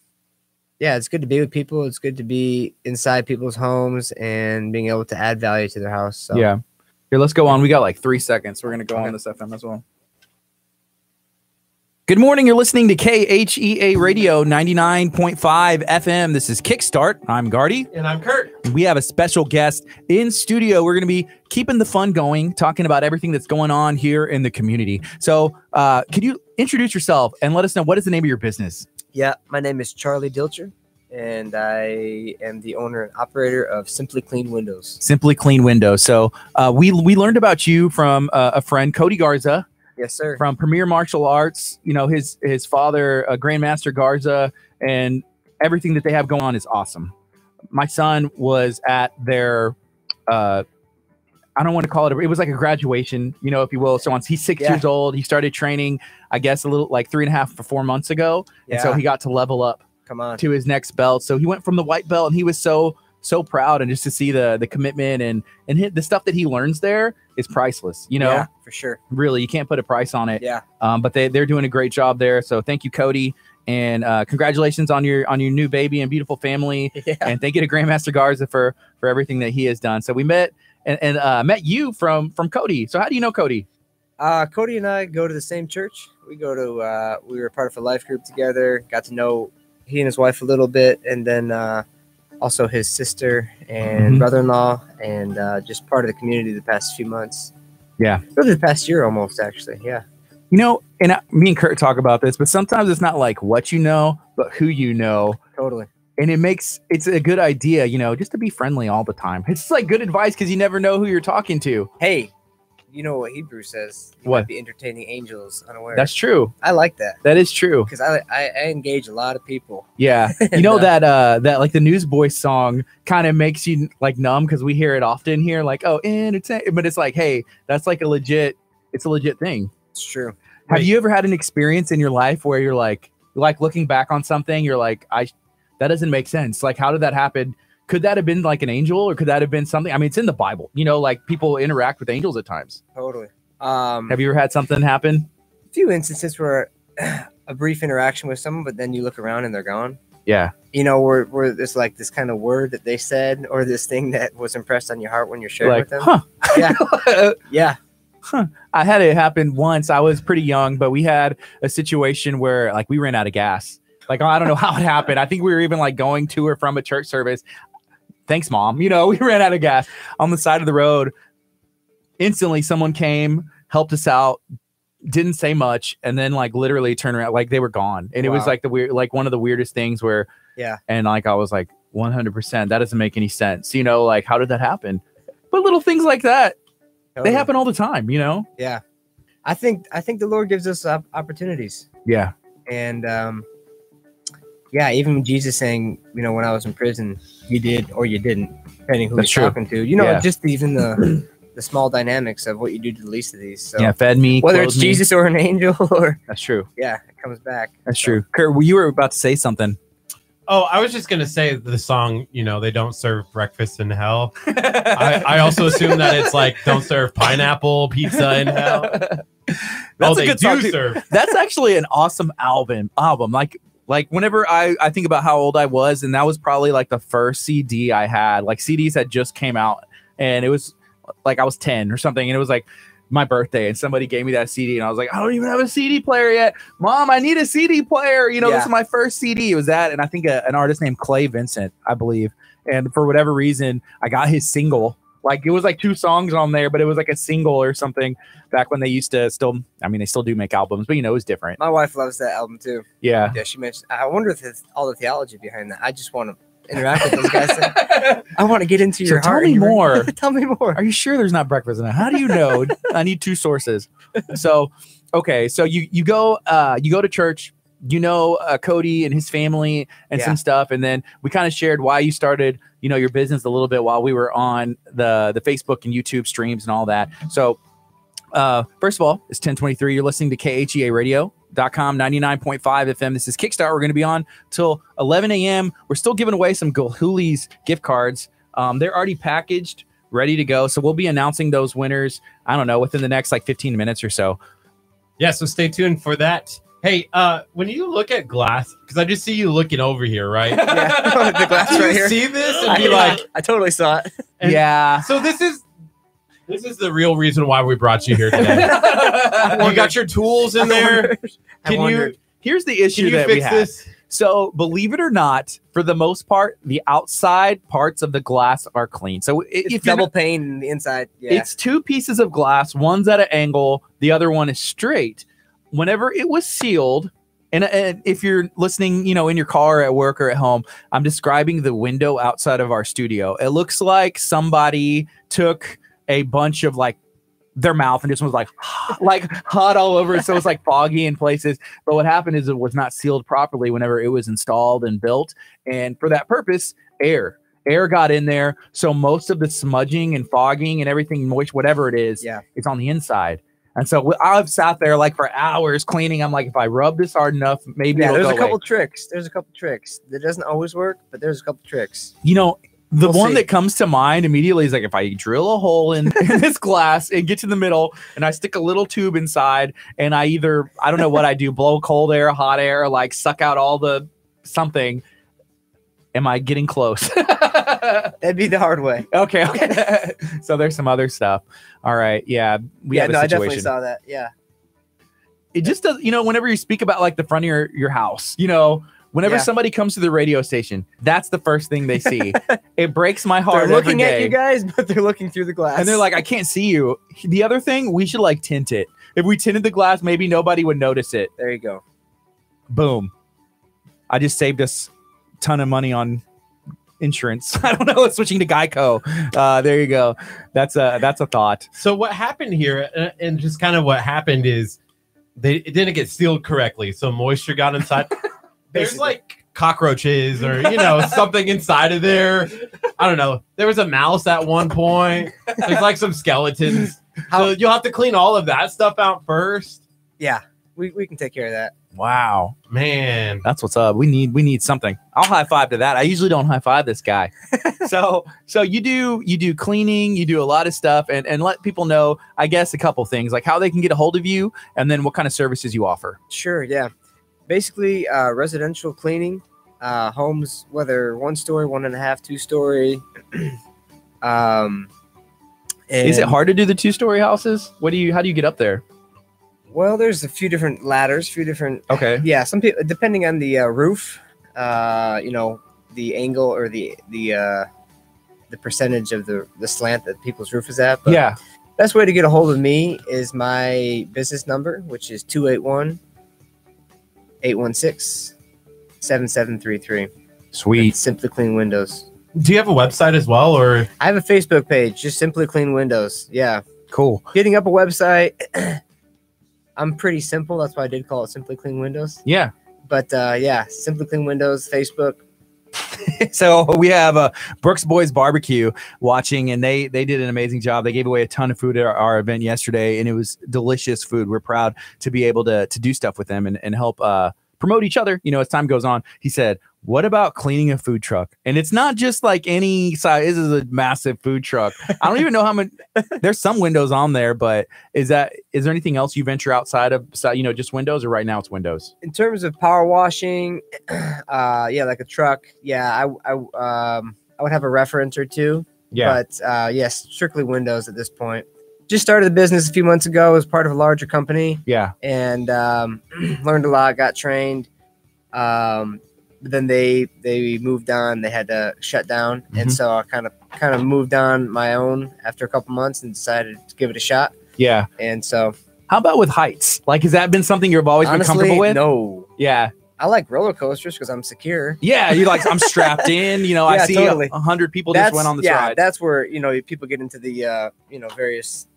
S5: yeah, it's good to be with people. It's good to be inside people's homes and being able to add value to their house. So.
S7: yeah. Here, let's go on. We got like three seconds. We're gonna go on this FM as well.
S1: Good morning. You're listening to KHEA Radio 99.5 FM. This is Kickstart. I'm Gardy.
S2: And I'm Kurt.
S1: We have a special guest in studio. We're going to be keeping the fun going, talking about everything that's going on here in the community. So, uh, could you introduce yourself and let us know what is the name of your business?
S5: Yeah, my name is Charlie Dilcher, and I am the owner and operator of Simply Clean Windows.
S1: Simply Clean Windows. So, uh, we we learned about you from uh, a friend, Cody Garza,
S5: Yes, sir.
S1: from Premier Martial Arts. You know, his his father, uh, Grandmaster Garza, and everything that they have going on is awesome. My son was at their, uh, I don't want to call it. A, it was like a graduation, you know, if you will. So once he's six
S5: Yeah.
S1: years old, he started training. I guess a little like three and a half or four months ago, and so
S5: Yeah.
S1: he got to level up
S5: Come on.
S1: to his next belt. So he went from the white belt, and he was so so proud, and just to see the the commitment and and hi- the stuff that he learns there is priceless. You know,
S5: Yeah, for sure.
S1: really, you can't put a price on it
S5: Yeah.
S1: um, but they they're doing a great job there. So thank you, Cody, and uh, congratulations on your on your new baby and beautiful family.
S5: [laughs] Yeah.
S1: And thank you to Grandmaster Garza for for everything that he has done. So we met and, and uh, met you from from Cody. So how do you know Cody?
S5: Uh, Cody and I go to the same church. We go to, uh, we were part of a life group together, got to know he and his wife a little bit, and then uh, also his sister and
S1: Mhm.
S5: brother in law, and uh, just part of the community the past few months.
S1: Yeah.
S5: Really the past year almost, actually. Yeah.
S1: You know, and I, me and Kurt talk about this, but sometimes it's not like what you know, but who you know.
S5: Totally.
S1: And it makes it's a good idea, you know, just to be friendly all the time. It's like good advice because you never know who you're talking to.
S5: Hey, you know what Hebrew says? You
S1: What?
S5: might be entertaining angels unaware.
S1: That's true.
S5: I like that.
S1: That is true.
S5: because I, I I engage a lot of people. [laughs]
S1: Yeah. You know
S5: No.
S1: that uh that like the newsboy song kind of makes you like numb because we hear it often here, like, oh, entertain but it's like, hey, that's like a legit it's a legit thing.
S5: It's true.
S1: Have you ever had an experience in your life where you're like like looking back on something, you're like, I that doesn't make sense. Like, how did that happen? Could that have been like an angel or could that have been something? I mean, it's in the Bible, you know, like people interact with angels at times.
S5: Totally. Um,
S1: Have you ever had something happen?
S5: few instances where [clears throat] a brief interaction with someone, but then you look around and they're gone.
S8: Yeah.
S5: You know, where where there's like this kind of word that they said or this thing [laughs] that was impressed on your heart when you're sharing
S1: Like,
S5: with them.
S1: huh. [laughs]
S5: Yeah. [laughs] yeah.
S1: I had it happen once. I was pretty young, but we had a situation where like we ran out of gas. Like I don't know how it happened. I think we were even like going to or from a church service. Thanks, mom. You know, [laughs] we ran out of gas on the side of the road. Instantly, someone came, helped us out, didn't say much, and then like literally turned around, like they were gone. And it was
S5: Wow.
S1: like the weird, like one of the weirdest things where,
S5: Yeah.
S1: And like I was like, 100%, that doesn't make any sense. You know, like how did that happen? But little things like that, they
S5: Totally.
S1: happen all the time, you know?
S5: Yeah. I think I think the Lord gives us op- opportunities.
S1: Yeah.
S5: and um, yeah, even Jesus saying, you know, when I was in prison, you did or you didn't, depending who
S1: That's
S5: you're
S1: true.
S5: talking to. You know,
S1: Yeah.
S5: just
S1: [clears throat]
S5: even the the small dynamics of what you do to the least of these. So
S1: Yeah, fed me.
S5: whether
S1: clothed
S5: it's
S1: me.
S5: Jesus or an [laughs] angel, or
S1: that's true.
S5: yeah, it comes back.
S1: That's
S5: So,
S1: true. Kurt, you were about to say something.
S2: Oh, I was just gonna say the song. You know, they don't serve breakfast in hell. [laughs] I, I also assume that it's like don't serve pineapple pizza
S5: [laughs]
S2: in hell.
S1: [laughs] That's
S2: oh,
S1: a
S2: they
S1: good
S2: do
S1: song. too.
S2: serve.
S1: That's actually an awesome album. Album like like whenever I I think about how old I was, and that was probably like the first CD I had. Like CDs had just came out, and it was like I was ten or something, and it was like my birthday, and somebody gave me that CD, and I was like, I don't even have a CD player yet, Mom. I need a CD player. You know, this
S5: Yeah.
S1: is my first CD. It was that, and I think a, an artist named Clay Vincent, I believe, and for whatever reason, I got his single. Like it was like two songs on there, but it was like a single or something back when they used to still I mean they still do make albums, but you know it was different.
S5: My wife loves that album too.
S1: Yeah.
S5: Yeah, she mentioned. I wonder if it's all the theology behind that. I just want to interact with those guys.
S1: [laughs]
S5: I want to get into
S1: So
S5: your
S1: tell
S5: heart.
S1: me
S5: and your-
S1: more.
S5: [laughs] tell me more.
S1: Are you sure there's not breakfast in it? How do you
S5: [laughs]
S1: know? I need two sources. So okay, so you you go uh you go to church, you know uh, Cody and his family and
S5: Yeah.
S1: some stuff and then we kind of shared why you started, you know, your business a little bit while we were on the the Facebook and YouTube streams and all that. So uh first of all, it's 1023. You're listening to KHEA radio. Dot com 99.5 FM. This is Kickstart. We're going to be on till 11 a.m. We're still giving away some Gulhuli's gift cards. Um, they're already packaged ready to go. So we'll be announcing those winners. I don't know within the next like 15 minutes or so.
S2: Yeah, so stay tuned for that. Hey, uh, when you look at glass, because I just see you looking over here,
S1: [laughs]
S2: right?
S5: [laughs] Yeah, [laughs] the glass
S2: Do you
S5: right here.
S2: see this and
S5: I,
S2: be like,
S5: I totally saw it.
S2: And-
S1: yeah.
S2: so this is this is the real reason why we brought you
S1: [laughs]
S2: here [laughs] today. you got your tools in there.
S5: I
S2: Can you
S5: wondered.
S1: Here's the issue
S2: can you
S1: that we
S2: fix
S1: have.
S2: this?
S1: So believe it or not, for the most part, the outside parts of the glass are clean. So i-
S5: It's
S1: if you're
S5: double
S1: not-
S5: pane in the inside. Yeah.
S1: it's two pieces of glass, one's at an angle, the other one is straight. Whenever it was sealed, and, and if you're listening, you know, in your car, at work, or at home, I'm describing the window outside of our studio. It looks like somebody took a bunch of like their mouth and just was like [laughs] like hot all over so it's like foggy in places but what happened is it was not sealed properly whenever it was installed and built and for that purpose air air got in there so most of the smudging and fogging and everything moist whatever it is
S5: Yeah.
S1: it's on the inside and so wh- i've sat there like for hours cleaning i'm like if i rub this hard enough maybe
S5: Yeah,
S1: it'll
S5: there's
S1: go
S5: a
S1: away.
S5: couple tricks. There's a couple tricks. That doesn't always work, but there's a couple tricks.
S1: you know the
S5: We'll
S1: one
S5: see.
S1: that comes to mind immediately is like if i drill a hole in, [laughs] in this glass and get to the middle and i stick a little tube inside and i either i don't know what i do [laughs] blow cold air hot air like suck out all the something am i getting close [laughs]
S5: That'd be the hard way.
S1: okay
S5: [laughs]
S1: okay so there's some other stuff all right yeah we
S5: yeah,
S1: have a
S5: no, I
S1: situation
S5: definitely saw that. Yeah.
S1: it just does you know whenever you speak about like the front of your, your house you know whenever
S5: Yeah.
S1: somebody comes to the radio station that's the first thing they
S5: [laughs]
S1: see it breaks my heart
S5: they're looking
S1: every
S5: at
S1: day.
S5: you guys, [laughs] but they're looking through the glass.
S1: and they're like, I can't see you. The other thing, we should like tint it. If we tinted the glass, maybe nobody would notice it.
S5: there you go.
S1: Boom. I just saved us ton of money on insurance. [laughs] I don't know. Switching to Geico. Uh, there you go. That's a that's a thought.
S2: So what happened here, uh, and just kind of what happened is they it didn't get sealed correctly, so moisture got
S5: [laughs]
S2: inside. There's
S5: Basically.
S2: like cockroaches or you
S5: [laughs]
S2: know something inside of there. I don't know. There was a mouse at one point. There's like some skeletons.
S5: How-
S2: so you'll have to clean all of that stuff out first.
S5: Yeah, we, we can take care of that.
S1: Wow,
S2: Man.
S1: that's what's up. We need we need something. I'll high five to that. I usually don't high five this guy. so so you do you do cleaning, you do a lot of stuff, and and let people know. I guess a couple things like how they can get a hold of you, and then what kind of services you offer.
S5: Sure, yeah. Basically, uh, residential cleaning, uh, homes, whether one story, one and a half, two story. [clears throat] um,
S1: Is it
S5: and-
S1: hard to do the two story houses? What do you how do you get up there?
S5: Well, there's a few different ladders, few different.
S1: Okay.
S5: Yeah, some people depending on the uh, roof, uh, you know, the angle or the the uh, the percentage of the the slant that people's roof is at. But
S7: yeah.
S5: Best way to get a hold of me is my business number, which is 281 816 7733.
S1: Sweet.
S5: Simply Clean Windows.
S2: Do you have a website as well?
S5: [laughs]
S2: Or
S5: I have a Facebook page, just Simply Clean Windows. Yeah.
S1: Cool.
S5: Getting up a website, [clears throat] I'm pretty simple. That's why I did call it Simply Clean Windows.
S1: Yeah.
S5: But uh, yeah, Simply Clean Windows, Facebook.
S1: so we have uh, Brooks Boys Barbecue watching, and they they did an amazing job. They gave away a ton of food at our, our event yesterday, and it was delicious food. We're proud to be able to to do stuff with them and and help uh, promote each other. You know, as time goes on, he said. What about cleaning a food truck? And it's not just like any size. This is a massive food truck. I don't even know how many. There's some windows on there, but is that is there anything else you venture outside of so- you know just windows or right now it's windows?
S5: In terms of power washing, [clears throat] uh, yeah, like a truck. Yeah, I, I, um, I would have a reference or two. But uh, yes, strictly Windows at this point. Just started the business a few months ago as part of a larger company
S1: yeah,
S5: and um, [clears throat] learned a lot, got trained. Um, but then they they moved on. They had to shut down,
S1: Mhm.
S5: and so I kind of kind of moved on my own after a couple months and decided to give it a shot.
S1: yeah.
S5: And so
S1: How about with heights? Like, has that been something you've always been
S5: honestly,
S1: comfortable with?
S5: no,
S1: Yeah.
S5: I like roller coasters because I'm secure.
S1: Yeah. You're like, I'm strapped in. You know, I
S5: [laughs] Yeah,
S1: see
S5: totally.
S1: a hundred people just went on this
S5: yeah,
S1: ride.
S5: that's where you know people get into the uh, you know various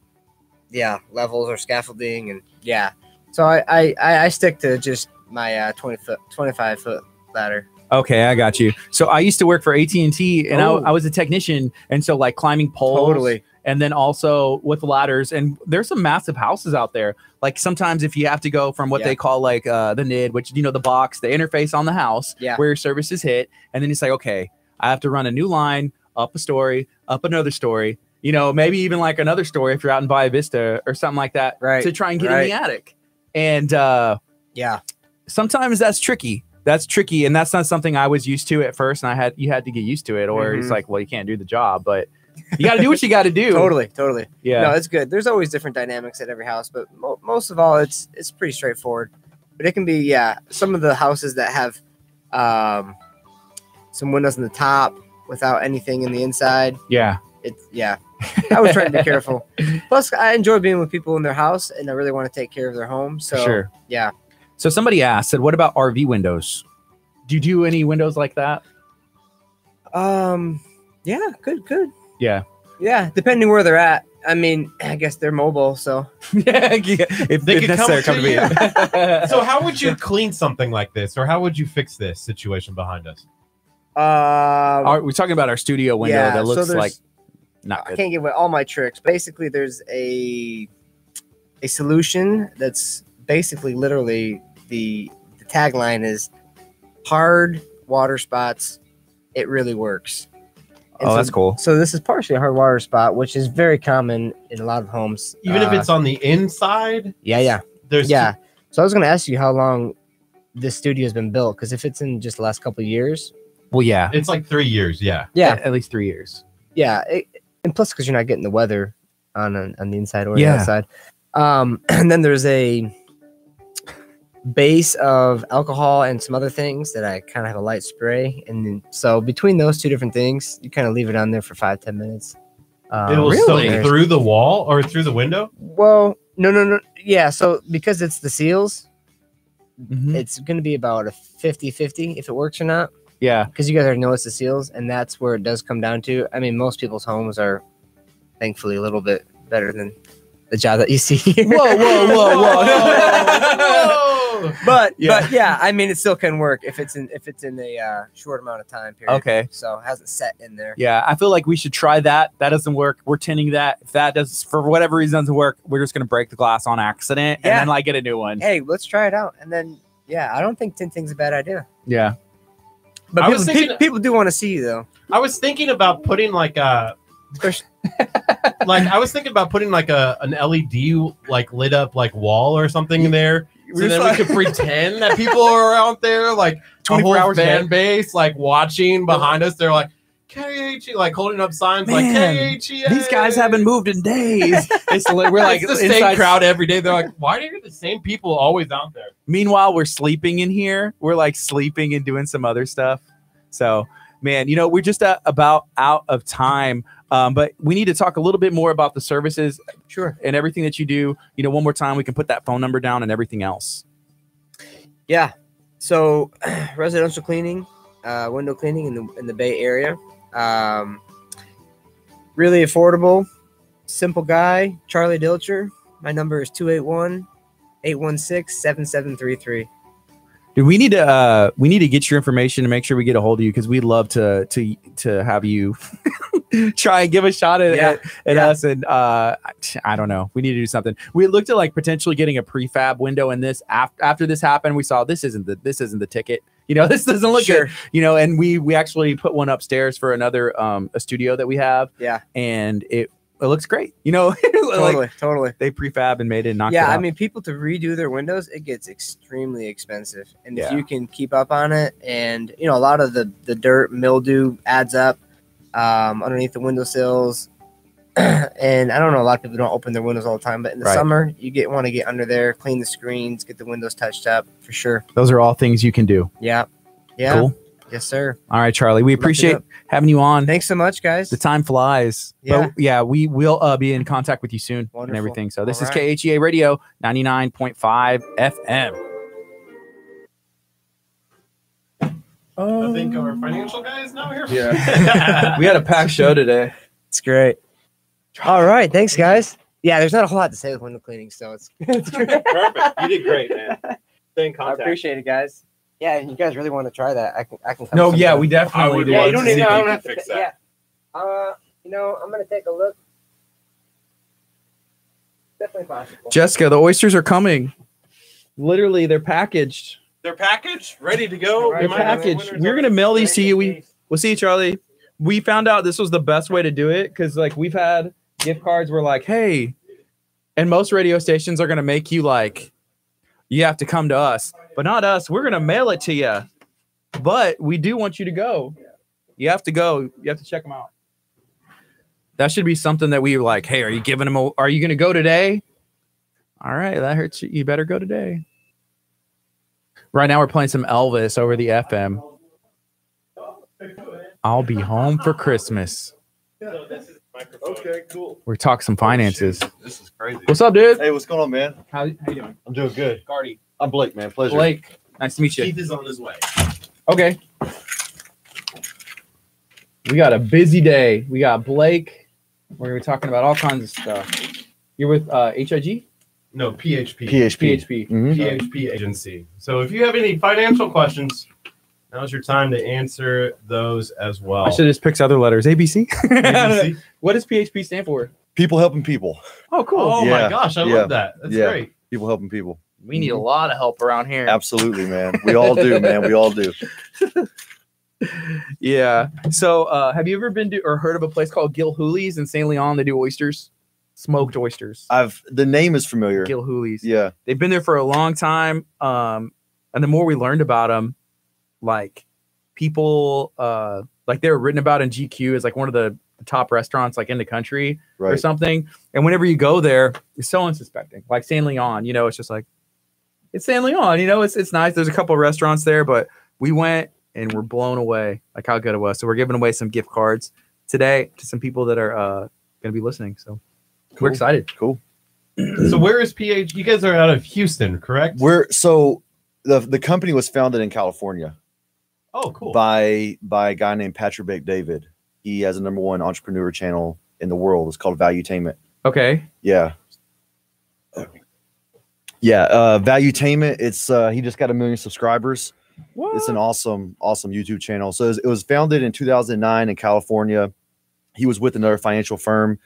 S5: yeah levels or scaffolding and yeah. So I I, I I stick to just my uh, twenty foot twenty five foot ladder.
S1: okay, I got you. So I used to work for AT and T, and I,
S5: Oh.
S1: I was a technician, and so like climbing poles, and then also with ladders. And there's some massive houses out there. Like sometimes if you have to go from what
S5: Yeah.
S1: they call like uh, the NID, which you know the box, the interface on the house
S5: Yeah.
S1: where your services hit, and then it's like, okay, I have to run a new line up a story, up another story. You know, maybe even like another story if you're out in Valle Vista or something like that
S5: Right,
S1: to try and get in
S5: right.
S1: the attic. And uh,
S5: Yeah.
S1: sometimes that's tricky. That's tricky, and that's not something I was used to at first. And I had you had to get used to it, or it's
S5: Mhm.
S1: like, well, you can't do the job, but you got to do what you got to do.
S5: [laughs] Totally. Totally.
S1: Yeah.
S5: No, it's good. There's always different dynamics at every house, but mo- most of all, it's it's pretty straightforward. But it can be yeah, some of the houses that have um, some windows in the top without anything in the inside.
S1: yeah.
S5: It's yeah. I would try to be careful.
S1: [laughs]
S5: Plus, I enjoy being with people in their house, and I really want to take care of their home. So
S1: sure.
S5: yeah.
S1: So somebody asked, said, what about RV windows? Do you do any windows like that?
S5: um, yeah, good, good.
S1: Yeah. [laughs]
S5: Yeah, depending where they're at. I mean, I guess they're mobile, so
S1: yeah. If,
S2: They
S1: if
S2: could come
S1: necessary, come to me.
S2: to
S1: [laughs]
S2: so how would you clean something like this, or how would you fix this situation behind us?
S5: uh,
S1: Are we talking about our studio window
S5: yeah,
S1: that
S5: so
S1: looks
S5: there's-
S1: like not
S5: I
S1: good?
S5: can't give away all my tricks. Basically, there's a a solution that's basically literally the the tagline is hard water spots. It really works. And
S1: Oh,
S5: so
S1: that's cool.
S5: So this is partially a hard water spot, which is very common in a lot of homes.
S2: Even if
S5: Uh,
S2: it's on the inside,
S5: yeah, yeah,
S2: there's
S5: yeah. So I was going to ask you how long this studio has been built because if it's in just the last couple of years,
S1: Well, yeah.
S2: It's like three years. Yeah.
S5: yeah,
S1: At, at least three years.
S5: yeah, it, and plus because you're not getting the weather on on on the inside or
S1: Yeah.
S5: the outside. Um, [clears throat] and then there's a base of alcohol and some other things that I kind of have a light spray, and then, so between those two different things, you kind of leave it on there for five ten minutes.
S1: Uh,
S5: Um,
S2: it will soak
S5: there's-
S2: through the wall or through the window.
S5: Well, no, no, no. Yeah, so because it's the seals,
S1: Mhm.
S5: it's going to be about a 50 50 if it works or not.
S1: Yeah.
S5: Because you guys already know it's the seals, and that's where it does come down to. I mean, most people's homes are thankfully a little bit better than the job that you see [laughs] here.
S1: Whoa, whoa, whoa, whoa.
S2: [laughs] Whoa.
S5: [laughs] But
S1: Yeah.
S5: yeah. but yeah, I mean, it still can work if it's in if it's in a uh, short amount of time period.
S1: okay.
S5: So it hasn't set in there.
S1: Yeah, I feel like we should try that. That doesn't work. We're tinning that. If that does for whatever reason doesn't work, we're just gonna break the glass on accident
S5: Yeah.
S1: and then like get a new one.
S5: Hey, let's try it out, and then yeah, I don't think tinting's a bad idea.
S7: Yeah.
S5: But
S2: I
S5: people,
S2: was
S5: pe-
S2: thinking-
S5: people do want to see you though.
S2: I was thinking about putting like a
S5: Especially-
S2: [laughs] like I was thinking about putting like a an LED like lit up like wall or something in there. So
S7: We're
S2: then we
S7: like-
S2: could pretend
S1: [laughs]
S2: that people are out there, like a
S7: 24
S2: whole
S7: hours
S2: fan
S7: later.
S2: base, like watching behind us. They're like KHE, like holding up signs, like
S1: Man,
S2: KHE.
S1: These guys haven't moved in days.
S7: It's li- we're like
S2: It's the same
S7: inside-
S2: crowd every day. They're like, why are the same people always out there?
S1: Meanwhile, we're sleeping in here. We're like sleeping and doing some other stuff. So, man, you know, we're just uh, about out of time. Um, but we need to talk a little bit more about the services
S5: [laughs] Sure.
S1: and everything that you do. You know, one more time, we can put that phone number down and everything else.
S5: Yeah. So [clears throat] residential cleaning, uh, window cleaning in the in the Bay Area, um, really affordable. Simple guy, Charlie Dilcher. My number is 281-816-7733.
S1: Dude, we need to uh, we need to get your information to make sure we get a hold of you because we'd love to to to have you [laughs] try and give a shot at,
S5: Yeah,
S1: at, at
S5: yeah.
S1: us and uh, I don't know we need to do something. We looked at like potentially getting a prefab window in this after after this happened we saw this isn't the this isn't the ticket you know [laughs] this doesn't look good you know and we we actually put one upstairs for another um a studio that we have
S5: Yeah.
S1: and it it looks great you know [laughs]
S5: Totally,
S1: like
S5: totally.
S1: they prefab and made it and knocked
S5: Yeah,
S1: it
S5: I
S1: out.
S5: mean, people to redo their windows, it gets extremely expensive, and if
S1: Yeah.
S5: you can keep up on it, and you know, a lot of the the dirt mildew adds up um, underneath the windowsills, [clears throat] and I don't know, a lot of people don't open their windows all the time, but in the
S1: Right.
S5: summer, you get want to get under there, clean the screens, get the windows touched up for sure.
S1: those are all things you can do.
S5: Yeah, yeah,
S1: Cool.
S5: yes, sir.
S1: All right, Charlie, we
S5: Wrap it
S1: appreciate
S5: up.
S1: having you on.
S5: Thanks so much, guys.
S1: The time flies.
S5: Yeah.
S1: But yeah, we will uh, be in contact with you soon and
S5: Wonderful.
S1: everything. So this
S5: All
S1: is
S5: right.
S1: KHEA Radio 99.5 FM.
S2: I
S5: Um,
S2: think our financial guys now here.
S7: Yeah. [laughs] we had a packed show today.
S5: It's great.
S9: [laughs]
S5: All right,
S2: [laughs]
S5: thanks, guys. Yeah, there's not a whole lot to say with window cleaning, so it's, [laughs] it's great.
S6: Perfect. You did great, man. Stay in contact.
S5: I appreciate it, guys. Yeah, and you guys really want to try that? I can, I can. come
S7: No, yeah,
S5: sometime.
S7: we
S6: I
S7: definitely
S6: would
S7: do.
S6: want
S5: Yeah, you don't
S6: See
S5: even.
S6: if
S5: I
S6: you
S5: don't
S6: can
S5: have to.
S6: fix
S5: Yeah. Uh, you know, I'm gonna take a look. Definitely possible.
S7: Jessica, the oysters are coming. Literally, they're packaged.
S6: Their package ready to go.
S5: Their
S6: We might have
S7: package.
S6: winners
S7: We're
S6: already.
S7: gonna mail these to you. We we'll see, Charlie. We found out this was the best way to do it because like we've had gift cards. We're like, hey, and most radio stations are gonna make you like, you have to come to us, but not us. We're gonna mail it to you, but we do want you to go. You have to go. You have to check them out.
S1: That should be something that we were like, hey, are you giving them a, are you going to go today? All right, that hurts you. You better go today. Right now we're playing some Elvis over the FM. I'll be home for Christmas.
S6: So this is microphone. Okay, cool.
S1: We talk some Oh, finances.
S9: This is crazy.
S1: What's up, dude?
S9: Hey, what's going on, man?
S7: How, how you doing,
S9: I'm doing good.
S6: Guardy.
S9: I'm Blake, man. Pleasure.
S7: Blake? Nice to meet you.
S6: Keith is on his way.
S7: Okay. We got a busy day. We got Blake. We're gonna be talking about all kinds of stuff. You're with uh, HIG,
S2: No, PHP.
S9: PHP.
S7: PHP.
S2: Mm-hmm.
S9: Mhm.
S2: PHP agency. So if you have any financial questions, now's your time to answer those as well.
S1: I should have just picked other letters. ABC.
S2: ABC?
S9: [laughs]
S7: What does PHP stand for?
S9: People helping people.
S7: Oh, cool.
S2: Oh my
S9: Yeah,
S2: gosh, I
S9: yeah,
S2: love that. That's
S9: yeah.
S2: great.
S9: People helping people.
S7: We need a lot of help around here.
S9: Absolutely, man. We all do, man. We all do.
S7: Yeah. So, uh, have you ever been to or heard of a place called Gil Hooley's in Saint Leon? They do oysters, smoked oysters.
S9: I've the name is familiar.
S7: Gil Hooley's.
S9: Yeah.
S7: they've been there for a long time um and the more we learned about them like people uh like they were written about in gq as like one of the top restaurants like in the country or
S9: Right.
S7: something and whenever you go there it's so unsuspecting like san leon you know it's just like it's san leon you know it's it's nice there's a couple of restaurants there but we went and we're blown away like how good it was so we're giving away some gift cards today to some people that are uh gonna be listening so
S9: Cool.
S7: we're excited
S9: Cool.
S2: So where is PH? You guys are out of Houston, correct?
S9: We're so the the company was founded in California
S2: oh, cool.
S9: by by a guy named Patrick Bake David. He has a number one entrepreneur channel in the world. It's called Valuetainment.
S7: okay
S9: Yeah. Yeah, uh Valuetainment. It's uh he just got a million subscribers. It's an awesome, awesome YouTube channel. So it was, it was founded in 2009 in California. He was with another financial firm.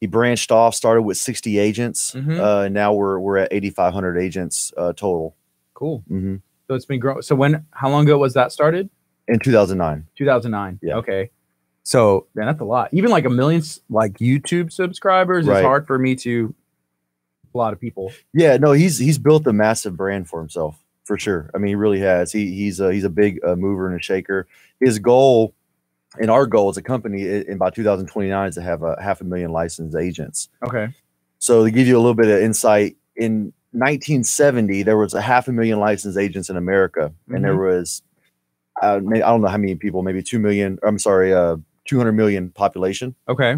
S9: He branched off, started with 60 agents.
S1: Mm-hmm.
S7: Mhm.
S9: Uh, and now we're we're at 8,500 agents uh, total.
S7: Cool.
S9: hmm
S7: So it's been growing. So when? How long ago was that started?
S9: In 2009.
S7: 2009.
S9: Yeah.
S7: Okay. So man, that's a lot. Even like a million s- like YouTube subscribers, it's
S9: Right.
S7: hard for me to. A lot of people.
S9: Yeah, no, he's he's built a massive brand for himself for sure. I mean, he really has. He he's a, he's a big uh, mover and a shaker. His goal and our goal as a company i- in by 2029 is to have a half a million licensed agents.
S7: Okay.
S9: So to give you a little bit of insight, in 1970 there was a half a million licensed agents in America, and there was uh, may- I don't know how many people, maybe two million. I'm sorry, uh, 200 million population.
S7: Okay.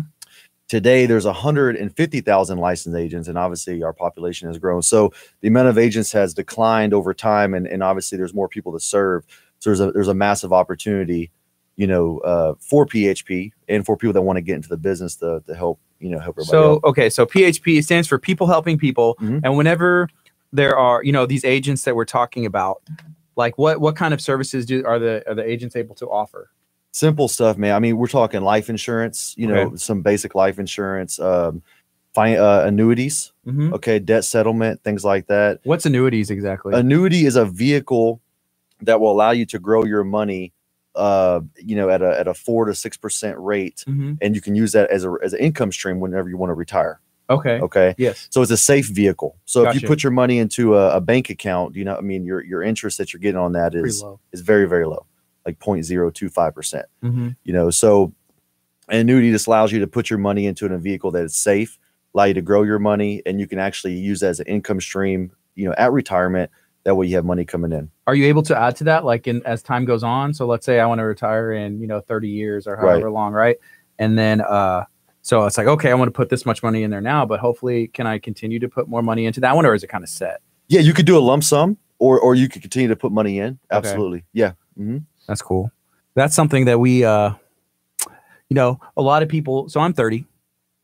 S9: Today, there's 150,000 licensed agents, and obviously our population has grown. So the amount of agents has declined over time, and, and obviously there's more people to serve. So there's a there's a massive opportunity, you know, uh, for PHP and for people that want to get into the business to, to help, you know, help everybody.
S1: So
S9: out.
S1: okay, so PHP stands for people helping people,
S9: Mhm.
S1: and whenever there are you know these agents that we're talking about, like what what kind of services do are the are the agents able to offer?
S9: simple stuff, man. I mean, we're talking life insurance, you know,
S1: Okay.
S9: some basic life insurance, um, fi- uh, annuities,
S1: Mhm.
S7: Mm-hmm.
S9: okay, debt settlement, things like that.
S1: What's annuities exactly?
S9: Annuity is a vehicle that will allow you to grow your money, uh, you know, at a at a four to six percent rate,
S7: Mm-hmm.
S1: Mhm.
S9: and you can use that as a as an income stream whenever you want to retire.
S1: Okay.
S9: Okay,
S1: Yes.
S9: so it's a safe vehicle. So if
S1: Gotcha.
S9: you put your money into a, a bank account, you know, I mean, your your interest that you're getting on that
S7: Pretty
S9: is
S7: low.
S9: is very very low, like 0.025 percent
S1: Mm-hmm.
S9: you know so an annuity just allows you to put your money into a vehicle that is safe allow you to grow your money and you can actually use that as an income stream you know at retirement that way you have money coming in
S7: Are you able to add to that, like in as time goes on? So let's say I want to retire in you know 30 years or
S9: Right.
S7: however long, right? And then uh, so it's like okay, I want to put this much money in there now, but hopefully, can I continue to put more money into that one, or is it kind of set?
S9: yeah you could do a lump sum or or you could continue to put money in absolutely yeah hmm
S1: That's cool. That's something that we, uh, you know, a lot of people. So I'm 30,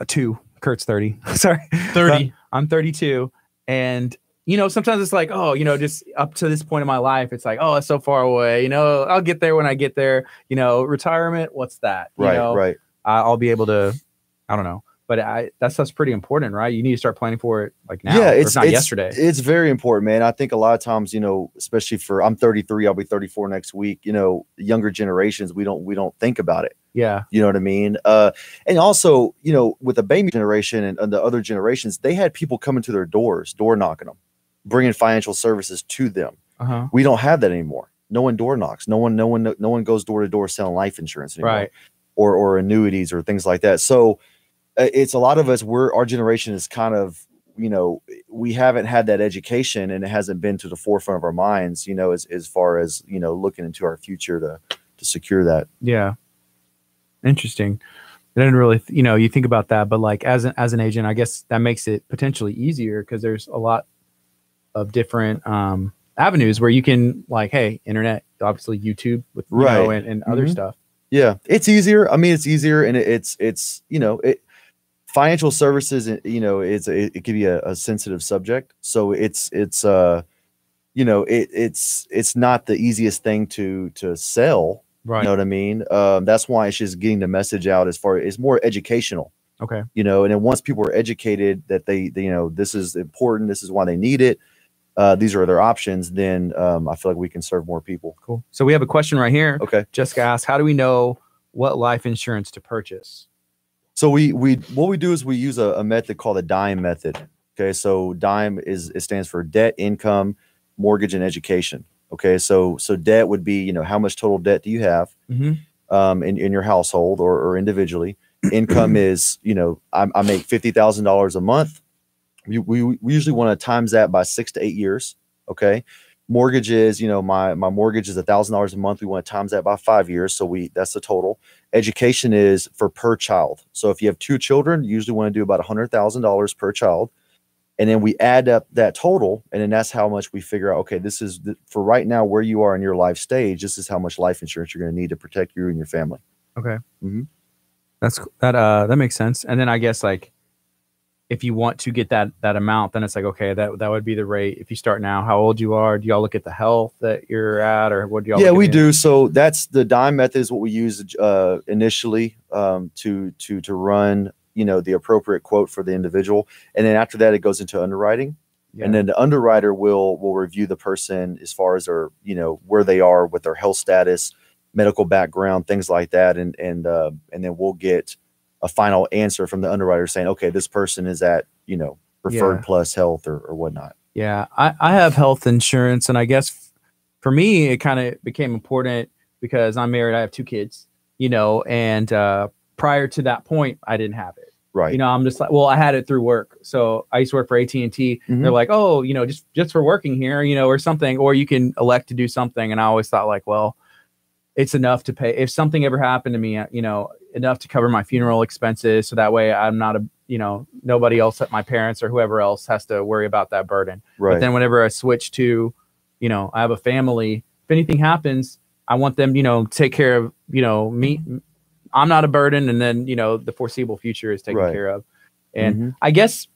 S1: uh, two. Kurt's 30. [laughs] Sorry,
S9: [laughs]
S2: 30.
S1: I'm 32, and you know, sometimes it's like, oh, you know, just up to this point in my life, it's like, oh, it's so far away. You know, I'll get there when I get there. You know, retirement, what's that? You
S9: right
S1: know,
S9: right
S1: I, I'll be able to. I don't know, but I that stuff's pretty important, right? You need to start planning for it like now.
S9: yeah
S1: or if
S9: it's
S1: not
S9: it's,
S1: yesterday.
S9: it's very important man i think a lot of times you know especially for i'm 33 i'll be 34 next week you know younger generations we don't we don't think about it
S1: yeah,
S9: You know what I mean? Uh, and also, you know, with the baby generation and, and the other generations, they had people coming to their doors, door knocking them, bringing financial services to them.
S1: uh-huh.
S9: We don't have that anymore. No one door knocks. No one, no one, no one goes door to door selling life insurance anymore,
S1: right.
S9: Or or annuities or things like that. So uh, it's a lot of us. We're our generation is kind of you know we haven't had that education and it hasn't been to the forefront of our minds. You know, as as far as you know, looking into our future to to secure that.
S1: Yeah. Interesting. I didn't really, th- you know, you think about that, but like as an as an agent, I guess that makes it potentially easier because there's a lot of different um, avenues where you can like, hey, internet, obviously YouTube with you know,
S9: Right.
S1: and, and other
S9: Mhm.
S1: stuff.
S9: Yeah, it's easier. I mean, it's easier, and it, it's it's you know it financial services. it- You know, it's it, it could be a, a sensitive subject, so it's it's uh you know it it's it's not the easiest thing to to sell.
S1: Right.
S9: You know what I mean? Um, that's why it's just getting the message out. As far it's more educational.
S1: Okay.
S9: You know, and then once people are educated that they, they you know this is important, this is why they need it. Uh, these are their options. Then um, I feel like we can serve more people.
S1: Cool. So we have a question right here.
S9: Okay.
S1: Jessica asked, how do we know what life insurance to purchase?
S9: So we we what we do is we use a, a method called the dime method. Okay, so dime is it stands for debt, income, mortgage, and education. Okay, so so debt would be you know how much total debt do you have
S1: Mhm.
S9: um, in in your household or, or individually. Income is you know I, I make fifty thousand dollars a month. We, we we usually want to times that by six to eight years. Okay, mortgage is you know my my mortgage is a thousand dollars a month. We want to times that by five years, so we that's the total education is for per child. So if you have two children, you usually want to do about $100,000 per child. And then we add up that total. And then that's how much we figure out, okay, this is the, for right now where you are in your life stage. This is how much life insurance you're going to need to protect you and your family.
S1: That's that uh that makes sense. And then I guess like if you want to get that that amount, then it's like okay, that that would be the rate. If you start now, how old you are? Do y'all look at the health that you're at, or what do y'all?
S9: yeah,
S1: look at
S9: we
S1: the-
S9: do. So that's the dime method is what we use uh, initially um, to, to, to run, you know, the appropriate quote for the individual. And then after that, it goes into underwriting.
S7: Yeah.
S9: and then the underwriter will will review the person as far as their you know where they are with their health status medical background things like that and and uh, and then we'll get a final answer from the underwriter saying okay this person is at you know preferred
S7: Yeah.
S9: plus health or, or whatnot
S1: Yeah, I, I have health insurance, and I guess f- for me, it kind of became important because I'm married. I have two kids, you know, and uh, prior to that point, I didn't have it.
S9: right
S1: You know, I'm just like, well, I had it through work. So I used to work for AT and T. They're
S9: Mhm.
S1: like, oh, you know, just just for working here, you know, or something, or you can elect to do something. And I always thought like, well, it's enough to pay if something ever happened to me, uh, you know, enough to cover my funeral expenses, so that way I'm not a, you know, nobody else, my parents or whoever else, has to worry about that burden. But
S9: right
S1: then whenever I switch to, you know, I have a family, if anything happens, I want them, you know, take care of, you know, me. I'm not a burden. And then, you know, the foreseeable future is taken
S9: Right.
S1: care of. And
S9: Mhm.
S1: I guess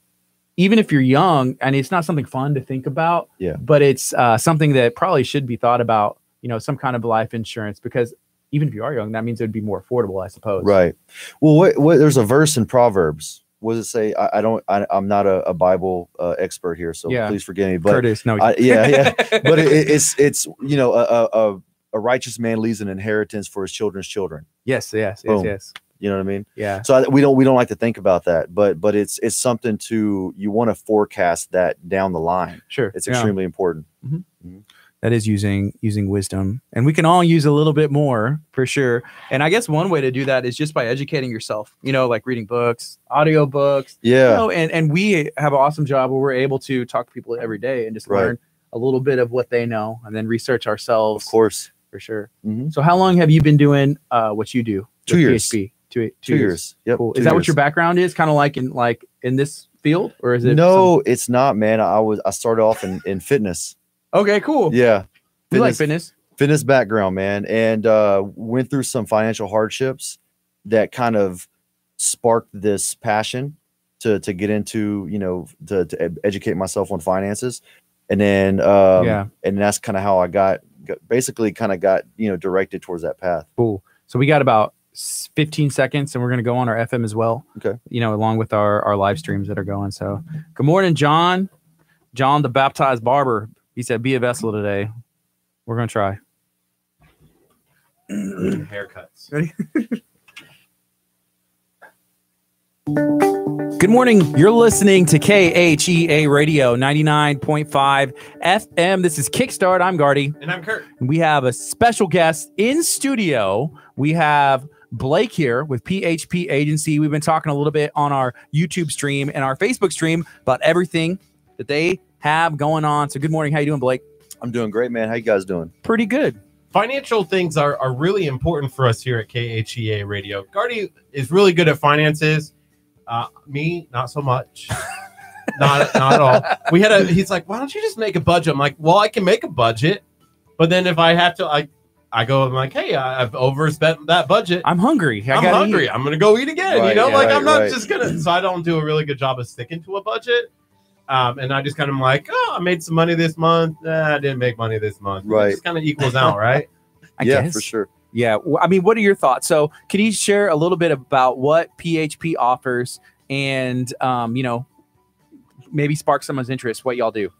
S1: even if you're young and it's not something fun to think about,
S9: Yeah.
S1: but it's uh, something that probably should be thought about, you know, some kind of life insurance because even if you are young, that means it would be more affordable, I suppose.
S9: Right. Well, what, what there's a verse in Proverbs. What does it say? I, I don't. I, I'm not a, a Bible uh, expert here, so
S1: Yeah.
S9: please forgive me. But
S1: Curtis, no,
S9: I, Uh, yeah,
S1: [laughs]
S9: yeah. but it, it- it's it's you know a, a a- a righteous man leaves an inheritance for his children's children.
S1: yes, yes, yes,
S9: Boom.
S1: yes.
S9: You know what I mean?
S1: Yeah.
S9: So I, we don't we don't like to think about that, but but it's it's something to you want to forecast that down the line.
S1: Sure.
S9: It's
S1: yeah.
S9: extremely important.
S1: that is using using wisdom and we can all use a little bit more for sure and i guess one way to do that is just by educating yourself you know like reading books audio books you
S9: Yeah.
S1: know and and we have an awesome job where we're able to talk to people every day and just
S9: Right.
S1: learn a little bit of what they know and then research ourselves
S9: Of course.
S1: for sure
S9: Mhm.
S1: so how long have you been doing uh what you do
S9: Two
S1: with
S9: years.
S1: PHP? two, two,
S9: Two years. Yep.
S1: cool
S9: two
S1: is that what
S9: years.
S1: your background is kind of like in like in this field or is it
S9: No, it's not, man. I was I started off in in fitness.
S1: some- okay cool
S9: Yeah.
S1: we like fitness
S9: fitness background, man, and uh, went through some financial hardships that kind of sparked this passion to to get into, you know, to, to ed- educate myself on finances, and then um,
S1: Yeah.
S9: and that's kind of how I got, got basically kind of got you know directed towards that path.
S1: Cool. So we got about s- 15 seconds and we're going to go on our FM as well.
S9: Okay.
S1: You know, along with our, our live streams that are going. So good morning, John. John, the baptized barber. He said, be a vessel today. We're going to try.
S2: Haircuts.
S1: Good morning. You're listening to KHEA Radio 99.5 FM. This is Kickstart. I'm Gardy.
S2: And I'm Kurt.
S1: We have a special guest in studio. We have Blake here with PHP Agency. We've been talking a little bit on our YouTube stream and our Facebook stream about everything that they have going on. So, good morning. How you doing, Blake?
S9: I'm doing great, man. How you guys doing?
S1: Pretty good.
S2: financial things are, are really important for us here at KHEA Radio. Gardy is really good at finances. Uh, me, not so [laughs] much. not not at all. We had a he's like, why don't you just make a budget? I'm like, well, I can make a budget, but then if I have to, I I go I'm like, hey, I, I've overspent that budget.
S1: I'm hungry. I
S2: I'm
S1: gotta
S2: hungry.
S1: eat.
S2: I'm gonna go eat again. you
S9: Right,
S2: know,
S9: yeah,
S2: like
S9: right,
S2: I'm not
S9: right.
S2: just gonna. So I don't do a really good job of sticking to a budget. Um, and I just kind of like, oh, I made some money this month. Nah, I didn't make money this month.
S9: Right.
S2: It just kind of equals out, right?
S1: I
S9: yeah,
S1: guess.
S9: for sure.
S1: Yeah. Well, I mean, what are your thoughts? So, can you share a little bit about what PHP offers and, um, you know, maybe spark someone's interest? What y'all do?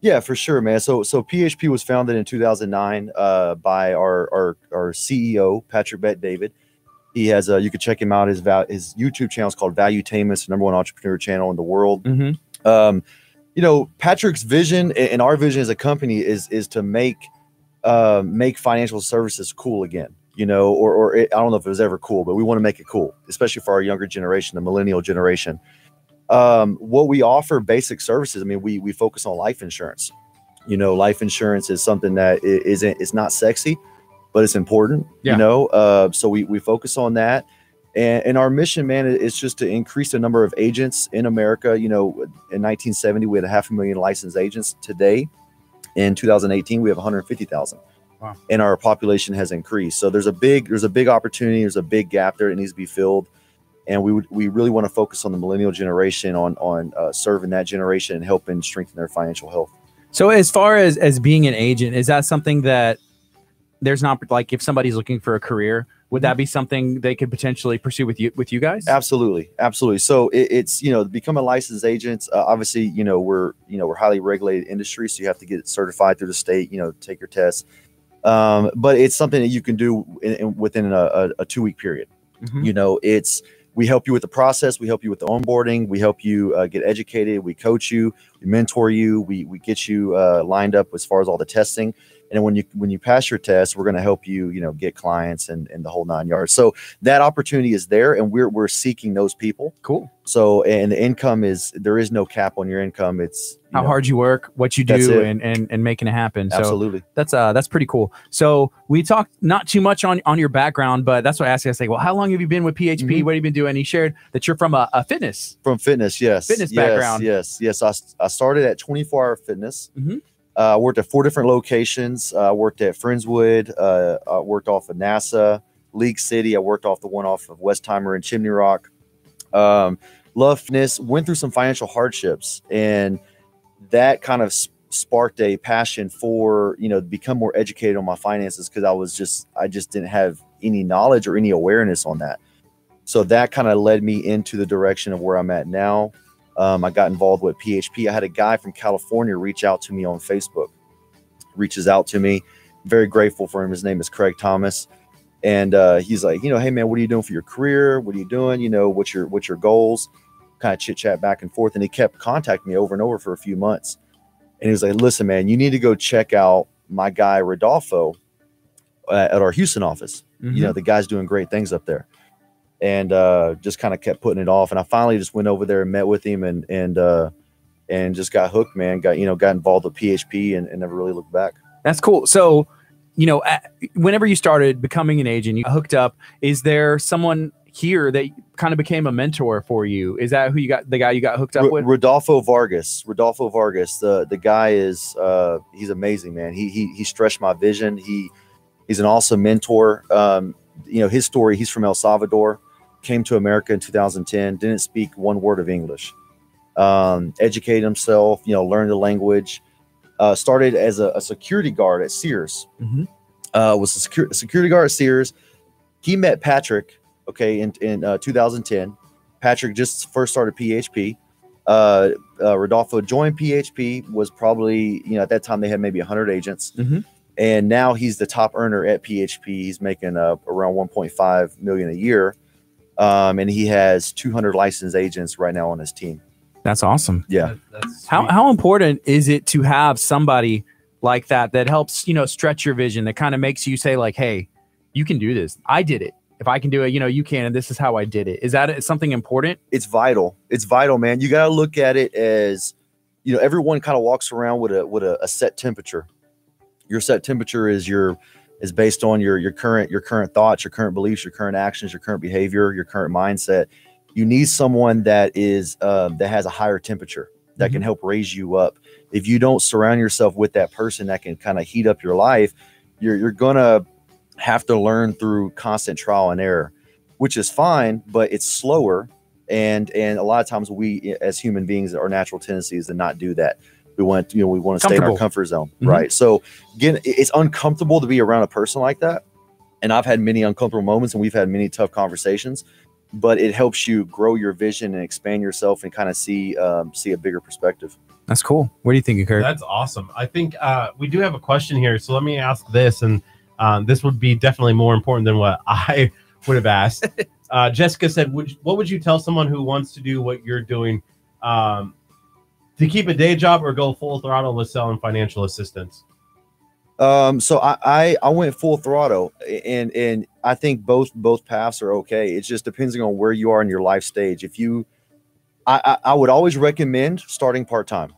S9: Yeah, for sure, man. So so PHP was founded in 2009 uh, by our, our our CEO Patrick Bet David. He has uh, you can check him out. His val- his YouTube channel is called Value Tamus, number one entrepreneur channel in the world.
S1: Mm-hmm.
S9: Um, you know Patrick's vision a- and our vision as a company is is to make uh, make financial services cool again. You know, or or it, I don't know if it was ever cool, but we want to make it cool, especially for our younger generation, the millennial generation. Um, what we offer basic services. I mean, we we focus on life insurance you know life insurance is something that i- isn't it's not sexy but it's important
S1: Yeah.
S9: you know uh, so we, we focus on that and, and our mission man i- is just to increase the number of agents in america you know in 1970 we had a half a million licensed agents today in 2018 we have 150000
S1: Wow.
S9: and our population has increased so there's a big there's a big opportunity there's a big gap there that needs to be filled and we would, we really want to focus on the millennial generation on on uh, serving that generation and helping strengthen their financial health
S1: So as far as as being an agent, is that something that there's not like if somebody's looking for a career, Would that be
S9: Mm-hmm.
S1: something they could potentially pursue with you with you guys?
S9: Absolutely, absolutely. So it, it's you know to become a licensed agent. Uh, obviously, you know we're you know we're highly regulated industry, so you have to get certified through the state. You know, take your tests. Um, but it's something that you can do in, in- within a, a, a two week period.
S1: Mhm.
S9: You know, it's we help you with the process, we help you with the onboarding, we help you uh, get educated, we coach you, we mentor you, we we get you uh, lined up as far as all the testing. And then when you when you pass your test, we're going to help you, you know, get clients and, and the whole nine yards. So that opportunity is there and we're we're seeking those people
S1: Cool.
S9: so and the income is there is no cap on your income it's you
S1: How
S9: know,
S1: hard you work, what you
S9: That's
S1: do,
S9: it.
S1: and, and and making it happen. So
S9: absolutely
S1: that's uh that's pretty cool. So we talked not too much on on your background, but that's what I asked. you. I was like, well, how long have you been with PHP?
S9: Mm-hmm.
S1: What have you been doing? And he shared that you're from a, a fitness.
S9: from fitness yes
S1: Fitness
S9: yes,
S1: background.
S9: yes yes I, s- I started at 24 hour fitness
S1: Mhm.
S9: uh, i worked at four different locations uh, i worked at friendswood uh, i worked off of nasa league city i worked off the one off of westheimer and chimney rock um, love fitness went through some financial hardships and that kind of s- sparked a passion for you know become more educated on my finances because i was just i just didn't have any knowledge or any awareness on that so that kind of led me into the direction of where i'm at now um, i got involved with php i had a guy from california reach out to me on facebook reaches out to me very grateful for him his name is craig thomas and uh, he's like you know hey man what are you doing for your career what are you doing you know what's your what's your goals kind of chit chat back and forth and he kept contacting me over and over for a few months and he was like, "Listen, man, you need to go check out my guy Rodolfo uh, at our Houston office. You know, the guy's doing great things up there." And uh, just kind of kept putting it off, and I finally just went over there and met with him, and and uh, and just got hooked, man. Got you know got involved with PHP and, and never really looked back.
S1: That's cool. So, you know, at- whenever you started becoming an agent, you hooked up. Is there someone here that kind of became a mentor for you? Is that who you got? The guy you got hooked up
S9: Ro-
S1: with?
S9: Rodolfo Vargas. Rodolfo Vargas. The the guy is uh, he's amazing, man. He he he stretched my vision. He he's an awesome mentor. Um, you know his story. He's from El Salvador, came to America in 2010. Didn't speak one word of English. Um, educated himself. You know, learned the language. Uh, started as a, a security guard at Sears.
S1: Mhm.
S9: Uh, was a secu- security guard at Sears. He met Patrick. Okay, in in uh, 2010, Patrick just first started PHP uh, uh, Rodolfo joined PHP was probably you know at that time they had maybe 100 agents,
S1: Mhm.
S9: and now he's the top earner at PHP. He's making uh, around 1.5 million a year, um, and he has 200 licensed agents right now on his team.
S1: That's awesome.
S9: [laughs] Yeah,
S2: That's
S1: How
S2: sweet.
S1: how important is it to have somebody like that that helps you know stretch your vision that kind of makes you say like, hey, you can do this. I did it. If I can do it, you know, you can. And this is how I did it. Is that something important?
S9: it's vital. It's vital, man. You got to look at it as you know everyone kind of walks around with a with a, a set temperature. Your set temperature is your is based on your your current your current thoughts, your current beliefs, your current actions, your current behavior, your current mindset. You need someone that is uh, that has a higher temperature that
S1: Mm-hmm.
S9: can help raise you up. If you don't surround yourself with that person that can kind of heat up your life, you're you're gonna have to learn through constant trial and error, which is fine, but it's slower and and a lot of times we as human beings our natural tendency is to not do that we want you know we want to stay in our
S1: Comfortable.
S9: comfort zone
S1: Mhm.
S9: right so again it- it's uncomfortable to be around a person like that and i've had many uncomfortable moments and we've had many tough conversations but it helps you grow your vision and expand yourself and kind of see um, see a bigger perspective
S1: That's cool. What do you think, Kurt?
S2: That's awesome. I think uh, we do have a question here, so let me ask this, and um, this would be definitely more important than what [laughs] I would have
S9: [laughs]
S2: asked. uh, Jessica said, "Would you- what would you tell someone who wants to do what you're doing um, to keep a day job or go full throttle with selling financial assistance?"
S9: Um, so I, I I went full throttle, and and I think both both paths are okay. It's just depending on where you are in your life stage. If you, I I, I would always recommend starting part time,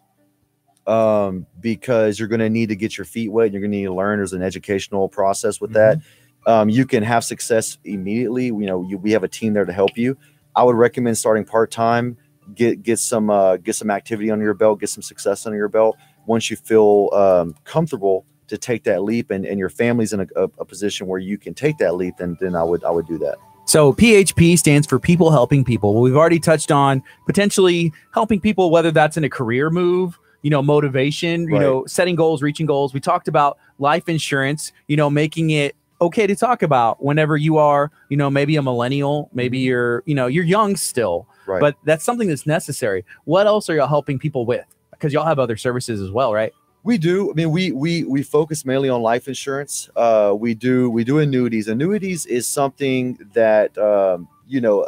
S9: um, because you're going to need to get your feet wet. You're going to need to learn. There's an educational process with that. Um, you can have success immediately. You know, you, we have a team there to help you. I would recommend starting part time. Get get some uh, get some activity under your belt. Get some success under your belt. Once you feel um, comfortable to take that leap and, and your family's in a, a, a position where you can take that leap, then then I would I would do that.
S1: So PHP stands for people helping people. Well, we've already touched on potentially helping people, whether that's in a career move, you know, motivation, you
S9: Right.
S1: know, setting goals, reaching goals. We talked about life insurance, you know, making it okay to talk about whenever you are, you know, maybe a millennial, maybe you're, you know, you're young still,
S9: Mm-hmm. Right.
S1: but that's something that's necessary. What else are y'all helping people with? Because y'all have other services as well, right?
S9: We do. I mean, we we we focus mainly on life insurance. Uh, we do we do annuities. Annuities is something that um, you know,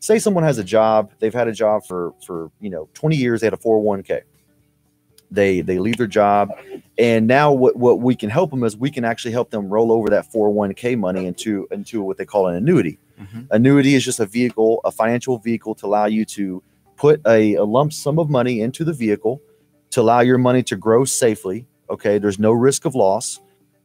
S9: say someone has a job, they've had a job for for you know twenty years. They had a four hundred one k. They they leave their job, and now what what we can help them is we can actually help them roll over that four hundred one k money into into what they call an annuity.
S7: Mhm.
S9: Annuity is just a vehicle, a financial vehicle to allow you to put a, a lump sum of money into the vehicle to allow your money to grow safely. Okay, there's no risk of loss,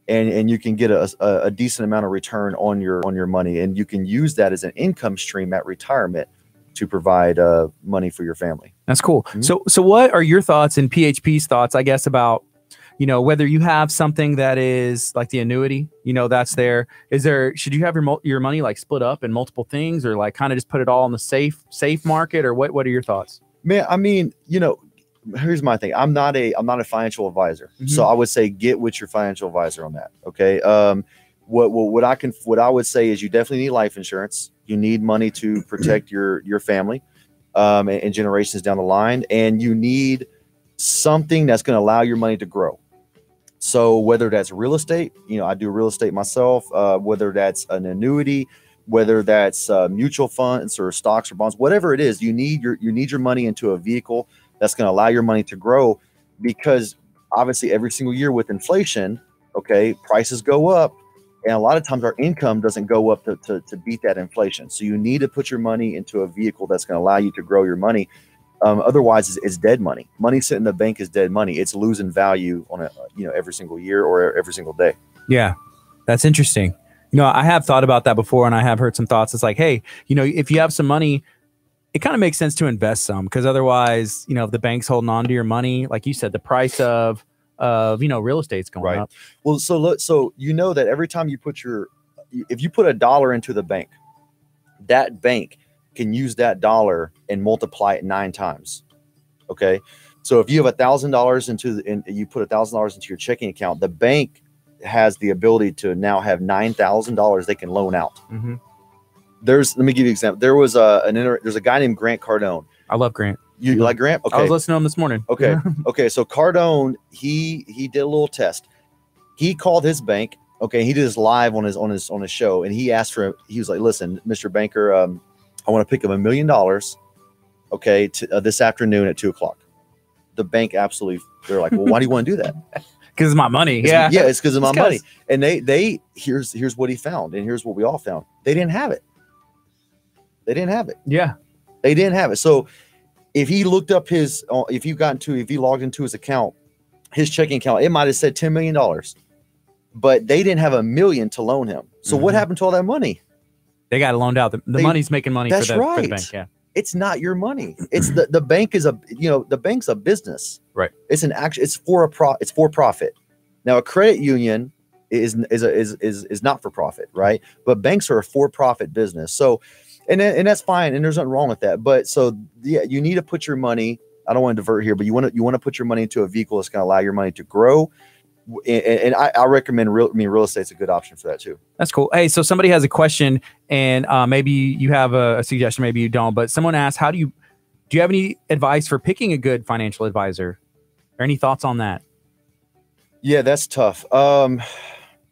S9: and and you can get a, a, a decent amount of return on your on your money, and you can use that as an income stream at retirement to provide uh, money for your family.
S1: That's cool.
S9: Mhm.
S1: So so what are your thoughts and PHP's thoughts, I guess, about you know whether you have something that is like the annuity, you know, that's there. Is there should you have your mul- your money like split up in multiple things or like kind of just put it all in the safe safe market or what what are your thoughts?
S9: Man, I mean, you know, here's my thing. I'm not a I'm not a financial advisor, so I would say get with your financial advisor on that. Okay. Um, what, what what I can what I would say is you definitely need life insurance. You need money to protect your your family, um, and, and generations down the line, and you need something that's going to allow your money to grow. So whether that's real estate, you know, I do real estate myself. Uh, whether that's an annuity, whether that's uh, mutual funds or stocks or bonds, whatever it is, you need your you need your money into a vehicle that's going to allow your money to grow, because obviously every single year with inflation, okay, prices go up, and a lot of times our income doesn't go up to to, to beat that inflation. So you need to put your money into a vehicle that's going to allow you to grow your money. Um, otherwise, it's, it's dead money. Money sitting in the bank is dead money. It's losing value on a you know every single year or every single day.
S1: Yeah. That's interesting. You know, I have thought about that before and I have heard some thoughts. It's like, hey, you know, if you have some money, it kind of makes sense to invest some because otherwise, you know, if the bank's holding on to your money, like you said, the price of of you know real estate's going
S9: Right.
S1: up.
S9: Well, so look, so you know that every time you put your, if you put a dollar into the bank, that bank can use that dollar and multiply it nine times. Okay, so if you have a thousand dollars into, the- and you put a thousand dollars into your checking account, the bank has the ability to now have nine thousand dollars they can loan out.
S1: Mhm.
S9: There's, let me give you an example. There was a an inter, there's a guy named Grant Cardone.
S1: I love Grant.
S9: You like Grant? Okay,
S1: I was listening to him this morning. [laughs]
S9: Okay. okay. So Cardone, he he did a little test. He called his bank. Okay, he did this live on his on his on his show, and he asked for. He was like, "Listen, Mr. Banker, um, I want to pick up a million dollars. Okay, t- uh, this afternoon at two o'clock." The bank absolutely. They're like, "Well, why do you want to do that?"
S1: Because it's my money.
S9: It's-
S1: [laughs] Yeah.
S9: yeah, it's because of my
S1: It's 'cause-
S9: money. And they they here's here's what he found, and here's what we all found. They didn't have it. They didn't have it.
S1: Yeah.
S9: They didn't have it. So if he looked up his, uh, if you got into, if he logged into his account, his checking account, it might have said ten million dollars, but they didn't have a million to loan him. So what
S1: Mhm.
S9: happened to all that money?
S1: They got it loaned out. The, the
S9: They-
S1: money's making money for
S9: that's
S1: the, for the
S9: right.
S1: bank. Yeah.
S9: It's not
S1: [clears throat]
S9: your money. It's the the bank is a you know the bank's a business.
S1: Right.
S9: It's an action. It's for a pro. It's for profit. Now a credit union is is a, is is is not for profit, right? But banks are a for profit business. So, and that- and that's fine, and there's nothing wrong with that. But so yeah, you need to put your money. I don't want to divert here, but you want to you want to put your money into a vehicle that's going to allow your money to grow. W- And, and I, I recommend real. I mean, real estate's a good option for that too.
S1: That's cool. Hey, so somebody has a question and uh, maybe you have a, a suggestion, maybe you don't, but someone asked, how do you, do you have any advice for picking a good financial advisor or any thoughts on that?
S9: Yeah, that's tough. Um,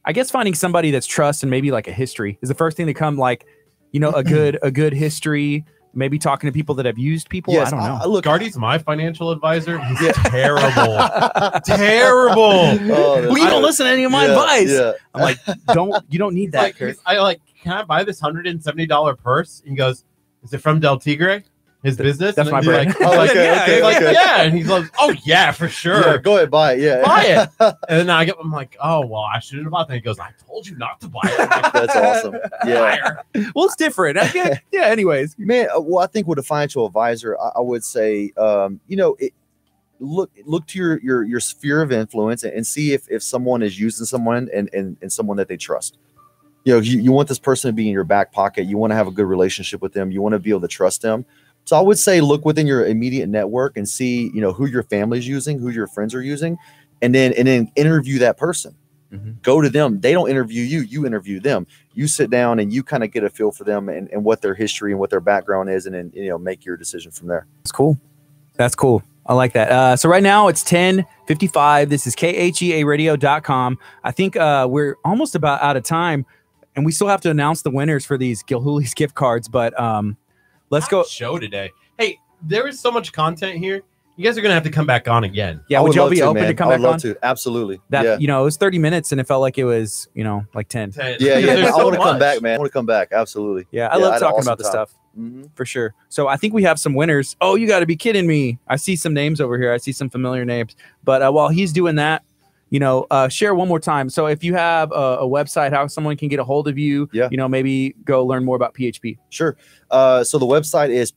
S1: I guess finding somebody that's trust and maybe like a history is the first thing to come like, you know, a good, a good history, maybe talking to people that have used people.
S9: yes,
S1: I don't know.
S9: look,
S2: Guardy's my financial advisor. He's
S9: Yeah.
S2: terrible.
S9: [laughs]
S2: terrible.
S9: Oh, that's-
S1: well, you don't listen to any of my
S9: Yeah,
S1: advice.
S9: yeah.
S1: I'm like, don't, you don't need that.
S2: [laughs] like,
S1: Kurt.
S2: he's- I like, can I buy this hundred and seventy dollar purse? And he goes, Is it from Del Tigre? His business?
S1: that's
S2: And
S1: my
S2: he's
S1: brand.
S9: [laughs]
S2: Like, oh, like,
S9: okay,
S2: yeah,
S9: okay,
S2: He's like,
S9: okay.
S2: yeah. And he's like, Oh yeah,
S9: [laughs]
S2: for sure.
S9: Yeah, go ahead, buy it. Yeah,
S2: buy it. and then I get I'm like, oh well, I shouldn't have bought that. He goes, I told you not to buy it. I'm like,
S9: [laughs] That's awesome. [laughs] Yeah,
S2: Liar.
S1: well, it's different. I get, yeah. Anyways.
S9: man. uh, Well, I think with a financial advisor, I, I would say, um, you know, it, look look to your your your sphere of influence and, and see if if someone is using someone and and, and someone that they trust. You know, you, you want this person to be in your back pocket. You want to have a good relationship with them. You want to be able to trust them. So I would say look within your immediate network and see, you know, who your family's using, who your friends are using, and then and then interview that person.
S1: Mhm.
S9: Go to them. They don't interview you. You interview them. You sit down and you kind of get a feel for them and, and what their history and what their background is, and then you know make your decision from there.
S1: That's cool. That's cool. I like that. Uh, so right now it's 10:55. This is E khearadio.com. I think uh, we're almost about out of time, and we still have to announce the winners for these Gilhooly's gift cards. But um, let's go.
S2: Show today. Hey, there is so much content here. You guys are gonna have to come back on again.
S1: Yeah,
S9: I
S1: would, y'all
S9: love
S1: be open
S9: man.
S1: to come
S9: I
S1: back
S9: would love
S1: on?
S9: to. Absolutely.
S1: That [laughs]
S9: yeah.
S1: you know, it was 30 minutes, and it felt like it was you know like 10.
S9: [laughs] yeah, yeah,
S2: [laughs] There's
S9: I
S2: so
S9: want to
S2: much.
S9: come back, man. I want to come back. Absolutely.
S1: Yeah, I
S9: Yeah, I
S1: love
S9: had an
S1: talking
S9: awesome
S1: about this
S9: time.
S1: stuff
S9: hmm
S1: for sure. So I think we have some winners. Oh, you got to be kidding me! I see some names over here. I see some familiar names. But uh, while he's doing that, you know, uh, share one more time. So if you have a, a website, how someone can get a hold of you,
S9: Yeah.
S1: you know, maybe go learn more about PHP.
S9: Sure. Uh, so the website is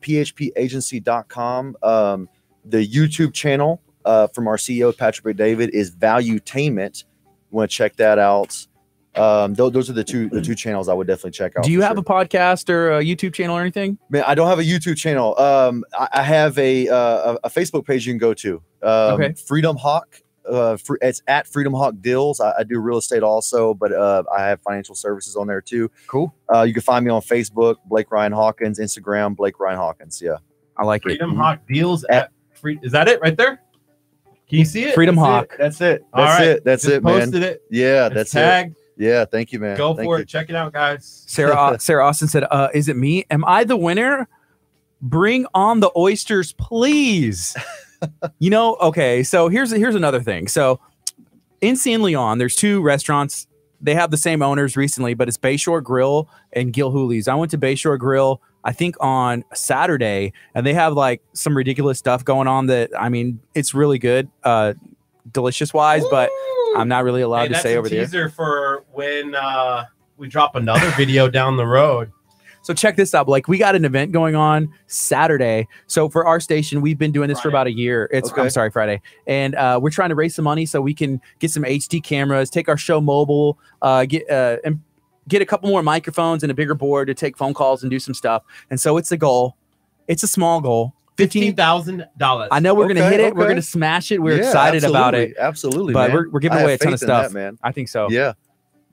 S9: phpagency.com. Um, the YouTube channel uh, from our CEO, Patrick McDavid, is Valuetainment. You want to check that out. Um, tho- those are the two the two channels I would definitely check out.
S1: Do you
S9: Oh, for
S1: have
S9: sure.
S1: a podcast or a YouTube channel or anything?
S9: Man, I don't have a YouTube channel. Um, I, I have a, uh, a a Facebook page you can go to. Um,
S1: Okay.
S9: Freedom Hawk. Uh, fr- it's at Freedom Hawk Deals. I, I do real estate also, but uh, I have financial services on there too.
S1: Cool.
S9: Uh, you can find me on Facebook, Blake Ryan Hawkins, Instagram, Blake Ryan Hawkins. Yeah.
S1: I like it.
S9: Mm-hmm.
S2: Freedom Hawk deals at free. Is that it right there? Can you see it?
S1: Freedom
S2: That's
S1: Hawk.
S2: it.
S9: That's it.
S2: All
S9: That's
S2: right.
S9: it. That's
S2: Just
S9: it, man.
S2: posted it.
S9: Yeah,
S2: It's
S9: that's it.
S2: tagged.
S9: Yeah, thank you, man.
S2: Go
S9: Thank
S2: for
S9: you.
S2: it. Check it out, guys.
S1: Sarah Au- Sarah Austin said, uh, "Is it me? Am I the winner? Bring on the oysters, please." you know, okay. So here's here's another thing. So in San Leon, there's two restaurants. They have the same owners recently, but it's Bayshore Grill and Gilhooly's. I went to Bayshore Grill, I think on Saturday, and they have like some ridiculous stuff going on. That I mean, it's really good, uh, delicious wise, but I'm not really allowed
S2: Hey,
S1: to
S2: that's
S1: say
S2: a
S1: over there.
S2: teaser for when uh, we drop another video down the road.
S1: So check this out. Like we got an event going on Saturday. So for our station, we've been doing this for
S2: Friday.
S1: about a year. It's I'm
S9: Okay.
S1: sorry, Friday, and uh, we're trying to raise some money so we can get some HD cameras, take our show mobile, uh, get uh, and get a couple more microphones and a bigger board to take phone calls and do some stuff. And so it's a goal. It's a small goal.
S2: Fifteen
S1: Fifteen.
S2: thousand dollars.
S1: I know we're gonna
S9: Okay,
S1: hit it. We're
S9: okay.
S1: gonna smash it. We're
S9: Yeah,
S1: excited about
S9: absolutely,
S1: it.
S9: Absolutely,
S1: But
S9: man.
S1: we're, we're giving
S9: I have
S1: away a ton of
S9: faith in that,
S1: stuff.
S9: man.
S1: I think so.
S9: Yeah.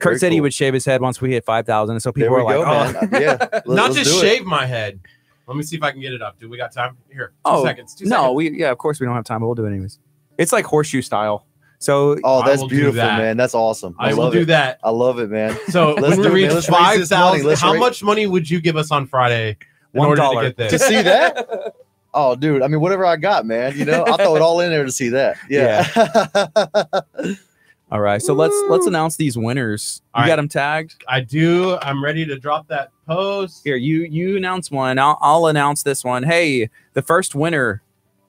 S1: Kurt
S9: very
S1: said he
S9: cool.
S1: would shave his head once we hit five thousand. And so
S9: There
S1: people
S9: we
S1: are like,
S9: go,
S1: oh,
S9: man. Yeah.
S1: [laughs]
S2: Not
S9: Let- let's
S2: just
S9: do it.
S2: shave my head. Let me see if I can get it up. Do we got time? Here. two
S1: Oh,
S2: seconds. Two
S1: no,
S2: seconds.
S1: we yeah, of course we don't have time, but we'll do it anyways. It's like horseshoe style. So
S9: Oh,
S2: I
S9: that's
S2: will do
S9: beautiful,
S2: that.
S9: man. That's awesome. I,
S2: I will
S9: love
S2: do
S9: it.
S2: that.
S9: I love it, man.
S2: So
S9: Let's
S2: when we
S9: do
S2: reach
S9: it, man. Let's raise
S2: five
S9: this money.
S2: thousand,
S9: Let's
S2: how
S9: ra-
S2: much money would you give us on Friday in
S1: One
S2: order
S1: dollar.
S2: to get
S9: to
S2: this?
S9: see that? [laughs] Oh, dude. I mean, whatever I got, man. You know, I throw it all in there to see that. Yeah. [laughs]
S1: all right, so let's let's announce these winners.
S2: All
S1: you got
S2: right.
S1: them tagged
S2: I do. I'm ready to drop that post.
S1: here. You you announce one. I'll I'll announce this one. Hey, the first winner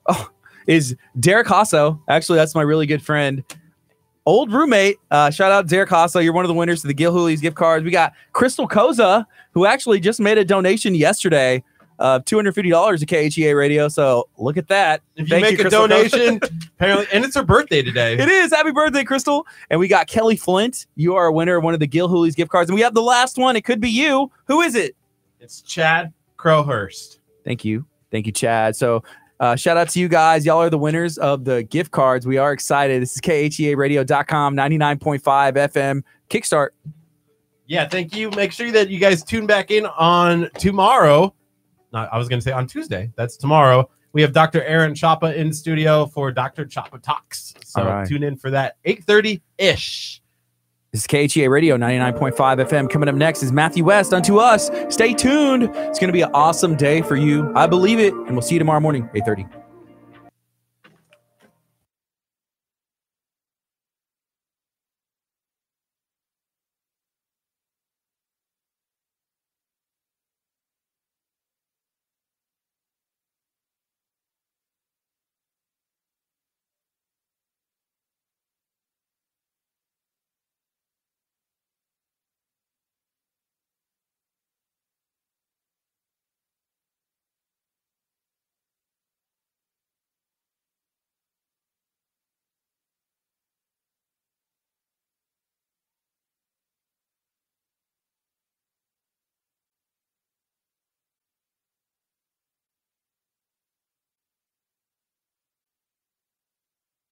S1: oh, is Derek Hasso. Actually, that's my really good friend. Old roommate, uh, shout out Derek Hasso. You're one of the winners of the Gil Hooley's gift cards. We got Crystal Koza, who actually just made a donation yesterday of $250 to KHEA Radio. So look at that.
S2: If you
S1: Thank
S2: make
S1: you,
S2: a
S1: Crystal Coke.
S2: donation, apparently, and it's her birthday today.
S1: It is. Happy birthday, Crystal. And we got Kelly Flint. You are a winner of one of the Gil Hooley's gift cards. And we have the last one. It could be you. Who is it?
S2: It's Chad Crowhurst.
S1: Thank you. Thank you, Chad. So uh, shout out to you guys. Y'all are the winners of the gift cards. We are excited. This is E KHEAradio.com, 99.5 FM. Kickstart.
S2: Yeah, thank you. Make sure that you guys tune back in on tomorrow. Not, I was going to say on Tuesday. That's tomorrow. We have Dr. Aaron Chapa in studio for Dr. Chapa Talks. So
S1: All right.
S2: tune in for that 8:30 ish.
S1: This is KHEA Radio 99.5 FM. Coming up next is Matthew West. Unto us. Stay tuned. It's going to be an awesome day for you. I believe it. And we'll see you tomorrow morning, 8.30.